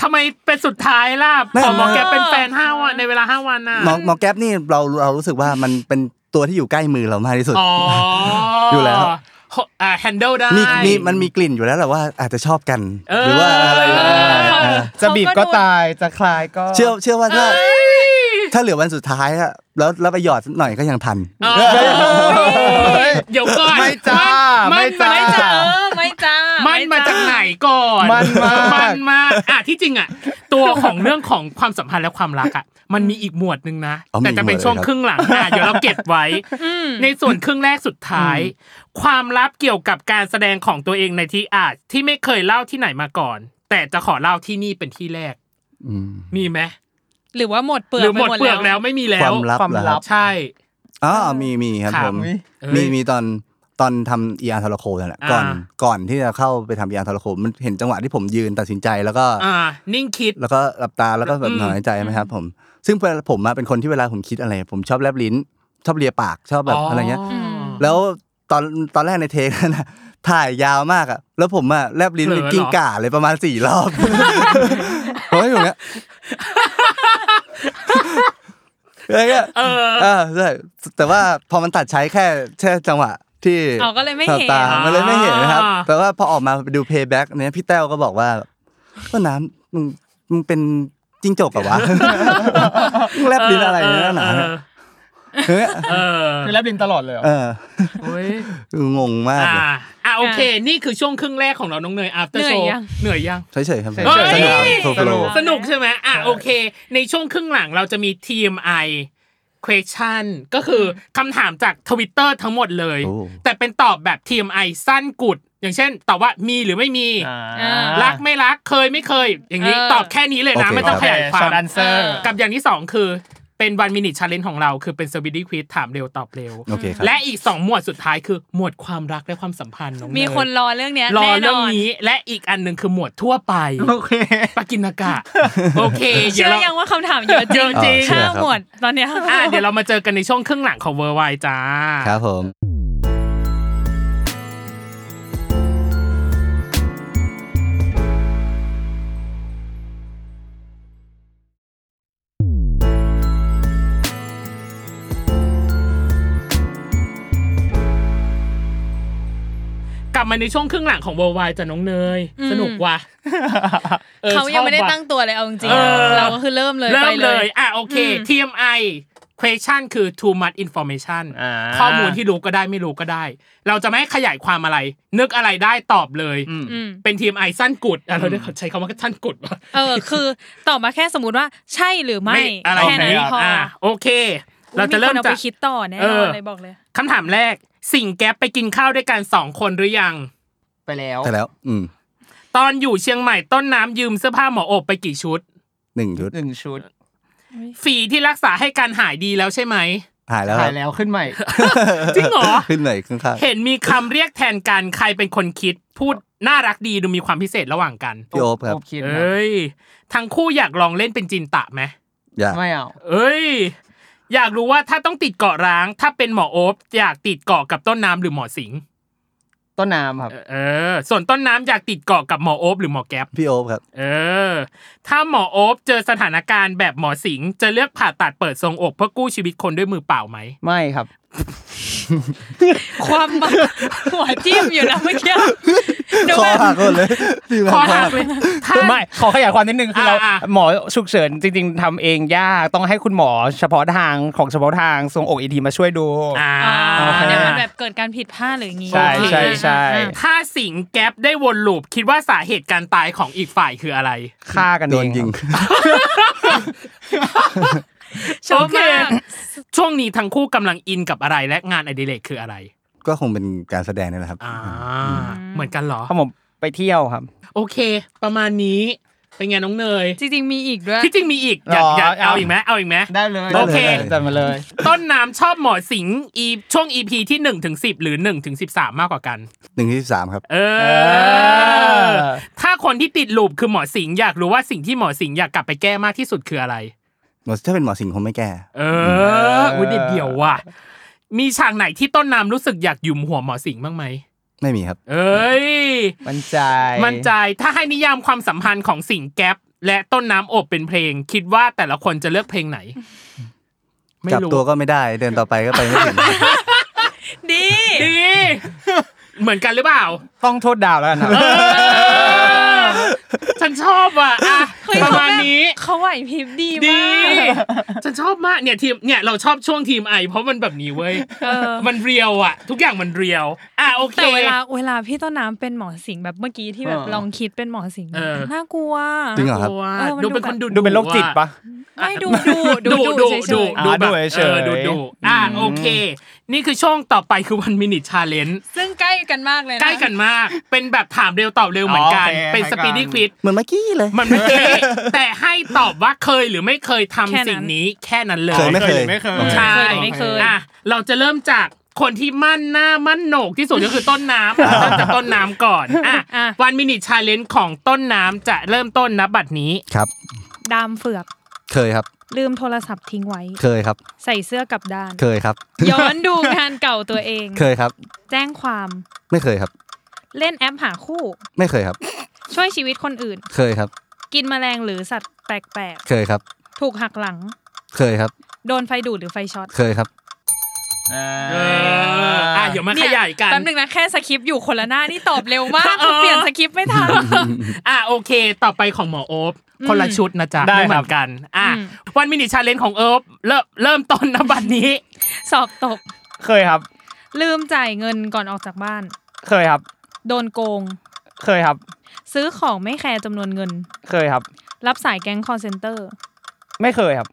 Speaker 3: ทำไมเป็นสุดท้ายล่ะ
Speaker 4: ไม่
Speaker 3: ขอหมอแกเป็นแฟนห้าวันในเวลาห้าวันน่ะ
Speaker 4: หมอหมอแก๊ปนี่เราเรารู้สึกว่ามันเป็นตัวที่อยู่ใกล้มือเรามากที่สุด
Speaker 3: อ๋อ
Speaker 4: อ
Speaker 3: อยู่
Speaker 4: แล้ว
Speaker 3: อ่าแฮนเดิลได้
Speaker 4: มีมีมันมีกลิ่นอยู่แล้วแหละว่าอาจจะชอบกัน
Speaker 3: เออ
Speaker 4: หรือว่าอะไร
Speaker 3: เออ
Speaker 4: เออ
Speaker 6: จะบีบก็ตายจะคลายก็
Speaker 4: เชื่อเชื่อว่าถ้า
Speaker 3: เอ้ย
Speaker 4: ถ้าเหลือวันสุดท้ายอะแล้วแล้วไปหยอดสักหน่อยก็ยังทัน
Speaker 3: เอ้ยเดี๋ยวก่อน
Speaker 6: ไม่จ้า
Speaker 3: มัน
Speaker 6: ไม่จ้า
Speaker 3: นน
Speaker 5: เออไม่จ้า
Speaker 3: มั
Speaker 5: มัน
Speaker 3: มาจากไหนก่อน
Speaker 6: มันมาก
Speaker 3: นมากอ่ะที่จริงอ่ะ ตัวของเรื่องของความสัมพันธ์และความรักอ่ะ มันมีอีกหมวดหนึ่งนะ
Speaker 4: อ๋อมี
Speaker 3: แต่
Speaker 4: อีก
Speaker 3: จะเป็น
Speaker 4: หมวดเลย
Speaker 3: ช่วง
Speaker 4: ครับ
Speaker 3: ครึ่งหลังอ่ะเดี๋ยวเราเก็บ ไว้ ในส่วนครึ่งแรกสุดท้าย ความลับเกี่ยวกับการแสดงของตัวเองในที่อาจที่ไม่เคยเล่าที่ไหนมาก่อน แต่จะขอเล่าที่นี่เป็นที่แรก
Speaker 4: อืม
Speaker 3: มีไหม
Speaker 5: หรือว่าหมดเปลื
Speaker 3: ห
Speaker 5: อก
Speaker 3: รือหมด
Speaker 5: ไป
Speaker 3: เปลือกแล้วไม่มีแล้
Speaker 4: คว วามลับ
Speaker 6: ความ
Speaker 4: เหรอค
Speaker 6: ลั
Speaker 4: รับ บ
Speaker 3: ใช่
Speaker 4: อ๋อมีมีครับ
Speaker 3: ครับ
Speaker 4: ผม
Speaker 6: อุ๊ย
Speaker 3: เอ้ย
Speaker 4: มีมีตอนตอนทำเอียร์ทรโคนั่นแหละ
Speaker 3: อ่า
Speaker 4: ก่อนก่อนที่จะเข้าไปทำเอียร์ทรโคมันเห็นจังหวะที่ผมยืนตัดสินใจแล้วก็
Speaker 3: อ่า นิ่งคิด
Speaker 4: แล้วก็หลับตาแล้วก็แบ
Speaker 3: อื
Speaker 4: บ
Speaker 3: ม
Speaker 4: หน่อยใจไหมครับ ผม ซึ่งเวลาผมอะเป็นคนที่เวลาผมคิดอะไร ผมชอบแลบลิ้น ชอบเลียปากชอบแบบอะไรเงี้ย แล้วตอนตอนแรกในเทคนั้นน่ะถ่ายยาวมากอ่ะ แล้วผมอ่ะแลบลิ้น
Speaker 3: เผลอ
Speaker 4: เป็นกิ้ง
Speaker 3: เหรอ
Speaker 4: ก่าเลยประมาณสี่รอบเพราะอย่างเงี้ยอะไรเงี้ย
Speaker 3: เออ
Speaker 4: เออใช่แต่ว่าพอมันตัดใช้แค่แค่จังหวะที่
Speaker 5: เอาก็เลยไม่
Speaker 4: ตัด
Speaker 5: เห็น
Speaker 4: ตา
Speaker 3: อ่ะ
Speaker 4: มันเลยไม่เห็นนะครับ แต่ว่าพอออกมาดูเพย์แบ็กเนี้ยพี่แต้วก็บอกว่าว่าน้ำมึงมึงเป็นจิ้งจกเหรอวะมึงแลบลิ้นอะไรเนี่ยนะหนา
Speaker 3: เอ
Speaker 4: เนี่ย
Speaker 3: อ
Speaker 4: เฮ้ย
Speaker 3: เออ
Speaker 6: คือแลบลิ้นตลอดเลยเหรอ
Speaker 4: เออ
Speaker 3: โอ้ย
Speaker 4: งงมากเลย
Speaker 3: อ่าอ่าโอเค นี่คือช่วงครึ่งแรกของเราน้องเนย after show เหนื่อยยัง
Speaker 4: เฉยๆครับ
Speaker 6: เฉย
Speaker 3: ๆ
Speaker 4: สนุก
Speaker 3: เฮ้ย
Speaker 4: โฟล์โฟลว์
Speaker 3: สนุกใช่ไหมอ่ะโอเค ในช่วงครึ่งหลังเราจะมี TMI question ก็คือคำถามจากทวิตเตอร์ทั้งหมดเลย
Speaker 4: โอ้
Speaker 3: แต่เป็นตอบแบบ TMI สั้นกุด อย่างเช่นตอบว่ามีหรือไม่มี
Speaker 6: ่า
Speaker 3: รักไม่รักเคยไม่เคย อย่างนี้
Speaker 5: เออ
Speaker 3: ตอบแค่นี้เลยนะ
Speaker 4: โอเค
Speaker 3: ไม่ต้องขยายความ
Speaker 6: อันเซอร์
Speaker 3: กับอย่างที่ 2 คือเป็นวันมินิช l เลน g e ของเรา คือเป็น c e l b r i t y quiz ถามเร็วตอบเร็ว
Speaker 4: โอเคครับ
Speaker 3: และอีก 2 หมวดสุดท้ายคือหมวดความรักและความสัมพันธ์น้องเย
Speaker 5: มีคนรอเรื่องเนี้ย
Speaker 3: รอ
Speaker 5: แน่น
Speaker 3: เรื่อง
Speaker 5: อน
Speaker 3: นี้และอีกอันหนึ่งคือหมวดทั่วไป
Speaker 6: โอเค
Speaker 3: ปากินา กะ โอเค
Speaker 5: เชื่
Speaker 3: เดี๋ย
Speaker 5: อ
Speaker 3: วเรา
Speaker 5: ยังว่าคำถามเยอะจริง
Speaker 3: เยอะจริง
Speaker 5: ห้า
Speaker 4: เชื่อครับ
Speaker 5: หมวดตอนเนี้ย
Speaker 3: อ่ะเดี๋ยวเรามาเจอกันในช่วงครึ่งหลังของเวอร์ไวจ้า
Speaker 4: ครับผม
Speaker 3: ลับมาในช่วงครึ่งหลังของวอลวายจะน้องเนย
Speaker 5: อืม
Speaker 3: สนุก ว่ะออ
Speaker 5: เขายังไม่ได้
Speaker 3: ชอบว่ะ
Speaker 5: ตั้งตัวเลยเอาจริงๆ
Speaker 3: เออ
Speaker 5: เราก็คือเริ่มเลย
Speaker 3: เริ่
Speaker 5: ไป
Speaker 3: ม
Speaker 5: เล
Speaker 3: เลย ย อ่ะ โอเค
Speaker 5: อืม
Speaker 3: TMI question คือ too much information
Speaker 6: อ่า
Speaker 3: ข้อมูลที่รู้ก็ได้ไม่รู้ก็ได้ เราจะไม่ให้ขยายความอะไร นึกอะไรได้ตอบเลย
Speaker 6: อืม
Speaker 5: อืม
Speaker 3: เป็น TMI สั้นกุดอ่ะเราได้ขอใช้คำว่าสั้นกุดว่ะ
Speaker 5: เออคือตอบมาแค่สมมติว่าใช่หรือไม่
Speaker 3: อะไร
Speaker 5: แค่นั้น
Speaker 3: ย่างงี้
Speaker 5: พอ
Speaker 3: อ่ะโอเค
Speaker 5: อุ๊ย
Speaker 3: เราจะเริ่
Speaker 5: คน
Speaker 3: ม
Speaker 5: เอา
Speaker 3: จา
Speaker 5: ไป
Speaker 3: ก
Speaker 5: คิดต่อแน่
Speaker 3: เอน
Speaker 5: อ
Speaker 3: อ
Speaker 5: นเลยบอกเลย
Speaker 3: คำถามแรก สิ่งแก๊ปไปกินข้าวด้วยกันสองคนหรือยัง
Speaker 6: ไปแล้ว
Speaker 4: แต่แล้ว อืม
Speaker 3: ตอนอยู่เชียงใหม่ต้นน้ำยืมเสื้อผ้าหมอโอบไปกี่ชุด
Speaker 4: หนึ่งชุด
Speaker 6: หนึ่งชุด
Speaker 3: ฝีที่รักษาให้การหายดีแล้วใช่ไหม
Speaker 4: หายแล้วค
Speaker 6: ถ่า
Speaker 4: รั
Speaker 6: ย
Speaker 4: บ
Speaker 6: แล้วขึ้นใหม่
Speaker 3: จริงเหรอ
Speaker 4: ขึ้นหน่อยข้าง
Speaker 3: เห็นมีคำเรียกแทนกันใครเป็นคนคิด พูดน่ารักดีดูมีความพิเศษระหว่างกัน
Speaker 4: ๆพี่โอ๊บครับ
Speaker 6: โอเค
Speaker 3: เอ้ย ทั้งคู่อยากลองเล่นเป็นจินตะไหม
Speaker 4: อย่า
Speaker 6: ไม่เอา
Speaker 3: เอ้ย อยากรู้ว่าถ้าต้องติดเกาะร้าง ถ้าเป็นหมอโอบอยากติดเกาะกับต้นน้ำหรือหมอสิง
Speaker 6: ต้นน้ำครับ
Speaker 3: เออ ส่วนต้นน้ำอยากติดเกาะกับหมอโอบหรือหมอแก๊ป
Speaker 4: พี่โอ๊บครับ
Speaker 3: เออ ถ้าหมอโอบเจอสถานการณ์แบบหมอสิงจะเลือกผ่าตัดเปิดทรงอกเพื่อกู้ชีวิตคนด้วยมือเปล่าไหม
Speaker 6: ไม่ครับ
Speaker 5: ความแบบหัวจิ้มอยู่นะเมื่อกี้ดู
Speaker 4: คอ
Speaker 5: แบบ
Speaker 4: หักหมดเลยพี่
Speaker 3: ขอ
Speaker 4: ว่า
Speaker 3: หักเลยถ้า
Speaker 6: ไม่ ขอขยายความนิดนึงคือเรา
Speaker 3: อ่าอ่า
Speaker 6: หมอฉุกเฉินจริง ๆทำเองยากต้องให้คุณหมอเฉพาะทางของเฉพาะทางทรงอกอีทีมาช่วยดู
Speaker 3: อ่า
Speaker 5: อ่า
Speaker 6: โอเค
Speaker 5: เนี่ยมันแบบเกิดการผิดพลาดหรืออย่างงี้
Speaker 6: ใช่
Speaker 5: โอเค
Speaker 6: ใช่ใช่
Speaker 5: อ่ะ
Speaker 3: ถ้าสิงแก๊ปได้วนลูปคิดว่าสาเหตุการตายของอีกฝ่ายคืออะไร
Speaker 6: ฆ่ากันเอง
Speaker 4: โดนยิง
Speaker 5: ชอบ
Speaker 3: โอเค
Speaker 5: มาก
Speaker 3: ช่วงนี้ทั้งคู่กำลังอินกับอะไรและงานอดิเรกคืออะไร
Speaker 4: ก็คงเป็นการแสดงนี่แหละครับ
Speaker 3: อ่า เหมือนกันเหรอ
Speaker 6: ครับผมไปเที่ยวครับ
Speaker 3: โอเค ประมาณนี้ เป็นไงน้องเนย
Speaker 5: จริงๆมีอีกด้วย
Speaker 3: ที่จริงมีอีก อยาก
Speaker 6: หรอ
Speaker 3: อยากเอา
Speaker 6: เอา
Speaker 3: อีกไหมเอาอีกไหม
Speaker 6: ได้เลย
Speaker 3: โอเค
Speaker 6: จัดมาเลย
Speaker 3: ต้นน้ำชอบหมอสิงอีช่วง EP ที่ 1 ถึง 10 หรือ 1 ถึง 13 มากกว่ากัน
Speaker 4: หนึ่งที่สามครับ
Speaker 3: เออ
Speaker 6: อ
Speaker 3: ถ้าคนที่ติดลูปคือหมอสิงอยากรู้ว่าสิ่งที่หมอสิงอยากกลับไปแก้มากที่สุดคืออะไร
Speaker 4: หมอถ้าเป็นหมอสิงคงไม่แก้
Speaker 3: เอออุ้ยเด็ดเดี่ยวว่ะ มีฉากไหนที่ต้นน้ำรู้สึกอยากหยุมหัวหมอสิงบ้างไหม
Speaker 4: ไม่มีครับ
Speaker 3: เอ้ย
Speaker 6: มันใจ
Speaker 3: มันใจ ถ้าให้นิยามความสัมพันธ์ของสิงแก๊ปและต้นน้ำอบเป็นเพลง คิดว่าแต่ละคนจะเลือกเพลงไหน ไม่
Speaker 4: จับ
Speaker 3: รู้
Speaker 4: ตัวก็ไม่ได้เดินต่อไปก็ไปไม่ถึง
Speaker 5: ดี
Speaker 3: ดี เหมือนกันหรือเปล่า
Speaker 6: ต้องโทษดาวแล้วกันครับ
Speaker 3: ฉันชอบอ่ะอ่ะ
Speaker 5: เฮ้ย
Speaker 3: ประมาณนี้
Speaker 5: เขาไหวพริบดี
Speaker 3: ดี
Speaker 5: มาก
Speaker 3: ฉันชอบมากเนี่ยทีมเนี่ยเราชอบช่วงทีมไอเพราะมันแบบนี้เว้ย
Speaker 5: เออ
Speaker 3: มันเรียวอ่ะ ทุกอย่างมันเรียว อ่ะโอเค
Speaker 5: แต่เวลาเวลาพี่ต้นน้ำเป็นหมอสิงแบบเมื่อกี้ที่แบบ
Speaker 6: เออ
Speaker 5: ลองคิดเป็นหมอสิง
Speaker 3: เออ
Speaker 5: น่ากลัว
Speaker 4: จริงเหรอ
Speaker 3: กลัว
Speaker 5: เออมันดู
Speaker 3: ดูเป็นคนดุ
Speaker 6: ดูเป็นโรคจิตปะ
Speaker 5: ไม่ดูดูดูดูเฉยๆ
Speaker 6: อ่ะดูเฉ
Speaker 3: อ
Speaker 6: ยๆ
Speaker 3: อดูดูอ่ะโอเค นี่คือช่วงต่อไปคือวันมินิชาเลนจ์
Speaker 5: ซึ่งใกล้กันมากเลยะ
Speaker 3: ใกล้กันมาก เป็นแบบถามเร็วตอบเร็วเหมือนกัน
Speaker 6: อ๋อโอเค
Speaker 3: เป็นส
Speaker 6: ให้กั
Speaker 3: ปีด
Speaker 6: น
Speaker 3: ดี้ควิด
Speaker 4: เหมือนเมื่อกี้เลย
Speaker 3: มันไม่เท่แต่ให้ตอบว่าเคยหรือไม่เคยทำสิ่งนี้แค่นั้นเลย
Speaker 4: เคยไหม่เคย
Speaker 6: ไม่เคย
Speaker 3: ใช่
Speaker 5: เคยหรือไม่เคย
Speaker 3: อ่ะเราจะเริ่มจากคนที่มั่นหน้ามั่นโหนกที่สุดก็คือต้น น้ำเริ่มจากต้นน้ำก่อนอ่ะ
Speaker 5: อ่ะ
Speaker 3: วันมินิชาเลนจ์ของต้นน้ำจะเริ่มต้นนับบัดนี้
Speaker 4: ครับ
Speaker 5: ดามเฟือก
Speaker 4: เคยครับ
Speaker 5: ลืมโทรศัพท์ทิ้งไว้
Speaker 4: เคยครับ
Speaker 5: ใส่เสื้อกลับด้าน
Speaker 4: เคยครับ
Speaker 5: ย้อนดูงานเก่าตัวเอง
Speaker 4: เคยครับ
Speaker 5: แจ้งความ
Speaker 4: ไม่เคยครับ
Speaker 5: เล่นแอปหาคู่
Speaker 4: ไม่เคยครับ
Speaker 5: ช่วยชีวิตคนอื่น
Speaker 4: เคยครับ
Speaker 5: กินแมลงหรือสัตว์แปลก
Speaker 4: เคยครับ
Speaker 5: ๆ ถูกหักหลัง
Speaker 4: เคยครับ
Speaker 5: โดนไฟดูดหรือไฟช็อต
Speaker 4: เคยครับ
Speaker 3: เอออ่ะเดี๋ยวมาขยายกัน
Speaker 5: แป๊บนึงนะแค่สคริปต์อยู่คนละหน้านี่ตอบเร็ว มากคือเปลี่ยนสคริปต์ไม่ทัน
Speaker 3: อ่ะโอเค ต่อไปของหมอโอบคนละชุดนะจ๊ะ
Speaker 6: ได้
Speaker 3: ไม่เหมื
Speaker 6: ครั
Speaker 3: อน
Speaker 6: บ
Speaker 3: กันอ่ะ
Speaker 5: อืม
Speaker 3: วันมินิชาเลนจ์ของโอบเริ่มเริ่มต้นนับบัดนี้
Speaker 5: สอบตก
Speaker 6: เคยครับ
Speaker 5: ลืมจ่ายเงินก่อนออกจากบ้าน
Speaker 6: เคยครับ
Speaker 5: โดนโกง
Speaker 6: เคยครับ
Speaker 5: ซื้อของไม่แคร์จำนวนเงิน
Speaker 6: เคยครับ
Speaker 5: รับสายแก๊งคอร์เซนเตอร์
Speaker 6: ไม่เคยครับ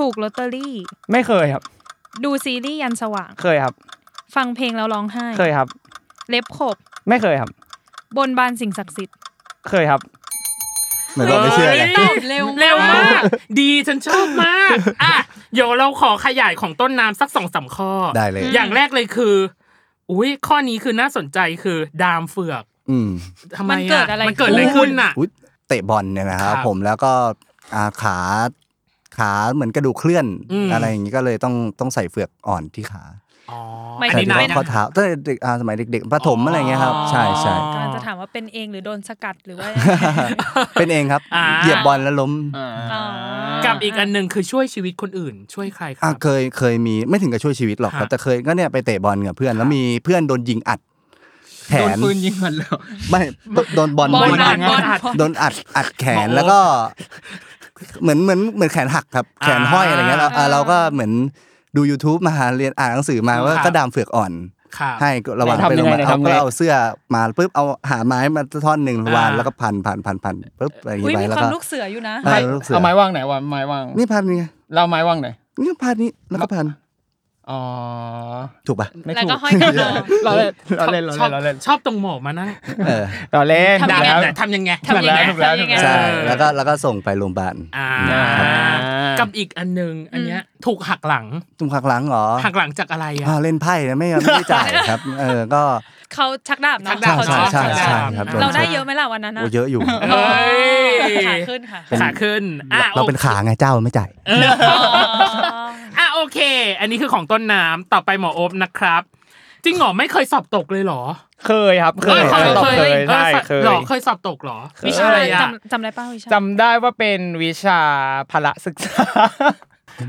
Speaker 5: ถูกลอตเตอรี่
Speaker 6: ไม่เคยครับ
Speaker 5: ดูซีรีส์ยันสว่าง
Speaker 6: เคยครับ
Speaker 5: ฟังเพลงแล้วร้องไห้
Speaker 6: เคยครับ
Speaker 5: เล็บขบ
Speaker 6: ไม่เคยครับ
Speaker 5: บนบานสิ่งศักดิ์สิทธิ์
Speaker 6: เคยครับ
Speaker 4: เหมือนเราไม่เชื่อเลย
Speaker 5: ตอบเร็ว
Speaker 3: เร็วมาก ดีฉันชอบมากอ่ะเดี๋ยวเราขอขยายของต้นน้ำสักสองสามข้อ
Speaker 4: ได้เลย
Speaker 3: อย่างแรกเลยคือ อุ้ยข้อนี้คือน่าสนใจคือดามเฟือก
Speaker 4: อืม
Speaker 3: ทำไม
Speaker 5: มันเกิดอะไร
Speaker 3: มันเกิดอะไรขึ้นน่ะ
Speaker 4: อุ๊ยเตะบอลเนี่ยนะค
Speaker 3: ค
Speaker 4: รับ
Speaker 3: รับ
Speaker 4: ผมแล้วก็อ่าขาขาเหมือนกระดูกเคลื่อน
Speaker 3: อืม
Speaker 4: อะไรอย่างนี้ก็เลยต้องต้องใส่เฟือกอ่อนที่ขา
Speaker 3: อ๋อ
Speaker 5: หมาย
Speaker 3: อัน
Speaker 5: ถึ
Speaker 3: นี้
Speaker 5: ง
Speaker 3: นะ
Speaker 5: ไม่
Speaker 4: แต่
Speaker 5: นะ
Speaker 4: ข้อเท้าตั้งแต่เด็กอ่าสมัยเด็กๆประถมอะไรอย่างเงี้ยครับ ใช่ใช่
Speaker 5: กำลังจะถามว่าเป็นเองหรือโดนสกัดหรือว่า
Speaker 4: เป็นเองครับ
Speaker 3: อ่า
Speaker 4: เหยียบบอลแล้วล้ม
Speaker 5: อ๋อ
Speaker 3: กับอีกอันหนึ่งคือช่วยชีวิตคนอื่น ช่วยใครครั
Speaker 4: อ่ะ
Speaker 3: บ
Speaker 4: เคยเคยมีไม่ถึงกับช่วยชีวิตหรอกครับ
Speaker 3: ฮะ
Speaker 4: แต่เคยก็เนี่ยไปเตะบอลกับเพื่อนแล้วมีเพื่อนโดนยิงอัด แข
Speaker 7: โดน
Speaker 4: น
Speaker 7: ปืนยิงกันแล้ว
Speaker 4: ไม่โดนบอล
Speaker 3: บอล
Speaker 4: ยิง
Speaker 3: อัดบอลอัด
Speaker 4: โดนอัดอัดแขน
Speaker 3: โอ้
Speaker 4: แล้วก็ เหมือนเหมือนเหมือนแขนหักครับ แขนห้อยอะไรเงี้ยเรา
Speaker 5: อ่า
Speaker 4: เราก็เหมือนดู YouTube มาหาเรียนอ่านหนังสือมาว่า
Speaker 3: ครับ
Speaker 4: ก็ดามเฟือกอ่อน
Speaker 3: ค่ะ
Speaker 4: ให้ก็ระหว่าง
Speaker 6: ไหนทำ
Speaker 4: ไปโรงพยาบาล
Speaker 6: ยังไงไหน
Speaker 4: เอา
Speaker 6: ทำไง
Speaker 4: ก็เอาเสื้อมาปุ๊บเอาหาไม้มาท่อนหนึ่งวาง
Speaker 3: อ่า
Speaker 4: แล้วก็พันพันพันพันปุ๊บอะไรอย่าง
Speaker 5: อุ้ย
Speaker 4: งี้ไป
Speaker 5: มี
Speaker 4: แล้ว
Speaker 5: ความ
Speaker 4: ก็
Speaker 5: ลูกเสืออยู่นะ
Speaker 4: เออ
Speaker 6: ไม่
Speaker 4: ลูกเสือ
Speaker 6: เอาไม้วางไหนวะไม้วาง
Speaker 4: นี่พันนี่ไง
Speaker 6: เราเอาไม้วางไหน
Speaker 4: นี่พันนี้แล้วก็พัน
Speaker 6: อ๋อ
Speaker 4: ถูกป่ะ
Speaker 6: ไม่
Speaker 5: แล้ว
Speaker 6: ถูก
Speaker 5: ก็ห้อยกระโดง
Speaker 6: เราเล่นเราเล่นเรา
Speaker 3: ชอบ
Speaker 6: เล่นเราเล่น
Speaker 3: ชอบตรงหมอมานั่ง
Speaker 4: เออ
Speaker 6: เราเล่น
Speaker 5: ทำ
Speaker 3: ด่า
Speaker 5: ยังไง
Speaker 6: แล้ว
Speaker 3: แต่ทำยังไง
Speaker 5: ทำยังไง
Speaker 6: ถูกแล้ว
Speaker 5: ทำยังไง
Speaker 6: ถูก
Speaker 4: ใช่
Speaker 3: เออ
Speaker 4: แล้วก็แล้วก็ส่งไปโรงพยาบาล
Speaker 3: อ่า
Speaker 6: อ่า
Speaker 3: กับอีกอันหนึงอันเนี้ยถูกหักหลัง
Speaker 4: ตุ้มขักหลังเหรอ
Speaker 3: หักหลังจากอะไรอ่ะ
Speaker 4: อ่าเล่นไพ่นะไม่ไม่ได้จ่ายครับ เออก็
Speaker 5: เขาชักดาบเนาะ
Speaker 3: ชักดาบ
Speaker 5: เขา
Speaker 4: ใช่ใช่
Speaker 5: ชัก
Speaker 4: ใช่
Speaker 5: ดาบ
Speaker 4: ครับ
Speaker 5: เราได้
Speaker 4: โน
Speaker 5: เยอะไหมล่ะวันนั้นนะ
Speaker 4: โอ้เยอะอยู่
Speaker 3: เอ้ย
Speaker 5: ขาขึ้นค่ะ
Speaker 4: เป็น
Speaker 3: ขาขึ้นอ่ะ
Speaker 4: เราเป็นขาไงเจ้าไม่จ่าย
Speaker 3: อ่ะโอเค อันนี้คือของต้นน้ำต่อไปหมอโอบนะครับ จริงเหรอไม่เคยสอบตกเลยเหรอ
Speaker 6: เคยครับเคย
Speaker 4: เออ
Speaker 6: ตอบเคย
Speaker 3: ออ
Speaker 6: ใช่เคย
Speaker 3: หรอเคยสอบตกเหรอ
Speaker 6: เคย
Speaker 3: วิชาอะไรอ่ะ
Speaker 5: จำจำได้ป้าวิชา
Speaker 6: จำได้ว่าเป็นวิชาพละศึกษา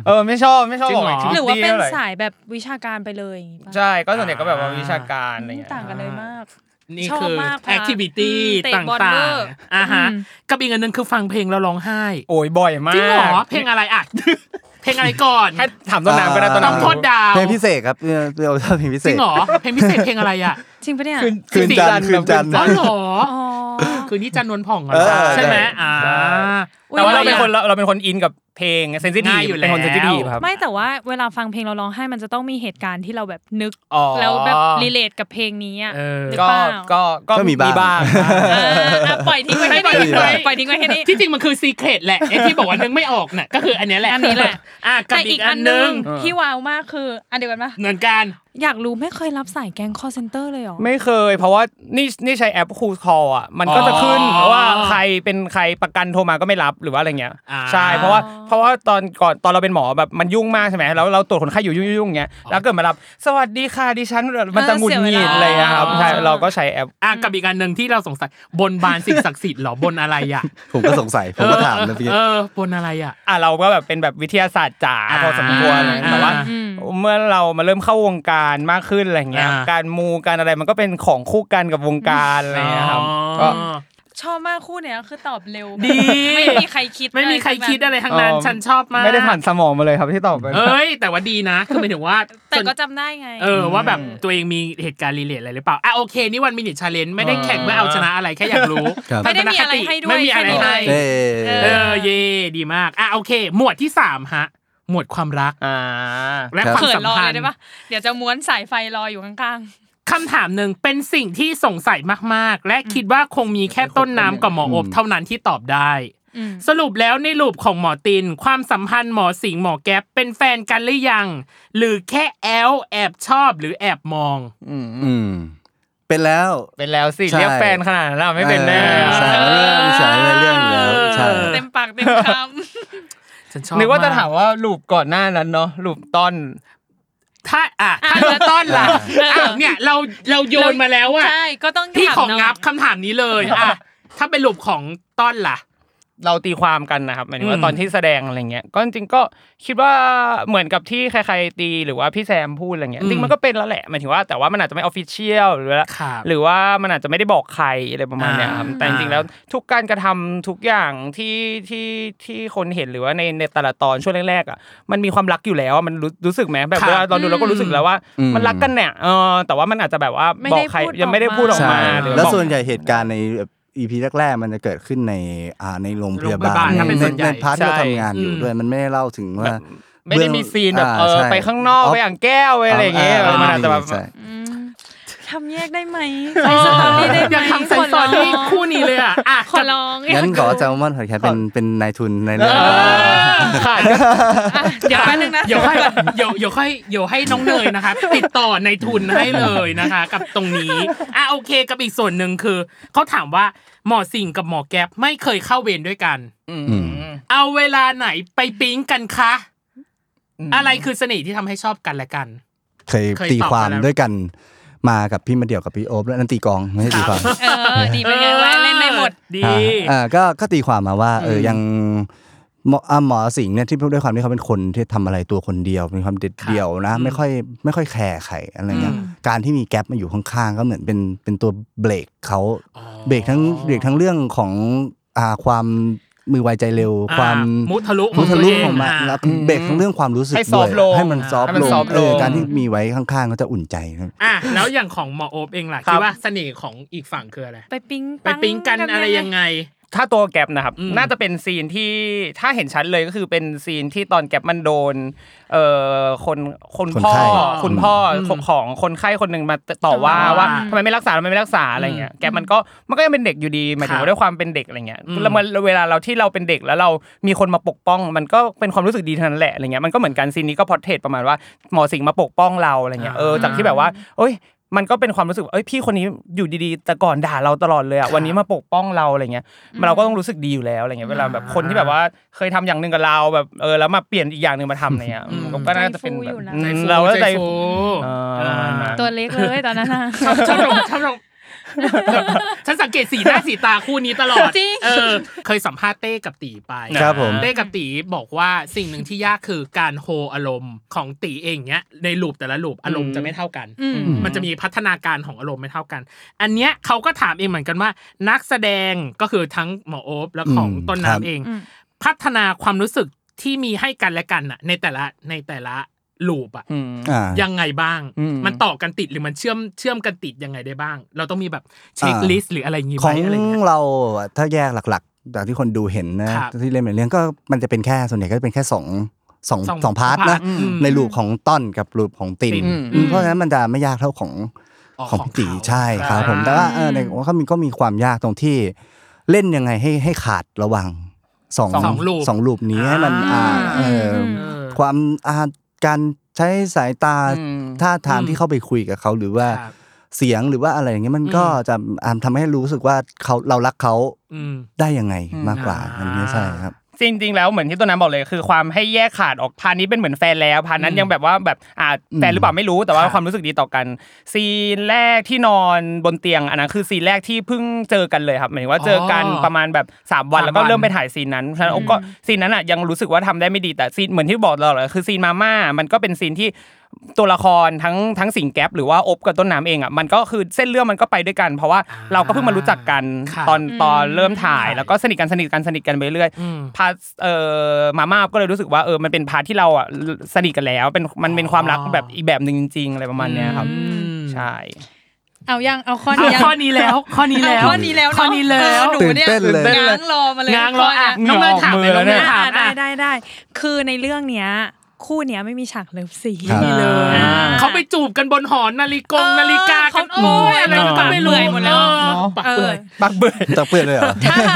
Speaker 6: เออไม่ชอบไม่ชอบ
Speaker 3: จริงเหรอ
Speaker 6: ก
Speaker 5: หรือว่า
Speaker 6: ดี
Speaker 5: เป็น
Speaker 6: ท่ไห
Speaker 5: สายแบบวิชาการไปเลยอย่างงี้ป่ะ
Speaker 6: ใช่ก็ส่วนใหญ่ก็แบบว่าวิชาการอะไร
Speaker 5: อืม
Speaker 6: เงี้ย
Speaker 5: ต่างกันเลยมาก
Speaker 3: นี่
Speaker 5: ชอบ
Speaker 3: คือ
Speaker 5: มากพา
Speaker 3: แอคทิวิตี้
Speaker 5: อืมเตะ
Speaker 3: ต
Speaker 5: บอลเว่
Speaker 3: า
Speaker 5: อง ร์
Speaker 3: ๆอ่ะฮะ
Speaker 5: อืม
Speaker 3: กับอีกอันหนึงคือฟังเพลงแล้วร้องไห้
Speaker 6: โอ้ยบ่อยมาก
Speaker 3: จริงเหรอเพลงอะไรอ่ะ เพลงอะไรก่อน
Speaker 6: ให้ถามต้นน้ำก็ได้ต้น
Speaker 3: ต้อง
Speaker 6: น้ำ
Speaker 3: โทษดาว
Speaker 4: เพลงพิเศษครับเออเราชอบเพลงพิเศ
Speaker 3: จริ
Speaker 4: ษ
Speaker 3: งเหรอเพลงพิเศษเพลงอะไรอ่ะ
Speaker 5: จริงปะเนี่ย
Speaker 4: คืนจันทร์คืนจันทร์
Speaker 3: อ๋อเหรอ
Speaker 5: อ๋อ
Speaker 3: คืนนี้จันนวลผ่องเหรอ
Speaker 4: เออ
Speaker 3: ใช่ไหมอ่า
Speaker 5: อุ๊ย
Speaker 6: แต่ว่าเราเป็นคนเราเราเป็นคนอินกับเพลงเซนซิที
Speaker 3: ง่า
Speaker 6: ฟ
Speaker 3: ยอยู่
Speaker 6: เป็นคน
Speaker 3: แล้ว
Speaker 6: เซนซิทีฟครับ
Speaker 5: ไม่แต่ว่าเวลาฟังเพลงเราร้องไห้มันจะต้องมีเหตุการณ์ที่เราแบบนึก
Speaker 6: อ๋อ
Speaker 5: แล้วแบบรีเลทกับเพลงนี้อ่ะ
Speaker 3: เออ
Speaker 5: หรื
Speaker 6: ก็
Speaker 5: เปล่า
Speaker 6: ก็
Speaker 4: ก็มีบ้าง
Speaker 5: อ่ะปล่อยทิ้งไว้แค่
Speaker 3: ปล่อยทิ้
Speaker 5: นี้
Speaker 3: งไว้
Speaker 5: ปล่อยทิ้งไว้แค่นี้
Speaker 3: ที่จริงมันคือซีเครตแหละไอ้ที่บอกว่านึกไม่ออกน่ะก็คืออันเนี้ยแหละ
Speaker 5: อันนี้แหละ
Speaker 3: อ่ะกับ
Speaker 5: แต่
Speaker 3: อี
Speaker 5: อี
Speaker 3: ก
Speaker 5: ก
Speaker 3: อั
Speaker 5: อั
Speaker 3: น
Speaker 5: น
Speaker 3: ห
Speaker 5: ห
Speaker 3: นึ
Speaker 5: นึ
Speaker 3: ง
Speaker 5: งที่ว้าวมากคืออันเดียวกันปะ
Speaker 3: เหมือนกัน
Speaker 5: อยากรู้ไม่เคยรับสายแก๊งคอเซนเตอร์เลยเหรอ
Speaker 6: ไม่เคย เพราะว่านี่นี่ใช้แอปคูลคออ่ะมันก็จะขึ้นว่าใครเป็นใครประกันโทรมาก็ไม่รับหรือว่าอะไรเงี้ย
Speaker 3: อ่า
Speaker 6: ใช่เพราะว่าเพราะว่าตอนก่อนตอนเราเป็นหมอแบบมันยุ่งมากใช่ไหมแล้วเราตรวจคนไข้อยู่ยุ่งๆอย่างเงี้ยแล้วเกิดมารับสวัสดีค่ะดิฉันมันจะหงุดหงิดอะไรอะครับ
Speaker 3: เออเสียเวลา
Speaker 6: ใช่เราก็ใช้แอป
Speaker 3: อ่ะกับอีกอันหนึ่งที่เราสงสัยบนบานสิ่งศักดิ์สิทธิ์เหรอบนอะไรอ่ะ
Speaker 4: ผมก็สงสัย ผมก็ถามนะพี่
Speaker 3: เออบนอะไรอ่ะ
Speaker 6: อ่ะเราก็แบบเป็นแบบวิทยาศาสตร์จ๋า
Speaker 3: อ่า
Speaker 6: พอสมควรอะไรเงี้ยแต่ว่า
Speaker 5: อืม
Speaker 6: เมื่อเรามาเริ่มเข้าวงการมากขึ้นอะไรเงี้ย
Speaker 3: อ่า
Speaker 6: การมูการอะไรมันก็เป็นของคู่กันกับวงการอะไรเงี้ยครับ
Speaker 3: อ๋
Speaker 6: ก็
Speaker 3: อ
Speaker 5: ชอบมากคู่เนี้ยคือตอบเร็ว
Speaker 3: ดี
Speaker 5: ไม่มีใครคิด
Speaker 3: ไม่มีใครคิดอะไรทั้งนั้น
Speaker 6: เออ
Speaker 3: ฉันชอบมาก
Speaker 6: ไม่ได้ผ่านสมองมาเลยครับที่ตอบไป
Speaker 3: เอ้ย แต่ว่าดีนะคือหมายถึงว่า
Speaker 5: แต่ก็จำได้ไง
Speaker 3: เออว่าแบบตัวเองมีเหตุการณ์รีเลทอะไรหรือเปล่าอ่ะโอเคนี่วันมินิชาเลนไม่ได้แข่งเพื่อเอาชนะอะไรแค่อยากรู้
Speaker 4: ครับ
Speaker 5: ไม่ได้มีอะไรให้ด้วย
Speaker 3: ไม่มีอะไร
Speaker 5: แค่นี้เลย
Speaker 3: ให้
Speaker 4: เอ
Speaker 3: เอ
Speaker 4: อ
Speaker 3: อเย่ดีมากอ่ะโอเค หมวดที่สามฮะ หมวดความรัก
Speaker 6: อ่า
Speaker 3: และ
Speaker 4: ครับ
Speaker 3: ความ
Speaker 5: เขิน
Speaker 3: สัม
Speaker 5: รอ
Speaker 3: พั
Speaker 5: เล
Speaker 3: น
Speaker 5: ย
Speaker 3: ธ์
Speaker 5: ได้ปะเดี๋ยวจะม้วนสายไฟรออยู่ข้าง
Speaker 3: คำถามหนึ่งเป็นสิ่งที่สงสัยมากๆ และคิดว่าคงมีแค่ต้นน้ำกับหมออบเท่านั้นที่ตอบได้
Speaker 5: ๆอืม
Speaker 3: สรุปแล้วในรูปของหมอติน ความสัมพันธ์หมอสิงห์หมอแก๊ปเป็นแฟนกันหรือยัง หรือแค่แอลแอบชอบหรือแอบมอง
Speaker 4: อืมเป็นแล้ว
Speaker 6: เป็นแล้วสิ
Speaker 4: ใช่
Speaker 6: เรียกแฟนขนาดนั้นอะไม่เป็นแน่
Speaker 4: ออใช่เรื่องใช่เรื่องอยู่แล้วใช่
Speaker 5: เต็มปากเต็มค
Speaker 3: ฉันชอบ
Speaker 6: นึกว่าจะถาม
Speaker 3: ก
Speaker 6: ว่าลูปก่อนหน้านั้นเนาะลูปต้น
Speaker 3: ถ้าอ่ะถ้าเราต้อนล่ะอ้าวเนี่ยเราเราโยนมาแล้ว
Speaker 5: ำ
Speaker 3: อะ
Speaker 5: ใช่ก็ต้อง
Speaker 3: พี่
Speaker 5: ถาม
Speaker 3: ของ
Speaker 5: หน่ย
Speaker 3: งับคำถามนี้เลยอ่ะถ้าเป็นรูปของต้อนล่ะ
Speaker 6: เราตีความกันนะครับหมายถึง
Speaker 3: อื
Speaker 6: ว่าม ตอนที่แสดงอะไรเงี้ยก็จริงๆก็คิดว่าเหมือนกับที่ใครๆตีหรือว่าพี่แซมพูดอะไรเงี้ยจริงๆมันก็เป็นแล้วแหละหมายถึงว่าแต่ว่ามันอาจจะไม่ออฟฟิเชียลหรือว่า
Speaker 3: ครับ
Speaker 6: หรือว่ามันอาจจะไม่ได้บอกใครอะไรประมาณเนี้ยครับ
Speaker 3: อ่า
Speaker 6: แต่จริงๆแล้ว
Speaker 3: อ่
Speaker 6: ทุกการกระทำทุกอย่างที่ที่ที่คนเห็นหรือว่าในในแต่ละตอนช่วงแรกๆอ่ะมันมีความรักอยู่แล้วอะมันรู้รู้สึกไหมแบบ
Speaker 3: ครับ
Speaker 6: เวลาเราดูเราก็รู้สึกแล้วว่า
Speaker 4: อืม
Speaker 6: มันรักกันเนี่ยเออแต่ว่ามันอาจจะแบบว่า
Speaker 5: ไม่
Speaker 6: บอ
Speaker 5: ได้
Speaker 6: กใคร
Speaker 5: พูด
Speaker 6: ยังไม่ได้พูดออก
Speaker 4: ใช่
Speaker 6: มา
Speaker 3: ออกมา
Speaker 6: หรือ
Speaker 4: แล้ว
Speaker 6: บอก
Speaker 4: ส่วนใหญ่เหตุการณ์ในอีพีแรกๆ มันจะเกิดขึ้นในอ่าในโรงพยา
Speaker 3: โรง
Speaker 4: บาล
Speaker 3: พยาบาลถ้าเป็น
Speaker 4: ใน
Speaker 3: ส่วนใหญ่
Speaker 4: ในพาร์ทที่เรา
Speaker 6: ใช่
Speaker 4: ทำงานอยู่
Speaker 3: อืม
Speaker 4: ด้วยมันไม่ได้เล่าถึงว่า
Speaker 6: ไม่ได้มีซีนแบบเออ
Speaker 4: อ่าใช่
Speaker 6: ไปข้างนอก
Speaker 4: อ๋อ
Speaker 6: ไปอ่างแก้วไปอะไรอย่างเงี้ย
Speaker 4: เออ
Speaker 6: มันอาจจะแบบ
Speaker 4: ใช่
Speaker 5: อืมทำแยกได้ไหม
Speaker 3: เอ
Speaker 5: ใส่
Speaker 3: อ
Speaker 5: สตอรี่ได้ไหม
Speaker 3: อยากทำไซส์ซอนนี่คู่นี้เลยอ่ะอ่ะ
Speaker 5: ขอร้อง
Speaker 4: งั้นขอแซลมอนหอยแครงเป็นเป็นนายทุนในเรื่อง
Speaker 6: เออ
Speaker 3: ขาด
Speaker 5: อ่ะเดี๋ยวแป๊บนึงนะ
Speaker 3: เดี๋ยวให้เดี๋ยวเดี๋ยวให้เดี๋ยวให้น้องเนยนะคะ ติดต่อในทุนให้เลยนะคะ กับตรงนี้อ่ะโอเคกับอีกส่วนหนึ่งคือเขาถามว่าหมอสิงกับหมอแก๊ปไม่เคยเข้าเวรด้วยกัน
Speaker 4: อืม
Speaker 3: เอาเวลาไหนไปปิ๊งกันคะ อะไรคือเสน่ห์ที่ทำให้ชอบกันและกัน
Speaker 4: เคย
Speaker 3: เคย
Speaker 4: ตี
Speaker 3: ตอบ
Speaker 4: ความ
Speaker 3: มาแล้ว
Speaker 4: ด้วยกันมากับพี่มาเดี่ยวกับพี่โอ๊บแล้วนั่นตีกลองไม่ใช่ตีความ
Speaker 5: เออดีเป็นไงวะเล่นได้หมด
Speaker 3: ดี
Speaker 4: อ่าอ่าก็ก็ตีความมาว่าเอออ
Speaker 3: ม
Speaker 4: ยัง หมออ่ะหมอสิงห์เนี่ยที่ด้วยความที่เขาเป็นคนที่ทำอะไรตัวคนเดียวมีความเด็ดเดี่ยวนะ
Speaker 3: อืม
Speaker 4: ไม่ค่อยไม่ค่อยแคร์ใครอะไรเงี้ย
Speaker 3: อืม
Speaker 4: การที่มีแก๊ปมาอยู่ข้างๆก็เหมือนเป็นเป็นตัวเบรกเขา
Speaker 3: อ๋อ
Speaker 4: เบรกทั้งเบรกทั้งเรื่องของอ่าความมือไวใจเร็ว
Speaker 3: อ่
Speaker 4: ความ
Speaker 3: มุทะลุ
Speaker 4: มุทะลุ
Speaker 3: เ
Speaker 4: ของมัน
Speaker 3: อ่ะ
Speaker 4: แล้วก็เบรกทั้งเรื่องความรู้สึก
Speaker 6: ให้
Speaker 4: ด้ว
Speaker 6: soft
Speaker 4: ย
Speaker 6: ลง
Speaker 4: ให้มันซอฟ
Speaker 6: ให้มัน
Speaker 4: ลง
Speaker 6: soft
Speaker 4: เออ
Speaker 6: ลง
Speaker 4: การที่มีไว้ข้างๆก็จะอุ่นใจครับ
Speaker 3: อ่ะแล้วอย่างของหมอโอบเองล่ะคิดว่าเสน่ห์ของอีกฝั่งคืออะไร
Speaker 5: ไปปิ๊ง
Speaker 3: ไปปิ๊งกันอะไรยังไง
Speaker 6: ถ้าตัวแก็บนะครับ
Speaker 3: อืม
Speaker 6: น่าจะเป็นซีนที่ถ้าเห็นชัดเลยก็คือเป็นซีนที่ตอนแก็บมันโดนเอ่อคนคน
Speaker 4: คน
Speaker 6: พ่อ
Speaker 4: ไข้
Speaker 6: คุณพ่ออ
Speaker 3: ม
Speaker 6: ของของคนไข้คนหนึ่งมาต่อว่า
Speaker 3: ต่อว่า
Speaker 6: ว่าทำไมไม่รักษาทำไมไม่รักษาอะไรเงี้ยแก็บมันก็มันก็ยังเป็นเด็กอยู่ดีหมายถึง
Speaker 3: ครับ
Speaker 6: ว่าด้วยความเป็นเด็กอะไรเงี้ย
Speaker 3: อืม
Speaker 6: แล้วมันเวลาเราที่เราเป็นเด็กแล้วเรามีคนมาปกป้อง มันก็เป็นความรู้สึกดีเท่านั้นแหละอะไรเงี้ยมันก็เหมือนกันซีนนี้ก็พอร์เทรตประมาณว่าหมอสิงห์มาปกป้องเราอะไรเงี้ยเออจากที่แบบว่าเอ้ย มันก็เป็นความรู้สึกว่าเอ้ยพี่คนนี้อยู่ดีๆ แต่ก่อนด่าเราตลอดเลย
Speaker 3: ครั
Speaker 6: อะ
Speaker 3: บ
Speaker 6: วันนี้มาปกป้องเราอะไรเงี้ยมันเราก็ต้องรู้สึกดีอยู่แล้วอะไรเงี้ยเวลาแบบคนที่แบบว่าเคยทำอย่างหนึ่งกับเราแบบเออแล้วมาเปลี่ยนอีกอย่างหนึ่งมาทำอะไรเงี้ย
Speaker 3: อืม
Speaker 6: มันก็น่าจะเป็น
Speaker 5: ใจฟูอยู่นะ
Speaker 6: อืมเราก็ใจ
Speaker 3: ฟู
Speaker 6: อ่า
Speaker 3: อ่า
Speaker 5: ตัวเล็กเลยตอนนั้นน่ะ
Speaker 3: ชอบชอบลงชอบลงฉันสังเกตสีหน้าสีตาคู่นี้ตลอด
Speaker 5: จริง
Speaker 3: เออ เคยสัมภาษณ์เต้กับตีไป
Speaker 4: ครับผม
Speaker 3: เต้กับตีบอกว่าสิ่งหนึ่งที่ยากคือการโฮอารมณ์ของตีเองเนี้ยในลูปแต่ละลูปอารมณ์จะไม่เท่ากัน
Speaker 5: อืม
Speaker 3: มันจะมีพัฒนาการของอารมณ์ไม่เท่ากัน อันเนี้ยเขาก็ถามเองเหมือนกันว่า นักแสดงก็คือทั้งหมอโอ๊บและของ
Speaker 4: อืม
Speaker 3: ต้น
Speaker 4: ครับ
Speaker 3: น้ำเอง
Speaker 5: อืม
Speaker 3: พัฒนาความรู้สึกที่มีให้กันและกันน่ะ ในแต่ละในแต่ละลูปอะ
Speaker 6: อืม
Speaker 4: อ่า
Speaker 3: ยังไงบ้าง
Speaker 6: อืม
Speaker 3: มันต่อกันติดหรือมันเชื่อมเชื่อมกันติดยังไงได้บ้าง เราต้องมีแบบเช็คลิสต์หรืออะไรอย่างงี้
Speaker 4: ข
Speaker 3: ไหม
Speaker 4: อง
Speaker 3: อะไรอย่างเงี้ย
Speaker 4: เราอะถ้าแยกหลักๆจากที่คนดูเห็นนะครับที่เล่นเป็นเรื่องก็มันจะเป็นแค่ส่วนใหญ่ก็จะเป็นแค่สองสอง
Speaker 3: สอง
Speaker 4: สองพาร์ท
Speaker 3: พาร์
Speaker 4: นะ
Speaker 3: ทอืม
Speaker 4: ในรูปของต้อนกับรูปของติน
Speaker 3: ติน
Speaker 4: อืม
Speaker 3: อืม
Speaker 4: เพราะฉะนั้นมันจะไม่ยากเท่าของ
Speaker 3: อ๋อ
Speaker 4: ของ
Speaker 3: ของ
Speaker 4: พี่ตี
Speaker 3: เขา
Speaker 4: ใช่ครับผม
Speaker 3: อ่า
Speaker 4: แต่ว่าเออในว่าเขามีก็มีความยากตรงที่เล่นยังไงให้ให้ขาดระหว่างสอง
Speaker 3: สองรูป
Speaker 4: สองรูปนี้ให้มันอ่าเอออ
Speaker 3: เออ
Speaker 4: ความอาการใช้สายตา
Speaker 6: อืม
Speaker 4: ท่าทาง
Speaker 3: อืม
Speaker 4: ที่เข้าไปคุยกับเขาหรือว่า
Speaker 3: ครับ
Speaker 4: เสียงหรือว่าอะไรอย่างเงี้ยมัน
Speaker 3: อืม
Speaker 4: ก็จะอ่าทำให้รู้สึกว่าเขาเรารักเขา
Speaker 3: อืม
Speaker 4: ได้ยังไงมากกว่า
Speaker 3: อืม
Speaker 4: อันนี้ใช่ครับ
Speaker 6: จริงๆแล้วเหมือนที่ตัวน้ำบอกเลยคือความให้แยกขาดออกพาร์ทนี้เป็นเหมือนแฟนแล้วพาร์ทนั้นยังแบบว่าแบบอ่าแฟนหรือเปล่าไม่รู้แต่ว่า
Speaker 3: ครับ
Speaker 6: ความรู้สึกดีต่อกัน ซีนแรกที่นอนบนเตียงอันนั้นคือซีนแรกที่เพิ่งเจอกันเลยครับหมายถึงว่าเจอกัน
Speaker 3: อ๋อ
Speaker 6: ประมาณแบบสามวันแล้วก็เริ่มไปถ่ายซีนนั้นฉะนั้นโอ๊คก็ซีนนั้นอ่ะยังรู้สึกว่าทำได้ไม่ดีแต่ซีนเหมือนที่บอกเราเลยคือซีนมาม่ามันก็เป็นซีนที่ตัวละครทั้งทั้งสิงแก๊ปหรือว่าอบกับต้นน้ำเองอ่ะมันก็คือเส้นเรื่องมันก็ไปด้วยกัน เพราะว่าเราก็เพิ่งมารู้จักกัน
Speaker 3: ครับ
Speaker 6: ตอนตอนเริ่มถ่ายแล้วก็สนิทกันสนิทกันสนิทกันไปเรื่อย
Speaker 3: อืม
Speaker 6: พาร์ทเอ่อมาม่าก็เลยรู้สึกว่าเออมันเป็นพาร์ทที่เราอ่ะสนิทกันแล้วเป็นมันเป็นความรักแบบอีกแบบหนึ่งจริงๆอะไรประมาณเนี้ยครับ
Speaker 3: อืม
Speaker 6: ใช่
Speaker 5: เอายังเอาข้อนี้
Speaker 3: อ่ะ
Speaker 5: ยัง
Speaker 3: ข้อนี้แล้ว ข้อนี้
Speaker 5: เอา
Speaker 3: แล้ว
Speaker 5: ข้อนี้แล้วเะ
Speaker 3: ข้อนี้แล้ว
Speaker 5: ออหนูเนี่ย
Speaker 4: ตื่นเต้นเลย
Speaker 5: ง้างรอมาเลย
Speaker 3: ง้างรออ่ะ
Speaker 5: ข้เนี้ย
Speaker 3: น้องเนยถามเลยน้องเนยถา
Speaker 5: อ่ะได้
Speaker 3: มอ่ะ
Speaker 5: ได้ได้ คือในเรื่องเนี้ย คู่เนี้ยไม่มีฉากเลิฟซีน
Speaker 4: ครับ
Speaker 3: นี่เลย
Speaker 5: อ่า
Speaker 3: เขาไปจูบกันบนหอนาฬิก
Speaker 5: เอ
Speaker 3: ง
Speaker 5: อ
Speaker 3: นาฬิกากัน
Speaker 5: เขา
Speaker 3: โอ้ยอะไร
Speaker 5: เออ
Speaker 3: ก็ไม่รู้
Speaker 5: ปากเปื่อยหมดแล้ว
Speaker 3: เออปากเปื่อย
Speaker 6: ปาก
Speaker 4: จะเป
Speaker 6: เปื่อย
Speaker 4: ลี่ยนเลยเหรอ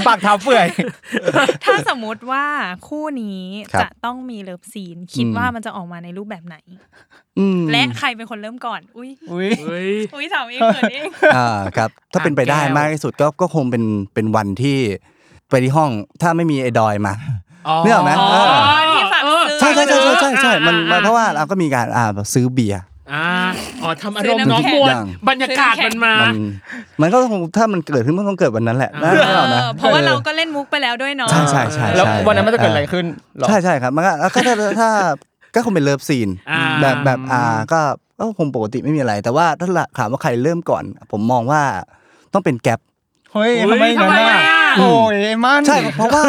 Speaker 6: ปากเท้าเปื่อย
Speaker 5: ถ้าสมมุติว่าคู่นี้
Speaker 4: ครับ
Speaker 5: จะต้องมีเลิฟซีน คิด
Speaker 4: อืม
Speaker 5: ว่ามันจะออกมาในรูปแบบไหน
Speaker 4: อืม
Speaker 5: และใครเป็นคนเริ่มก่อน อุ้ย
Speaker 6: อุ้ย
Speaker 5: อุ้ยสาวเองเกิดเอง
Speaker 4: อ่าครับถ้าเป็นไปได้
Speaker 6: อ่างแก้ว
Speaker 4: มากที่สุดก็ก็คงเป็นเป็นวันที่ไปที่ห้องถ้าไม่มีไอ้ดอยมา เนี่ยเหรอไหมเออ
Speaker 5: ที่ฝากซื้อ
Speaker 4: ใช่ใช่ใช่ใช่ใช่ใช่มันมั
Speaker 3: อ่า
Speaker 4: นเพราะว่าเราก็มีการอ่าซื้อเบียร์
Speaker 3: อ่าอ๋อทำอารมณ์
Speaker 5: ซื้อน้ำ
Speaker 3: น้อง
Speaker 5: แข็ง
Speaker 3: มวล
Speaker 4: อย่าง
Speaker 3: บรรยากาศมันมา
Speaker 4: มันมันก็คงถ้ามันเกิดขึ้นมันต้องเกิดวันนั้นแหละนะ
Speaker 3: เออ
Speaker 4: นึกออกไหม
Speaker 5: เออเพราะว่าเราก็เล่นมุกไปแล้วด้วยเนาะ
Speaker 4: ใช่ใช่ใช่ใช่
Speaker 6: แล้ววันนั้นมันจะเกิดอะไรขึ้นเหรอ
Speaker 4: ใช่ใช่ครับมันก็แล้วก็ถ้าถ้าก็คงเป็นเลิฟซีน
Speaker 3: อ่า
Speaker 4: แบบแบบอ่าก็ก็คงปกติไม่มีอะไร แต่ว่าถ้าถามว่าใครเริ่มก่อน ผมมองว่าต้องเป็นแก๊ป
Speaker 6: เฮ้ย
Speaker 3: อุ๊ย
Speaker 6: ทำไม
Speaker 3: ทำไม
Speaker 6: งั้น
Speaker 3: อ่ะ
Speaker 6: อ่ะโอ้ยไอ้มัน
Speaker 4: ใช่เพราะว่า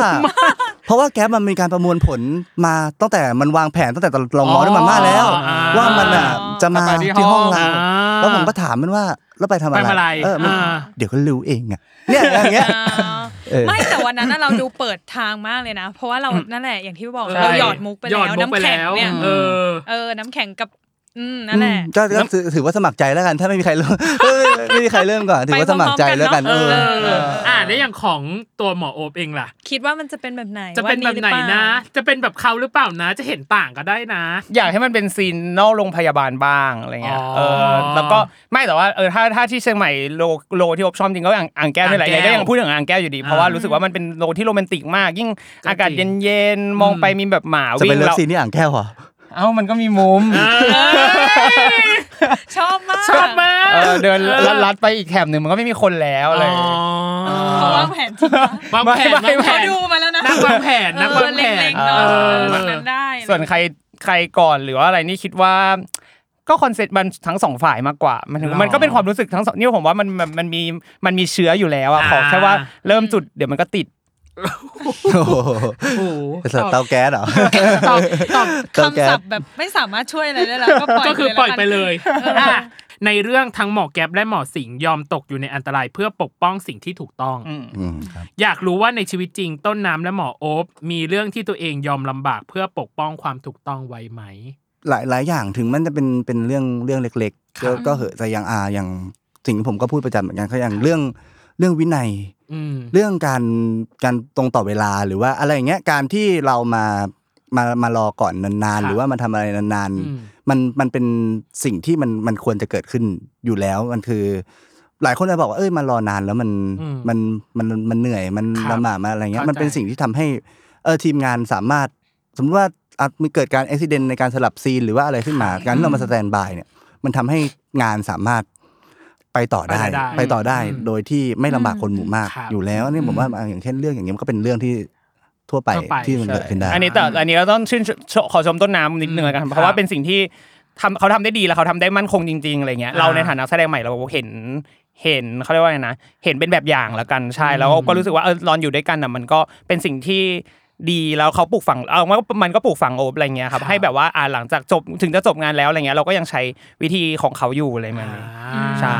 Speaker 4: เพราะว่าแก๊ปมันมีการประมวลผลมาตั้งแต่มันวางแผนตั้งแต่ตอนเราง้อด้วยมาม่าแล้ว
Speaker 3: อ่า
Speaker 4: ว่ามันอ่ะจะมาที่ห้องเราแล้วผมก็ถามมันว่าแล้วไปทำอะ
Speaker 3: ไป
Speaker 4: ไร
Speaker 3: มาลาย
Speaker 4: เออมัน
Speaker 3: อ่า
Speaker 4: เดี๋ยวก็รู้เองอ่ะเนี่ยอย่างเงี้ย เออ
Speaker 5: ไม่แต่วันนั้นน่ะเราดูเปิดทางมากเลยนะ เพราะว่าเรานั่นแหละอย่างที่บอก
Speaker 3: ใช่
Speaker 5: เราหยอดมุกไป
Speaker 3: หยอ
Speaker 5: แล้
Speaker 3: ด
Speaker 5: วน้ำ
Speaker 3: มุกไป
Speaker 5: แข็ง
Speaker 3: แล้ว
Speaker 5: เนี่ย
Speaker 3: เออ
Speaker 5: เออน้ำแข็งกับอืมนั่นแหละ
Speaker 4: อืมก็ก็ถือถือว่าสมัครใจแล้วกัน ถ้าไม่มีใครเริ่ม ไม่มีใครเริ่มก่อนถือว่าสมัครใจแล้วกัน
Speaker 5: ไปพ
Speaker 4: เอ
Speaker 5: ร้อมๆ
Speaker 4: อ
Speaker 5: กันเนอะ
Speaker 3: เอออ่าแล้วอย่างของตัวหมอโอบเองล่ะ
Speaker 5: คิดว่ามันจะเป็นแบบไหน
Speaker 3: จะเป็นแบบไหน
Speaker 5: วัรือเป
Speaker 3: นะ
Speaker 5: ล่า
Speaker 3: จะเป็นแบบเขาหรือเปล่านะ จะเห็นต่างก็ได้นะ
Speaker 6: อยากให้มันเป็นซีนนอกโรงพยาบาลบ้างอะไรเงี้ย
Speaker 3: อ๋อ
Speaker 6: เออแล้วก็ไม่แต่ว่าเออถ้าถ้าที่เชียงใหม่โลโลที่อบชอบจริงก็อ่างอ่างแก้วนี่แหละ
Speaker 3: อ่างแก้ว
Speaker 6: ก็ยังพูดถึงอ่างแก้วอยู่ดี เพราะว่ารู้สึกว่ามันเป็นโลที่โรแมนติกมาก ยิ่งอากาศ
Speaker 3: จริง
Speaker 6: เย็นๆมองไปมีแบบหมา
Speaker 4: จะ
Speaker 6: วิ่
Speaker 4: เป็น
Speaker 6: ง
Speaker 4: เลิฟ
Speaker 6: เรา
Speaker 4: ซีนที่อ่างแก้วเหรอ
Speaker 6: เอ้ามันก็มีมุม
Speaker 5: ชอบมาก
Speaker 3: ชอบมาก
Speaker 6: เออเดินลัดลัดไปอีกแถบหนึ่งมันก็ไม่มีคนแล้วอะไร
Speaker 3: อ๋อ
Speaker 5: เขาวางแผนจริงนะ
Speaker 3: วางแผน
Speaker 6: ไม่ไม่
Speaker 3: วางแผ
Speaker 5: เขา
Speaker 3: น
Speaker 5: ดูมาแล้ว นะ
Speaker 3: นักวางแผนนักวางแผ
Speaker 5: เออ
Speaker 3: น
Speaker 5: เล็งๆเนาะ
Speaker 6: เออ
Speaker 5: ตรงนั้นได้
Speaker 6: ส่วนใครใครก่อนหรือว่าอะไรนี่คิดว่า ก็คอนเซ็ปต์มันทั้งสองฝ่ายมากกว่า มันถึง
Speaker 3: หรอ
Speaker 6: มันก็เป็นความรู้สึกทั้งสองนี่ผมว่ามันมันมันมีมันมีเชื้ออยู่แล้วอะขอ
Speaker 3: อ่า
Speaker 6: แค่ว่าเริ่มจุดเดี๋ยวมันก็ติด
Speaker 4: โอ้โห
Speaker 3: โอ้โห
Speaker 4: เสิร์ฟเตาแก๊สเหรอ
Speaker 5: ตอบตอบ
Speaker 4: เติมแก๊
Speaker 5: คำ
Speaker 4: ส
Speaker 5: ศัพท์แบบไม่สามารถช่วยอะไรได้แล้ว ก็ปล่อย
Speaker 3: ก็คือปล่อยไปเลย
Speaker 5: แล้วกัน
Speaker 3: อ่ะในเรื่องทั้งหมอแก๊ปและหมอสิงยอมตกอยู่ในอันตรายเพื่อปกป้องสิ่งที่ถูกต้อง
Speaker 4: อืมครับ
Speaker 3: อยากรู้ว่าในชีวิตจริงต้นน้ำและหมอโอ๊บมีเรื่องที่ตัวเองยอมลำบากเพื่อปกป้องความถูกต้องไว้ไหม
Speaker 4: หลายหลายอย่างถึงมันจะเป็นเป็นเรื่องเรื่องเล็กๆก็ก็เหอะแต่อย่างอาอย่างสิ่งที่ผมก็พูดประจำเหมือนกันก็อย่างเรื่องเรื่องวินัย
Speaker 3: อืม
Speaker 4: เรื่องการการตรงต่อเวลาหรือว่าอะไรอย่างเงี้ยการที่เรามามามารอก่อนนาน
Speaker 3: ครับ
Speaker 4: ๆหรือว่ามาทำอะไรนาน
Speaker 3: อืม
Speaker 4: ๆ มันมันเป็นสิ่งที่มันมันควรจะเกิดขึ้นอยู่แล้วมันคือ หลายคนจะบอกว่าเอ้ยมารอนานแล้วมัน
Speaker 3: อืม
Speaker 4: มันมันมันเหนื่อยมัน
Speaker 3: ครับ
Speaker 4: ลำบากมนอะไรเงี้ย
Speaker 3: เข้าใจ
Speaker 4: มันเป็นสิ่งที่ทำให้เออทีมงานสามารถ สมมติว่าอาจมีเกิดการอุบิเหตุในการสลับซีนหรือว่าอะไรขึ้นมาการที่เรามาสแตนบายเนี่ย มันทำให้งานสามารถไปต่อได้
Speaker 3: ไปได้
Speaker 4: ไปต่อได้
Speaker 3: อืม
Speaker 4: โดยที่ไม่ลำบากคนหมู่มาก
Speaker 3: ครับ
Speaker 4: อยู่แล้วอันนี่ผมว่าอ่ะอย่างเช่นเรื่องอย่างเงี้ยมันก็เป็นเรื่องที่ทั่วไป
Speaker 3: ทั่วไป
Speaker 4: ที่มันเกิดขึ้นได้
Speaker 6: อันนี้แต่อันนี้เราต้องชื่นชชขอชมต้นน้ำนิดนึงแล้วกัน
Speaker 3: อืม
Speaker 6: เพราะ
Speaker 3: ครั
Speaker 6: ว่า
Speaker 3: บ
Speaker 6: เป็นสิ่งที่ทำเขาทำได้ดีแล้วเขาทำได้มั่นคงจริงๆอะไรเงี้ย
Speaker 3: อ่า
Speaker 6: เราในฐานะนักแสดงใหม่เราเห็นเห็นเขาเรียกว่าไงนะเห็นเป็นแบบอย่างแล้วกันใช่แล้วก็รู้สึกว่าเออรอนอยู่ด้วยกันน่ะมันก็เป็นสิ่งที่ดีแล้วเขาปลูกฝังเอาว่ามันก็ปลูกฝังโอบอะไรเงี้ยครับให้แบบว่าอ่าหลังจากจบถึงจะจบงานแล้วอะไรเงี้ยเราก็ยังใช้วิธีของเขาอยู่อะไรแบบนี้
Speaker 3: า
Speaker 6: ใช่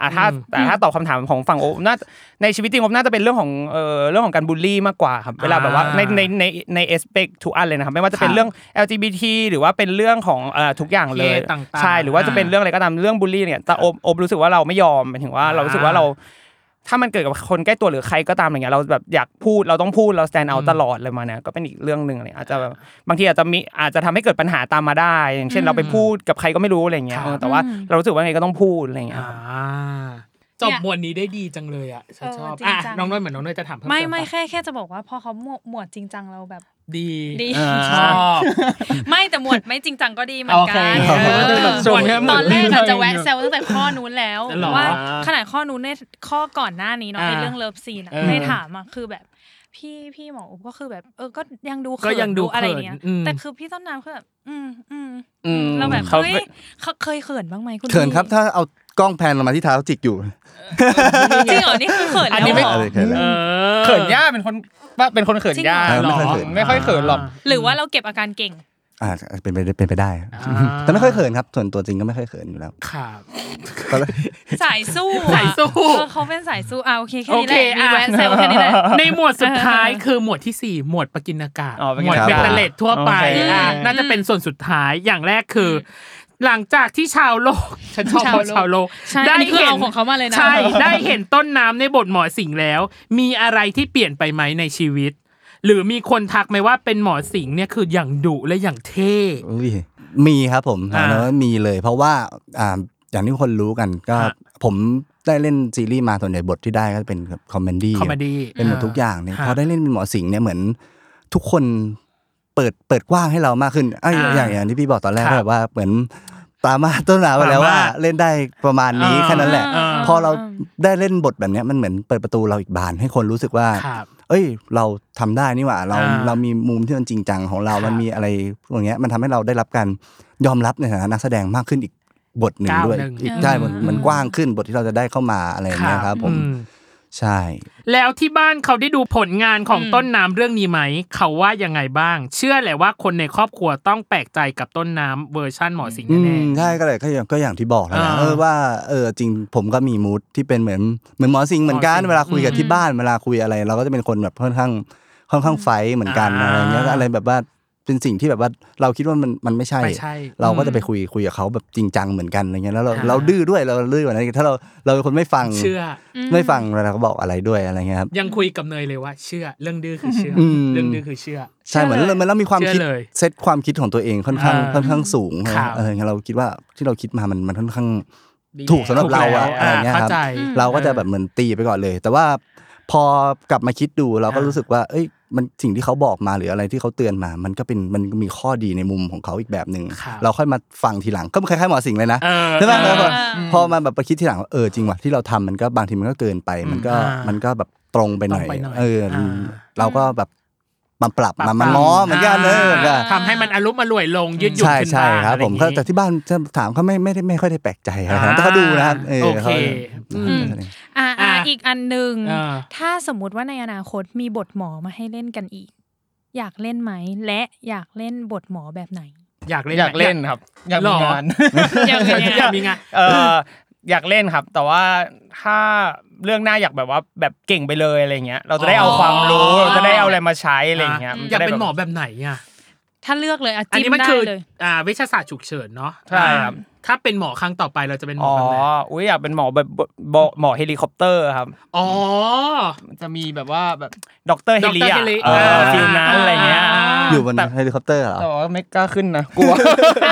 Speaker 6: อ่ะถ้าแต่ถ้าตอบคำถามของฝั่งโอมน่าในชีวิตจริงโอมน่าจะเป็นเรื่องของเอ่อเรื่องของการบูลลี่มากกว่าครับเวลาแบบว่าในในในในเอสเปกทุกอันเลยนะครับไม่ว่าจะเป็นเรื่อง LGBT หรือว่าเป็นเรื่องของเอ่อทุกอย่างเลย
Speaker 3: เคต่างๆ
Speaker 6: ใช่หรือว่าจะเป็นเรื่องอะไรก็ตามเรื่องบูลลี่เนี่ยแต่โอมโอมรู้สึกว่าเราไม่ยอมหมายถึงว่าเรารู้สึกว่าเรา ถ้ามันเกิดกับคนใกล้ตัวหรือใครก็ตามอย่างเงี้ยเราแบบอยากพูดเราต้องพูดเรา stand out ตลอดเลยมาเนี่ยก็เป็นอีกเรื่องหนึ่งเลยอาจจะแบบบางทีอาจจะมีอาจจะทำให้เกิดปัญหาตามมาได้ อย่างเช่นเราไปพูดกับใครก็ไม่รู้อะไรอย่างเงี้ย
Speaker 3: ครับ
Speaker 6: เออแต่ว่าเรารู้สึกว่าไงก็ต้องพูดอะไรอย่างเงี้ยค
Speaker 3: อ่า
Speaker 6: รับ
Speaker 3: จบหมวดนี้ได้ดีจังเลยอ่ะฉันชอบ
Speaker 5: เออจริง
Speaker 3: อ่ะ
Speaker 5: จัง
Speaker 3: น้องน้อยเหมือนน้องน้อยจะถามเพิ่ม
Speaker 5: ไม่
Speaker 3: เติปะ
Speaker 5: ไม่แค่แค่จะบอกว่าพอเขาหมวดหมวดจริงจังเราแบบ
Speaker 3: ดี
Speaker 5: ดี
Speaker 3: อ่าชอบ
Speaker 5: ไม่แต่หมวดไม่จริงจังก็ดีเหมือนกัน
Speaker 3: โอเค
Speaker 5: เออ
Speaker 3: แบบส่งให้หม
Speaker 5: ต
Speaker 3: ว
Speaker 5: อ
Speaker 3: ด
Speaker 5: นแรก
Speaker 3: เรื่
Speaker 5: อะ
Speaker 3: อง
Speaker 5: จะแวะแซวตั้งแต่ข้อนู้นแล้ว
Speaker 3: เหรอ
Speaker 5: ว่าขนาดข้อนู้นในข้อก่อนหน้านี้เนาะ
Speaker 3: อ่า
Speaker 5: ในเรื่องเลิฟซีนอะ
Speaker 3: เออ
Speaker 5: ในถามอะคือแบบ พี่พี่หมออุ๊บก็คือแบบ เออก็ยังดูเขิ
Speaker 3: ก็
Speaker 5: น
Speaker 3: ยังดู
Speaker 5: อะไรเนี้ย
Speaker 3: เขินอืม
Speaker 5: แต่คือพี่ต้นน้ำคือแบบอืมอืม
Speaker 6: อืม
Speaker 5: เราแบบ
Speaker 6: เขา
Speaker 5: เฮ้ยเขาเคยเขินบ้างไหมคุณ
Speaker 4: เขินครับ
Speaker 5: พี่
Speaker 4: ถ้าเอากล้องแพนลงมาที่เท้าจิกอยู่
Speaker 5: จริงเหรอนี่คือเขิน
Speaker 3: อัน
Speaker 5: แล้ว
Speaker 3: นี้ไม่
Speaker 5: เหรอ
Speaker 4: เขินแล้ว
Speaker 3: ออ
Speaker 6: เขินย่าเป็นคนว่าเป็นคนเขินย่า
Speaker 4: จริงเหรอ
Speaker 6: หรอไม่ค่อยเขินหรอก
Speaker 5: หรือว่าเราเก็บอาการเก่ง
Speaker 4: อ่าเป็นไปได้เป็นไปได้ครับ
Speaker 3: อ่า
Speaker 4: แต่ไม่ค่อยเขินครับส่วนตัวจริงก็ไม่ค่อยเขินอยู่แล้ว
Speaker 3: ครับ
Speaker 4: ต อนแรก
Speaker 5: สายสู้อะ
Speaker 3: สายสู้
Speaker 5: เออเขาเป็นสายสู้อ่ะโอเคแค่
Speaker 3: โอ
Speaker 5: นี้
Speaker 3: เค
Speaker 5: แหละมี
Speaker 3: อ่ะ
Speaker 5: แวะแซวแค่นี้แหละ
Speaker 3: ในหมวดสุดท้ายคือหมวดที่สี่หมวดปกินากาศ
Speaker 6: อ๋อป
Speaker 3: ห
Speaker 6: กิ
Speaker 3: มวด
Speaker 6: ณากา
Speaker 3: เบต
Speaker 6: ศ
Speaker 3: เตอร์เลตทั่วไป
Speaker 6: โอเค
Speaker 3: อ่ะ
Speaker 5: อืม
Speaker 3: น่าจะเป็นส่วนสุดท้ายอย่างแรกคือ หลังจากที่ชาวโลก ฉันชอบ
Speaker 5: ชาวโลก
Speaker 3: ชาวโลก
Speaker 5: ใช่อันนี้คือเอาของเขามาเลยนะ
Speaker 3: ใช่ ได้เห็นต้นน้ำในบทหมอสิงห์แล้ว มีอะไรที่เปลี่ยนไปไหมในชีวิต หรือมีคนทักไหมว่าเป็นหมอสิงห์เนี่ยคืออย่างดุและอย่างเท่
Speaker 4: อุ๊ยมีครับผม
Speaker 3: อ่า
Speaker 4: แล้วามีเลย เพราะว่าอ่าอย่างที่คนรู้กันก็
Speaker 3: ฮะ
Speaker 4: ผมได้เล่นซีรีส์มาส่วนใหญ่บทที่ได้ก็เป็นแบบคอมเมดี้
Speaker 3: คอมเมดี้
Speaker 4: เป็นหมดทุกอย่างเนี่ย
Speaker 3: ฮะ
Speaker 4: พอได้เล่นเป็นหมอสิงห์เนี่ยเหมือนทุกคนเปิดเปิดกว้างให้เรามากขึ้นไอ้ย
Speaker 3: อ่า
Speaker 4: อย่างอย่างที่พี่บอกตอนแรก
Speaker 3: ครับ
Speaker 4: ก็แบบว่าเหมือนตามมาต้นหนาไปแล้วว่า
Speaker 3: ตามมา
Speaker 4: เล่นได้ประมาณนี้
Speaker 3: อ่า
Speaker 4: แค่นั้นแหละ
Speaker 5: อ่า
Speaker 4: พอเราได้เล่นบทแบบเนี้ยมันเหมือนเปิดประตูเราอีกบานให้คนรู้สึกว่า
Speaker 3: ครับ
Speaker 4: เอ้ยเราทำได้นี่หว่าเรา
Speaker 3: อ่า
Speaker 4: เรามีมุมที่มันจริงจังของเรา
Speaker 3: ครับ
Speaker 4: มันมีอะไรตรงเนี้ยมันทำให้เราได้รับการยอมรับในฐานะนักแสดงมากขึ้นอีกบทหนึ่ง
Speaker 3: ก้าว
Speaker 4: ด้วย
Speaker 3: หนึ่ง
Speaker 4: อีกใช่มัน
Speaker 3: อืม
Speaker 4: มันกว้างขึ้นบทที่เราจะได้เข้ามาอะไรอย่างเงี้ยครับ ผม
Speaker 3: อืม
Speaker 4: ใช่
Speaker 3: แล้วที่บ้านเขาได้ดูผลงานของ
Speaker 5: อืม
Speaker 3: ต้นน้ำเรื่องนี้ไหม เขาว่ายังไงบ้าง เชื่อแหละว่าคนในครอบครัวต้องแปลกใจกับต้นน้ำเวอร์ชั่นหมอสิงห์
Speaker 4: อื
Speaker 3: แน่
Speaker 4: มใช่ก็เลยก็อย่างก็อย่างที่บอกแล้วนะ
Speaker 3: อ่า
Speaker 4: เออว่าเออจริงผมก็มีมูดที่เป็นเหมือนเหมือนหมอสิงห์เหมือนกัน
Speaker 3: หมอสิงห์
Speaker 4: เวลาคุยกับ
Speaker 3: อืม
Speaker 4: ที่บ้านเวลาคุยอะไร เราก็จะเป็นคนแบบค่อนข้างค่อนข้างไฟท์เหมือนกัน
Speaker 3: อ่า
Speaker 4: อะไรเงี้ยอะไรแบบว่าเป็นสิ่งที่แบบว่าเราคิดว่ามันมันไม่ใช่
Speaker 3: ไม่ใช่
Speaker 4: เราก็จะไปคุยคุยกับเขาแบบจริงจังเหมือนกันอะไรเงี้ยแล้วเรา
Speaker 3: อ่า
Speaker 4: เราดื้อด้วยเราดื้อกว่านั้นอีกถ้าเราเราเป็นคนไม่ฟัง
Speaker 3: เชื่อ
Speaker 4: ไม่ฟังแล้วเราก็บอกอะไรด้วยอะไรเงี้ยครับ
Speaker 3: ยังคุยกับเนยเลยว่า เชื่อ เรื่องดื้อคือเชื่ออ
Speaker 4: ม
Speaker 3: เรื่องดื้อคือเชื่อ
Speaker 4: ใช่เหมือนเราเหมือนเรามีความ
Speaker 3: เชื่อ
Speaker 4: คิด
Speaker 3: เลย
Speaker 4: เซตความคิดของตัวเองค่อนข้าง
Speaker 3: อ่า
Speaker 4: ค่อนข้างสูง
Speaker 3: ครับ
Speaker 4: เออเงี้ยเราคิดว่าที่เราคิดมามันมันค่อนข้าง
Speaker 3: ดี
Speaker 4: ถูกสำหรับเราอะ
Speaker 3: ถูกแล้ว
Speaker 4: อะไรเงี้ย
Speaker 3: เข้า
Speaker 4: ครับ
Speaker 3: ใจ
Speaker 4: เราก็จะแบบเหมือนตีไปก่อนเลย แต่ว่าพอกลับมาคิดดูเราก็
Speaker 3: อ่ารู้
Speaker 4: รู้สึกว่า เอ้ยมันสิ่งที่เขาบอกมาหรืออะไรที่เขาเตือนมา มันก็เป็นมันมีข้อดีในมุมของเขาอีกแบบหนึ่ง
Speaker 3: ครับ
Speaker 4: เราค่อยมาฟังทีหลังก็คล้ายๆหมอสิงห์เลยนะ
Speaker 3: เออ
Speaker 4: ใช่ไหม
Speaker 5: เออ
Speaker 4: พอ
Speaker 5: อืม
Speaker 4: พอมาแบบไปคิดทีหลังว่าเออจริงว่ะที่เราทำมันก็บางทีมันก็เกินไป มันก็
Speaker 3: อืมอ่ามั
Speaker 4: มันก็แบบตรงไปหน่อ
Speaker 3: ตร
Speaker 4: ย
Speaker 3: งไปหน่อย
Speaker 4: เอออา เราก็แบบ มาปรับ
Speaker 3: ปรับ
Speaker 4: มามาง้อเหมือนกันเนอะ
Speaker 3: า
Speaker 4: ก็
Speaker 3: ทำให้มันอารมณ์อร่วยลงยืดหยุ่น
Speaker 4: ใช่
Speaker 3: ขึ้น
Speaker 4: ใช่
Speaker 3: บ้าง
Speaker 4: ครับ
Speaker 3: อะไอ
Speaker 4: ผ
Speaker 3: ย่าม งงี้
Speaker 4: ก็แต่ที่บ้านถ้าถามเขาไม่ไม่ได้ไม่ค่อยได้แปลกใจครับ
Speaker 3: อ่า
Speaker 4: แต่เขาดูนะครับ
Speaker 3: โอเค
Speaker 4: ขา
Speaker 3: อืม
Speaker 2: อ่า
Speaker 3: อ่ะ
Speaker 2: อีกอันหนึ่ง
Speaker 3: อ่า
Speaker 2: ถ้าสมมติว่าในอนาคตมีบทหมอมาให้เล่นกันอีก อยากเล่นไหมและอยากเล่นบทหมอแบบไหน
Speaker 3: อยากเล่น
Speaker 6: อยากเล่น
Speaker 3: ไหม
Speaker 6: ครับ อยาก
Speaker 3: หร
Speaker 6: มี
Speaker 3: อ
Speaker 6: งาน
Speaker 3: อยากอยากมีงาน
Speaker 6: เอ่ออยากเล่นครับ แต่ว่าถ้าเรื่องหน้าอยากแบบว่าแบบเก่งไปเลยอะไรเงี้ย เราจะได้เอาความรู้
Speaker 3: อ๋อ
Speaker 6: เราจะได้เอาอะไรมาใช้อะไรเงี้ย
Speaker 3: อยากเป็นหมอ
Speaker 6: จะได้แบบ
Speaker 3: แบบไหนอ่ะ
Speaker 5: ถ้าเลือกเลยอะ
Speaker 3: อั
Speaker 5: จิ้
Speaker 3: นนี้
Speaker 5: ม
Speaker 3: มัน
Speaker 5: ได้
Speaker 3: คือ
Speaker 5: เลย
Speaker 3: อ่าเวิชาศาสตร์ฉุกเฉินเนาะ
Speaker 6: ใช่ครับ
Speaker 3: ถ้าเป็นหมอครั้งต่อไปเราจะเป็นหม
Speaker 6: อ๋
Speaker 3: อ
Speaker 6: อ
Speaker 3: แบบไหน
Speaker 6: อุ้ยอยากเป็นหมอแบบบหมอเฮลิคอปเตอร์ครับ
Speaker 3: อ๋อ
Speaker 6: จะมีแบบว่าแบบด็อกเตอร์เฮลิ
Speaker 3: ดร
Speaker 6: อะ
Speaker 3: เฮลิ
Speaker 6: เออ
Speaker 3: อ่า
Speaker 6: ฟิลนั้นอะไรเงี้ย
Speaker 3: อ่า
Speaker 4: อยู่บน
Speaker 6: แต่
Speaker 4: เฮลิคอปเตอร์เหรอ
Speaker 6: แต่ว่าไม่กล้าขึ้นนะกลัว
Speaker 3: แ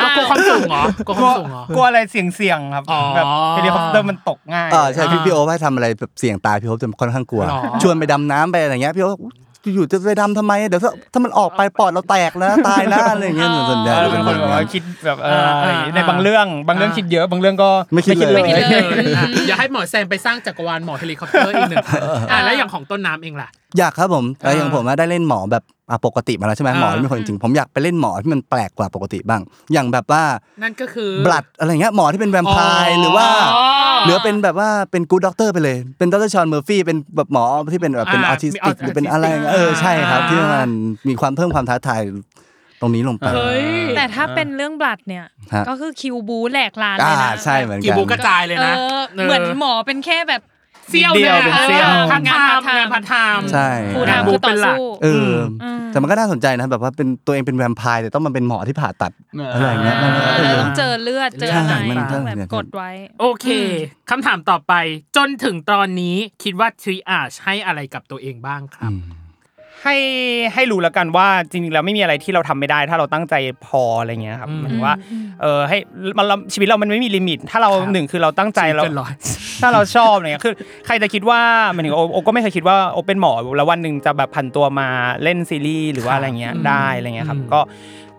Speaker 3: ล้วกลัวความสูงเหรอกลัวความสูงเหรอ
Speaker 6: กลัวอะไรเสี่ยงเสี่ยงๆครับ
Speaker 3: อ๋อ
Speaker 6: แบบเฮลิคอปเตอร์มันตกง่าย
Speaker 4: เออใช่พี่
Speaker 3: อ่า
Speaker 4: พี่โอ๊ตให้ทำอะไรแบบเสี่ยงตายพี่โอ๊ตจะค่อนข้างกลัว
Speaker 3: หรอ
Speaker 4: ชวนไปดำน้ำไปอะไรเงี้ยพี่โอ๊ตอยู่จะไปดำทำไมเดี๋ยวถ้าถ้ามันออกไปปอดเราแตกนะตายนะอะไรเงี้ยส่วนใหญ่
Speaker 6: เออ
Speaker 4: จะ
Speaker 6: เป็นคนแบบว่าคิดแบบเอออะไรอย่างงี้
Speaker 3: อ่า
Speaker 6: ในบางเรื่องบางเรื่อง
Speaker 3: อ่า
Speaker 6: คิดเยอะบางเรื่องก็
Speaker 4: ไม่คิดเลย
Speaker 5: ไม่คิดเลย
Speaker 3: อ่ะอย่าให้หมอแซมไปสร้างจักรวาลหมอเฮลิคอปเตอร์อีกหนึ่งอันอ่ะแล้วอย่างของต้นน้ำเองล่ะ
Speaker 4: อยากครับผมแต่
Speaker 3: อ่า
Speaker 4: อย่างผมอะได้เล่นหมอแบบอ่ะปกติมาแล้วใช่ไหม
Speaker 3: อ่า
Speaker 4: หมอที่เป็นคนจริงผมอยากไปเล่นหมอที่มันแปลกกว่าปกติบ้าง อย่างแบบว่า
Speaker 3: นั่นก็คือบ
Speaker 4: ลัดอะไรเงี้ยหมอที่เป็นแวมไพร์หรือว่า
Speaker 3: อ๋อ
Speaker 4: หรือเป็นแบบว่าเป็นกูด็อกเตอร์ไปเลย เป็นดรชอนเมอร์ฟี่เป็นแบบหมอที่เป็นแบบเป็น
Speaker 3: อ่า
Speaker 4: อาร์ติสติก
Speaker 3: มี autistic
Speaker 4: หรือเป็นอะไรเงี้ยเออใช่ครับ ที่มันมีความเพิ่มความท้าทายตรงนี้ลงไป
Speaker 3: เฮ้ย
Speaker 5: แต่ถ้าเป็นเรื่องบลัดเนี่ย
Speaker 4: ฮะ
Speaker 5: ก็คือคิวบูแหลกลานเล
Speaker 4: อ่าย
Speaker 5: นะ
Speaker 4: ใช่เหมือน
Speaker 3: กี่
Speaker 4: กัน
Speaker 3: บุกกระจายเลย
Speaker 5: เอ
Speaker 3: นะ
Speaker 5: อเหมือนหมอเป็นแค่แบบ
Speaker 3: เซี่ยว
Speaker 6: เดียวเป็นเซี่ยว
Speaker 3: ออพันธามงานพันธาม
Speaker 4: ใช่
Speaker 5: ฟู
Speaker 3: ง
Speaker 5: ดาน ม
Speaker 3: บู
Speaker 5: คือ
Speaker 3: เป็
Speaker 5: ต่อน
Speaker 3: หลัก
Speaker 5: สู้
Speaker 4: เอออแต่มันก็น่าสนใจนะแบบว่าเป็นตัวเองเป็นแวมไพร์แต่ต้องมาเป็นหมอที่ผ่าตัดอะไรอย่างเงี้ยมันก็เอ
Speaker 5: เรา
Speaker 4: อ
Speaker 5: ต้องเจอเลือดเจออะไร
Speaker 4: ใช่มัน
Speaker 5: ต้องแบบ
Speaker 4: เนี่ย
Speaker 5: กดไว้
Speaker 3: โอเคคำถามต่อไป จนถึงตอนนี้คิดว่าทริอาชให้อะไรกับตัวเองบ้างครับ
Speaker 6: ให้ให้รู้แล้วกันว่าจริงๆแล้วไม่มีอะไรที่เราทำไม่ได้ ถ้าเราตั้งใจพออะไรเงี้ยครับ
Speaker 3: อืม
Speaker 6: หมายถึงว่าเออให้มันเราชีวิตเรามันไม่มีลิมิต ถ้าเรา
Speaker 3: ครับ
Speaker 6: หนึ่งคือเราตั้งใจเรา
Speaker 3: ชีวิตเกินร้อย
Speaker 6: ถ้าเราชอบอะไรเงี้ยคือใครจะคิดว่าหมันถึงโอโอก็ไม่เคยคิดว่าโอเป็นหมอแล้ววันหนึ่งจะแบบผันตัวมาเล่นซีรีส์หรือว่าอะไรเงี้ยได้อะไรเงี้ยครับก็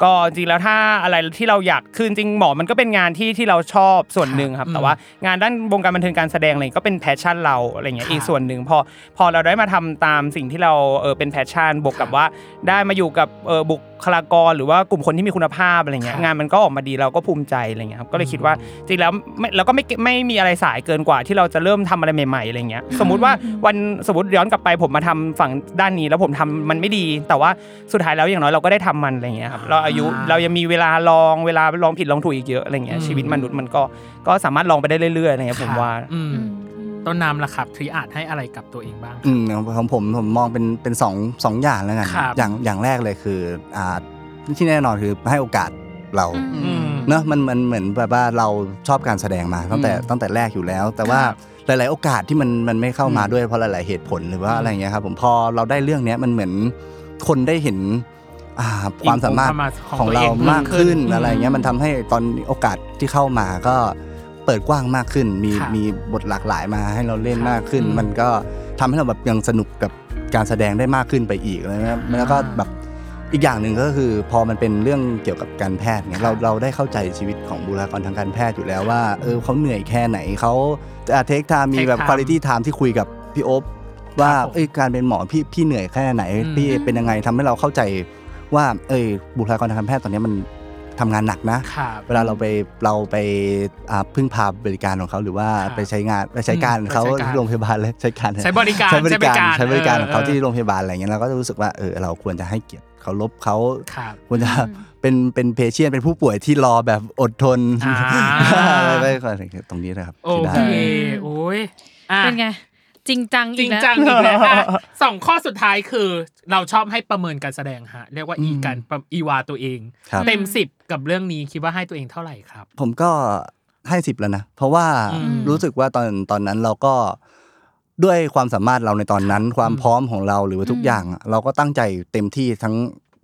Speaker 6: ก็จริงแล้วถ้าอะไรที่เราอยากคือจริงๆหมอมันก็เป็นงานที่ที่เราชอบส่วนหนึ่งครับแต่ว่า งานด้านวงการบันเทิงการแสดงอะไรก็เป็นแพชชั่นเราอะไรเงี้ย
Speaker 3: ค่ะ
Speaker 6: อีกส่วนหนึ่งพอพอเราได้มาทำตามสิ่งที่เราเออเป็นแพชชั่นบวกกับว่า ได้มาอยู่กับเออบุคลากรหรือว่ากลุ่มคนที่มีคุณภาพอะไรเงี้ย
Speaker 3: ค่ะ
Speaker 6: งานมันก็ออกมาดีเราก็ภูมิใจอะไรเงี้ยครับก็เลยคิดว่าจริงแล้วไม่เราก็ไม่ไม่มีอะไรสายเกินกว่าที่เราจะเริ่มทำอะไรใหม่ๆอะไรเงี้ยสมมุติว่าวันสมมติย้อนกลับไปผมมาทำฝั่งด้านนี้แล้วผมทำมันไม่ดี แต่ว่าสุดท้ายแล้วอย่างน้อยเราก็ได้ทำมันอะไรเงี้ยครับเราอายุเรายังมีเวลาลองเวลาลองผิดลองถูกอีกเยอะอะไรเงี้ยชีวิตมนุษย์มันก็ก็สามารถลองไปได้เรื่อยๆอะไรเงี้ยผมว่า
Speaker 3: อืมต้นน้ำล่ะครับทริอาชให้อะไรกับตัวเองบ้าง
Speaker 4: อืมของของผมผมมองเป็นเป็นสองสองอย่างแล้วกัน
Speaker 3: ครับ
Speaker 4: อย่างอย่างแรกเลยคืออ่าที่แน่นอนคือให้โอกาสเรา
Speaker 3: อืม
Speaker 4: เนอะมันมันเหมือนแบบว่าเราชอบการแสดงมาตั้งแต่
Speaker 3: อืม
Speaker 4: ตั้งแต่แรกอยู่แล้ว แต่ว่า
Speaker 3: ครับ
Speaker 4: หลาย ๆ โอกาสที่มันมันไม่เข้ามา
Speaker 3: อืม
Speaker 4: ด้วยเพราะหลาย ๆ เหตุผลหรือว่า
Speaker 3: อืม
Speaker 4: อะไรอย่างเงี้ยครับผมพอเราได้เรื่องเนี้ยมันเหมือนคนได้เห็นอ่าความสามาร
Speaker 3: ค
Speaker 4: ถ
Speaker 3: วามสามารถของ
Speaker 4: ของเรา
Speaker 3: ตัวเอง
Speaker 4: มากขึ้น
Speaker 3: อืม
Speaker 4: อะไรอย่างเงี้ยมันทำให้ตอนโอกาสที่เข้ามาก็เปิดกว้างมากขึ้น มี
Speaker 3: ครับ
Speaker 4: มีบทหลากหลายมาให้เราเล่น
Speaker 3: ครับ
Speaker 4: มากขึ้น
Speaker 3: อืม
Speaker 4: มัน ก็ทำให้เราแบบยังสนุกกับการแสดงได้มากขึ้นไปอีกอะไรนะครับแล้วก็แบบอีกอย่างหนึ่งก็คือพอมันเป็นเรื่องเกี่ยวกับการแพทย์เนี่ยเราเราได้เข้าใจชีวิตของบุคลากรทางการแพทย์อยู่แล้วว่าเออเขาเหนื่อยแค่ไหนเขาเทคไทม์มี
Speaker 3: Take
Speaker 4: แบบ
Speaker 3: time
Speaker 4: คุณ i t y time ที่คุยกับพี่โอ๊บว่าเอ้ยการเป็นหมอพี่พี่เหนื่อยแค่ไหน
Speaker 3: อืม
Speaker 4: พี่เป็นยังไงทำให้เราเข้าใจว่าเอ้ยบุคลากรทางการแพทย์ตอนเนี้ยมันทำงานหนักนะ
Speaker 3: ครับ
Speaker 4: เวลาเราไปเราไปอ่าพึ่งพาบริการของเขาหรือว่า
Speaker 3: ครับ
Speaker 4: ไปใช้งานไปใช้การ
Speaker 3: อืม
Speaker 4: เขา
Speaker 3: ไปใช้การ
Speaker 4: ที่โรงพยาบาลเลยใช้การ
Speaker 3: ใช้บริการ
Speaker 4: ใช้บริการ
Speaker 3: ใช้
Speaker 4: ใช้
Speaker 3: บบ ริ
Speaker 4: ริ
Speaker 3: กา
Speaker 4: การ รของ
Speaker 3: เอ
Speaker 4: เขา
Speaker 3: อ
Speaker 4: ที่โรงพยาบาลอะไรเงี้ยเราก็จะรู้สึกว่าเออเราควรจะให้เกียรติเขารบเขา
Speaker 3: ครับ
Speaker 4: ควรจะเป็นเป็นเพเชียนเป็นผู้ป่วยที่รอแบบอดทน
Speaker 3: อ่า
Speaker 4: อะไรไปก่อนตรงนี้นะครับ
Speaker 3: โอ
Speaker 4: ที่ได้
Speaker 3: เคโอ้ยอ่ะ
Speaker 5: เป็นไง จริงจัง
Speaker 3: จ
Speaker 5: อี
Speaker 3: ริ
Speaker 5: ก
Speaker 3: ง
Speaker 5: แล้ว
Speaker 3: จังอีก แล้วอ่ะสองข้อสุดท้ายคือเราชอบให้ประเมินการแสดงฮะ เรียกว่าอีการประอีวาตัวเอง
Speaker 4: ครับ
Speaker 3: เต็มสิบกับเรื่องนี้คิดว่าให้ตัวเองเท่าไหร่ครับ
Speaker 4: ผมก็ให้สิบแล้วนะ เพราะว่า
Speaker 3: อืม
Speaker 4: รู้สึกว่าตอนตอนนั้นเราก็ด้วยความสามารถเราในตอนนั้น ความพร้อมของเราหรือว่าทุกอย่างอะเราก็ตั้งใจเต็มที่ทั้ง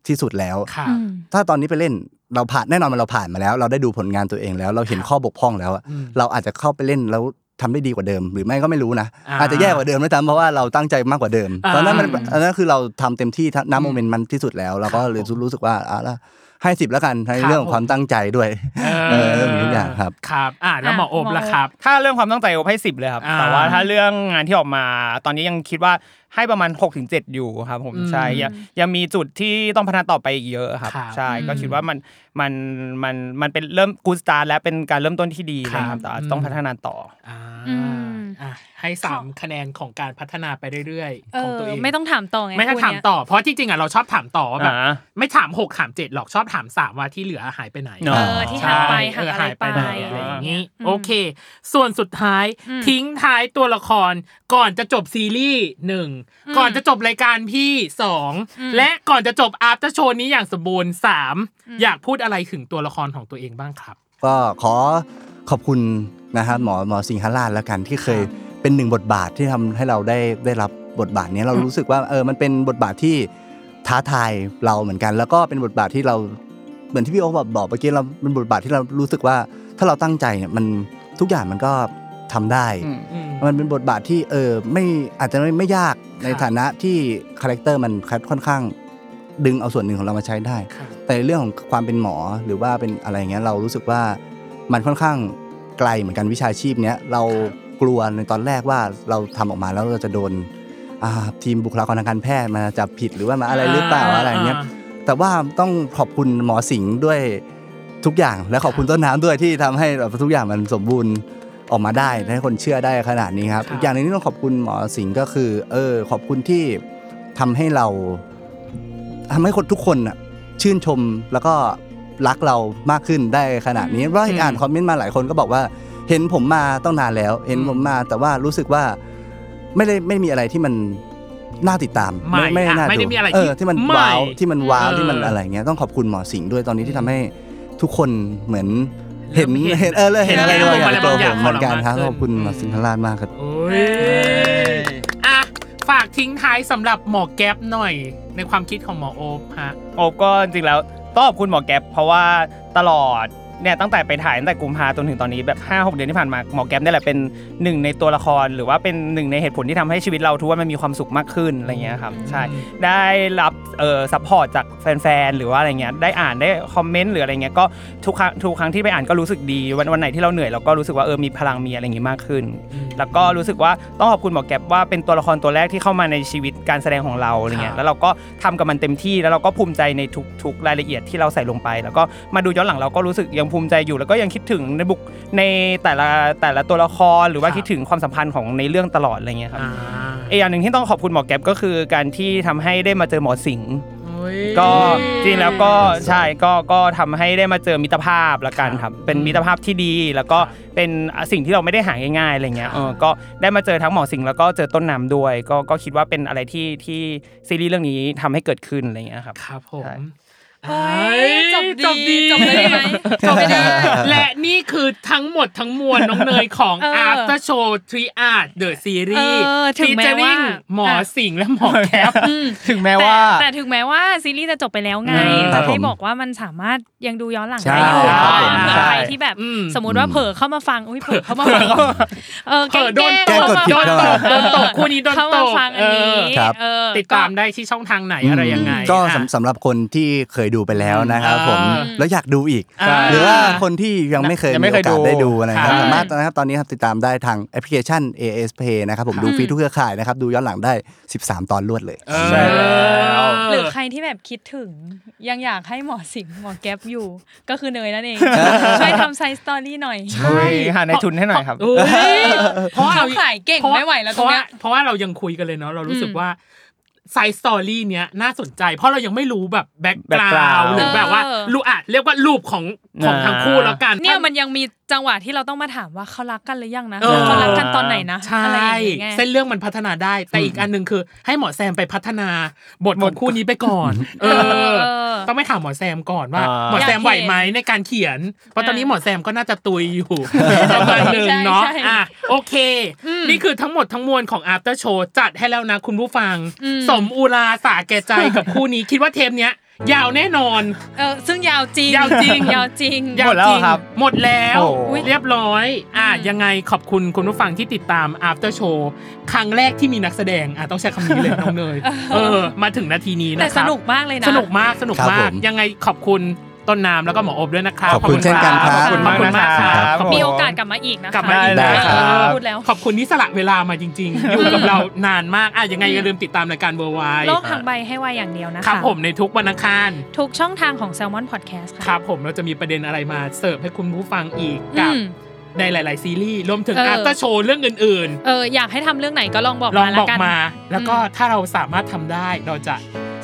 Speaker 4: ที่สุดแล้ว
Speaker 3: ค่ะ
Speaker 4: ถ้าตอนนี้ไปเล่นเราผ่านแน่นอนมันเราผ่านมาแล้ว เราได้ดูผลงานตัวเองแล้ว เราเห็นข้อบกพร่องแล้วอะ
Speaker 3: อืม
Speaker 4: เราอาจจะเข้าไปเล่นแล้วทำได้ดีกว่าเดิม หรือไม่ก็ไม่รู้นะ
Speaker 3: อ่า
Speaker 4: อาจจะแย่กว่าเดิมด้วยซ้ำเพราะว่าเราตั้งใจมากกว่าเดิม
Speaker 3: อ่า
Speaker 4: ตอนนั้นมันอันนั้นคือเราทำเต็มที่ทั้งน้ำโมเมนต์มันที่สุดแล้วเราก็
Speaker 3: ครับ
Speaker 4: เลย
Speaker 3: ผม
Speaker 4: รู้สึกว่าอ่ะแล้วให้สิบแล้วกันใน
Speaker 3: ครับ
Speaker 4: เรื่องของความ
Speaker 3: ผม
Speaker 4: ตั้งใจด้วย เออเรื่องทุกอย่างครับ
Speaker 3: ครับ อ่ะแล้วหมอโอบล่ะครับ
Speaker 6: ถ้าเรื่องความตั้งใจโอบให้สิบเลยครับ
Speaker 3: อ่า
Speaker 6: แต่ว่าถ้าเรื่องงานที่ออกมาตอนนี้ยังคิดว่า ให้ประมาณ6กถึงเอยู่ครับผม
Speaker 3: อืม
Speaker 6: ใช่ยังยังมีจุดที่ต้องพัฒนาต่อไปอีกเยอะครับ
Speaker 3: ครับ
Speaker 6: ใช่
Speaker 5: อืม
Speaker 6: ก็คิดว่ามันมันมันมันเป็นเริ่มกูสตาร์แล้วเป็นการเริ่มต้นที่ดี
Speaker 3: ครับ
Speaker 6: นะครับแต่อาจจะต้อง
Speaker 3: อืม
Speaker 6: พัฒนาต่อ
Speaker 3: อ่า
Speaker 5: อืม
Speaker 3: อ่ะให้สามคะแนนของการพัฒนาไปเรื่อย
Speaker 5: เอ
Speaker 3: ๆ ของ
Speaker 5: อ
Speaker 3: ตัวเอง
Speaker 5: ไม่ต้องถามต่อไง
Speaker 3: ไม่ต้อง
Speaker 5: คู่
Speaker 3: ถาม
Speaker 5: เนี้ย
Speaker 3: ต่อ เพราะที่จริงอ่ะเราชอบถามต่อว่าแบบ
Speaker 6: อ่า
Speaker 3: ไม่ถามหกถามเจ็ดหรอกชอบถามสามว่าที่เหลือหายไปไหน
Speaker 6: เนอะ
Speaker 5: เออที่หายไป
Speaker 3: ใช่
Speaker 5: หายอะไรไป
Speaker 3: เออหายอะไรอย่างนี้
Speaker 5: อืม
Speaker 3: โอเค ส่วนสุดท้าย
Speaker 5: อืม
Speaker 3: ทิ้งท้ายตัวละคร ก่อนจะจบซีรีส์หนึ่ง
Speaker 5: อืม
Speaker 3: ก่อนจะจบรายการพี่สอง
Speaker 5: อืม
Speaker 3: และก่อนจะจบอาร์ตโชว์นี้อย่างสมบูรณ์สามอยากพูดอะไรถึงตัวละครของตัวเองบ้างครับ
Speaker 4: ก็ขอขอบคุณนะครับหมอหมอสิงหราชแล้วกันที่เคยเป็นหนึ่งบทบาทที่ทำให้เราได้ได้รับบทบาทเนี้ยเรารู้สึกว่าเออมันเป็นบทบาทที่ท้าทายเราเหมือนกัน แล้วก็เป็นบทบาทที่เราเหมือนที่พี่โอ๊คบอกบอกเมื่อกี้เราเป็นบทบาทที่เรารู้สึกว่าถ้าเราตั้งใจเนี่ยมันทุกอย่างมันก็ทำได้
Speaker 6: อืม
Speaker 4: มันเป็นบทบาทที่เออไม่อาจจะไม่ไม่ยาก
Speaker 3: ค
Speaker 4: ใน
Speaker 3: รับ
Speaker 4: ฐานะที่คาแรคเตอร์มันค่อนข้างดึงเอาส่วนหนึ่งของเรามาใช้ได้
Speaker 3: ครับ
Speaker 4: แต่เรื่องของความเป็นหมอหรือว่าเป็นอะไรอย่างเงี้ยเรารู้สึกว่ามันค่อนข้างไกลเหมือนกันวิชาชีพเนี้ยเรากลัวในตอนแรกว่าเราทำออกมาแล้วเราจะโดนอ่าทีมบุคลากรทางการแพทย์มาจับผิดหรือว่ามาอะไรหรือเปล่าอะไรอย่างเงี้ย แต่ว่าต้องขอบคุณหมอสิงห์ด้วยทุกอย่างและขอบคุณต้นน้ำด้วยที่ทำให้แบบทุกอย่างมันสมบูรณ์ออกมาได้ให้คนเชื่อได้ขนาดนี้ครับ
Speaker 3: ครับ
Speaker 4: อีกอย่างหนึงที่ต้องขอบคุณหมอสิงห์ก็คือ เออ ขอบคุณที่ทำให้เราทำให้คนทุกคนน่ะชื่นชมแล้วก็รักเรามากขึ้นได้ขนาดนี้ว่าอ่านคอมเมนต์มาหลายคนก็บอกว่า เห็นผมมาต้องนานแล้ว เห็นผมมาแต่ว่ารู้สึกว่าไม่ได้ไม่มีอะไรที่มันน่าติดตาม
Speaker 3: ใหม่อะ
Speaker 4: น่า
Speaker 3: ไม่ได้มีอะไรที่
Speaker 4: เที่มัน
Speaker 3: ใหม่
Speaker 4: ว้าวที่มันว้าว
Speaker 3: เออ
Speaker 4: ที่มันอะไรเงี้ยต้องขอบคุณหมอสิงห์ด้วยตอนนี้ที่ทำให้ทุกคนเหมือนเห็น
Speaker 3: เริ่มเห็
Speaker 4: เห็
Speaker 3: น
Speaker 4: นเออเลยเห็นอะไร
Speaker 3: เห็น
Speaker 4: ด้วย
Speaker 3: อะไร
Speaker 4: ตัว
Speaker 3: บางอ
Speaker 4: ผ
Speaker 3: ย่าง
Speaker 4: มเหมือนกันครับ
Speaker 3: ของเรา
Speaker 4: ขอบคุณ
Speaker 3: มากขึ้น
Speaker 4: หมอสิงห์ทราชมากครับ
Speaker 3: โอ้ยอ่ะฝากทิ้งท้ายสำหรับหมอแก๊ปหน่อย ในความคิดของหมอโอปฮะ
Speaker 6: โอบก็จริงๆแล้วต้องขอบคุณหมอแก๊ปเพราะว่าตลอดเนี่ยตั้งแต่ไปถ่ายตั้งแต่กุมภาจนถึงตอนนี้แบบ5 6เดือนที่ผ่านมาหมอแก๊ปเนี่ยแหละเป็นหนึ่งในตัวละคร หรือว่าเป็นหนึ่งในเหตุผลที่ทำให้ชีวิตเราทุกวันมันมีความสุขมากขึ้นอะไรเงี้ยครับใช่ได้รับเอ่อซัพพอร์ตจากแฟนๆหรือว่าอะไรเงี้ยได้อ่านได้คอมเมนต์หรืออะไรเงี้ยก็ทุกครั้งทุกครั้งที่ไปอ่านก็รู้สึกดีวันวันไหนที่เราเหนื่อยเราก็รู้สึกว่าเออมีพลังมีอะไรอย่างงี้มากขึ้น แล้วก็รู้สึกว่าต้องขอบคุณหมอแก๊ปว่าเป็นตัวละครตัวแรกที่เข้ามาในชีวิตการแสดงของเราอะไร
Speaker 3: ค
Speaker 6: เงี้
Speaker 3: รับ
Speaker 6: ยแล้วเราก็ทำกับมันเต็มที่แล้วเราก็ภูมิใจในทุกๆรายละเอียดที่เราใส่ลงไป แล้วก็มาดูย้อนหลังเราก็รู้สึกยังภูมิใจอยู่ แล้วก็ยังคิดถึงในบุกในแต่ละแต่ละตัวละครหรือว่าคิดถึงความสัมพันธ์ของในเรื่องตลอดอะไรเงี้ยครับ
Speaker 3: อ่า
Speaker 6: อีกอย่างหนึ่งที่ต้องขอบคุณหมอแก๊ปก็คือการที่ทำให้ได้มาเจอหมอสิงห์
Speaker 3: โอ้ย
Speaker 6: ก็จริงแล้วก็ใช่ก็ก็ทำให้ได้มาเจอมิตรภาพละกันครับเป็นมิตรภาพที่ดี แล้วก็เป็นสิ่งที่เราไม่ได้หาง่ายๆอะไรเงี้ยเออก็ได้มาเจอทั้งหมอสิงห์แล้วก็เจอต้นน้ำด้วย ก็ก็คิดว่าเป็นอะไรที่ที่ซีรีส์เรื่องนี้ทำให้เกิดขึ้นอะไรเงี้ยครับ
Speaker 3: ครับผม
Speaker 6: ใช่
Speaker 5: โอ้ยจบดี
Speaker 3: จบดี
Speaker 5: จบได้ไหมจบได้
Speaker 3: และนี่คือทั้งหมดทั้งมวลน้องเนยของ
Speaker 5: เออ
Speaker 3: After Show Triad The Series
Speaker 5: เออถึงแม้ว่า
Speaker 3: featuring หมอสิงห์และหมอแคป
Speaker 6: ถึงแม้
Speaker 5: แต่
Speaker 6: ว่า
Speaker 5: แต่ถึงแม้ว่าซีรีส์จะจบไปแล้วไง
Speaker 6: อืม
Speaker 4: ครั
Speaker 5: แต่
Speaker 4: บผม
Speaker 5: ที่บอกว่ามันสามารถยังดูย้อนหลัง
Speaker 4: ใช่
Speaker 5: ได้อยู่
Speaker 4: ครับผม
Speaker 5: ใค
Speaker 6: ใช่
Speaker 5: รที่แบบ
Speaker 3: อืม
Speaker 5: สมมติว่าเผลอเข้ามาฟังอุ้ยเผลอเข้ามาฟังเออ
Speaker 3: เออโดน
Speaker 5: ล้งๆ
Speaker 3: ตก
Speaker 5: เข้ามา
Speaker 4: แกล้
Speaker 3: โด
Speaker 4: ง
Speaker 3: นตกโดน
Speaker 4: กดผิด
Speaker 3: ตกคู่นี้โดน
Speaker 5: เข้า
Speaker 3: ต
Speaker 5: มาก ฟังอันนี้
Speaker 3: เอ
Speaker 4: ครับ
Speaker 5: เออ
Speaker 3: อติดตามได้ที่ช่องทางไหนอะไรยังไง
Speaker 4: ก็
Speaker 3: อ่ะ
Speaker 4: สำสำหรับคนที่เคยดูไปแล้วนะครับผม
Speaker 3: อ่า
Speaker 4: แล้วอยากดูอีก
Speaker 3: อ่า
Speaker 4: หรือว่าคนที่ยังไม่เคย
Speaker 6: ยังไม่
Speaker 4: มีโอกาส
Speaker 6: เคยดู
Speaker 4: ได้ดูนะครับ
Speaker 6: ใช่
Speaker 4: สามารถนะครับตอนนี้ครับติดตามได้ทางแอปพลิเคชัน AS Play นะครับผมดูฟรีทุกเครือข่ายนะครับดูย้อนหลังได้ 13 ตอนรวดเลย
Speaker 3: เออ
Speaker 6: ใช่แล้ว
Speaker 5: หรือใครที่แบบคิดถึง ยังอยากให้หมอสิงห์หมอแก๊ปอยู่ ก็คือเนยนั่นเองช่วยทำไซส์สตอรี่หน่อย
Speaker 6: ใช่หาในทุนให้หน่อยครับ
Speaker 3: อุ๊ยเพราะ
Speaker 5: เขาขายเก่ง
Speaker 3: พระ
Speaker 5: ไม่ไหวแล้วตรงเนี้ย
Speaker 3: เพราะว่าเรายังคุยกันเลยเนาะเรารู้สึกว่าไซส์สตอรี่เนี้ยน่าสนใจ เพราะเรายังไม่รู้แบบแบ็กกราว
Speaker 6: background
Speaker 3: หรือแบบว่า
Speaker 5: เออ
Speaker 3: รูอ่ะเรียกว่ารูปของของ
Speaker 6: อ่า
Speaker 3: ทั้งคู่แล้วกัน
Speaker 5: เนี่ยมันยังมีจังหวะที่เราต้องมาถามว่าเขารักกันหรือยังนะ
Speaker 3: ออ
Speaker 5: เขารักกันตอนไหนนะ
Speaker 3: ใช่
Speaker 5: อะไรอย่างเงี้ย
Speaker 3: เส้นเรื่องมันพัฒนาได้ แต่อีกอันหนึ่งคือ ให้หมอแซมไปพัฒนาบทของคู่นี้ไปก่อน เออ
Speaker 5: เออ
Speaker 3: ต้องไปถามหมอแซมก่อนว่า
Speaker 6: อ่า
Speaker 3: หมอแซมไหวไหมในการเขียน เพราะตอนนี้หมอแซมก็น่าจะตุยอยู่ ประมาณหนึ่งเนาะ
Speaker 5: ใช่ใช่
Speaker 3: อ่ะ โอเค นี่คือทั้งหมดทั้งมวลของ After Show จัดให้แล้วนะคุณผู้ฟัง สมอุราสาแก่ใจกับคู่นี้ คิดว่าเทปเนี้ย ยาวแน่นอน
Speaker 5: เออซึ่งยาวจริง
Speaker 3: ยาวจริง
Speaker 5: ยาวจริง
Speaker 3: ยา
Speaker 6: หมดแล้ว
Speaker 3: จง
Speaker 6: ครับ
Speaker 3: หมดแล้ว
Speaker 6: โอ้โห
Speaker 3: เรียบร้อย อ่ะยังไงขอบคุณคุณผู้ฟังที่ติดตาม After Show ครั้งแรกที่มีนักแสดงอ่ะต้องใช้คำนี้เลย น้องเนยเออ มาถึงนาทีนี้นะค
Speaker 5: แต่
Speaker 3: รับ
Speaker 5: สนุกมากเลยนะ
Speaker 3: สนุกมากสนุก
Speaker 4: ครับ
Speaker 3: มา
Speaker 4: ผ
Speaker 3: ก
Speaker 4: ม
Speaker 3: ยังไงขอบคุณ ต้นน้ำแล้วก็หมออบด้วยนะครับ
Speaker 4: ขอบคุณเช่นกันครับ
Speaker 3: ขอบคุณมากนะครับ
Speaker 5: มีโอกาสกลับมาอีกนะคะ
Speaker 3: กลับมาอีก
Speaker 4: ได้
Speaker 3: นะครับ
Speaker 5: พูดแล้ว
Speaker 3: ขอบคุณที่สละเวลามาจริง ๆ อยู่กับเรานานมากอ่ะยังไงอย่าลืมติดตามรายการเบอร์ไว
Speaker 2: โลกหักใบให้ไวอย่างเดียวนะคะ
Speaker 3: ครับผมในทุกวันอังคาร
Speaker 2: ทุกช่องทางของ Salmon Podcast
Speaker 3: ค
Speaker 2: ค่ะ
Speaker 3: รับผมเราจะมีประเด็นอะไรมาเสิร์ฟให้คุณผู้ฟังอีกกับ
Speaker 5: อืม
Speaker 3: ในหลาย ๆ ซีรีส์รวมถึง
Speaker 5: เออ
Speaker 3: อาร์ตโชว์เรื่องอื่น
Speaker 5: เอออยากให้ทำเรื่องไหนก็ลองบอก
Speaker 3: ๆ ลอง
Speaker 5: มาละ
Speaker 3: บอก
Speaker 5: กัน
Speaker 3: มา แล้วก็
Speaker 5: อืม
Speaker 3: ถ้าเราสามารถทำได้เราจะ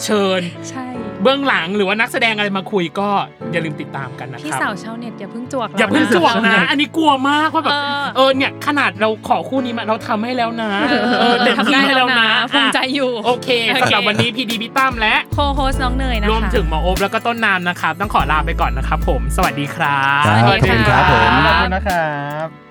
Speaker 3: เชิญ
Speaker 2: ใช่
Speaker 3: เบื้องหลังหรือว่านักแสดงอะไรมาคุยก็อย่าลืมติดตามกันนะ
Speaker 2: พี่
Speaker 3: ครับ
Speaker 2: สาวชาวเน็ตอย่าเพิ่งจวก
Speaker 3: อย่าเพิ่ง
Speaker 2: เรา
Speaker 3: จวก
Speaker 2: น
Speaker 3: นะ อันนี้กลัวมากว่าแบบ
Speaker 5: เออ
Speaker 3: เออเนี่ยขนาดเราขอคู่นี้มาเราทำให้แล้วนะ
Speaker 5: เออ
Speaker 3: เต็ม
Speaker 5: ทำ
Speaker 3: ที่
Speaker 5: ได้
Speaker 3: ให้
Speaker 5: แล้
Speaker 3: แล้ว ว
Speaker 5: นะ
Speaker 3: นะ
Speaker 5: ภูมิใจอยู่
Speaker 3: โอเคสำหรับวันนี้พี่ดีพี่ตั้มและ
Speaker 2: โคโฮสน้องเนยนะคะ
Speaker 3: รวมถึงหมอโอบแล้วก็ต้นน้ำนะครับ ต้องขอลาไปก่อนนะครับผม สวัสดีครับ
Speaker 4: ขอบคุณครับผม
Speaker 6: ขอบคุณนะครับ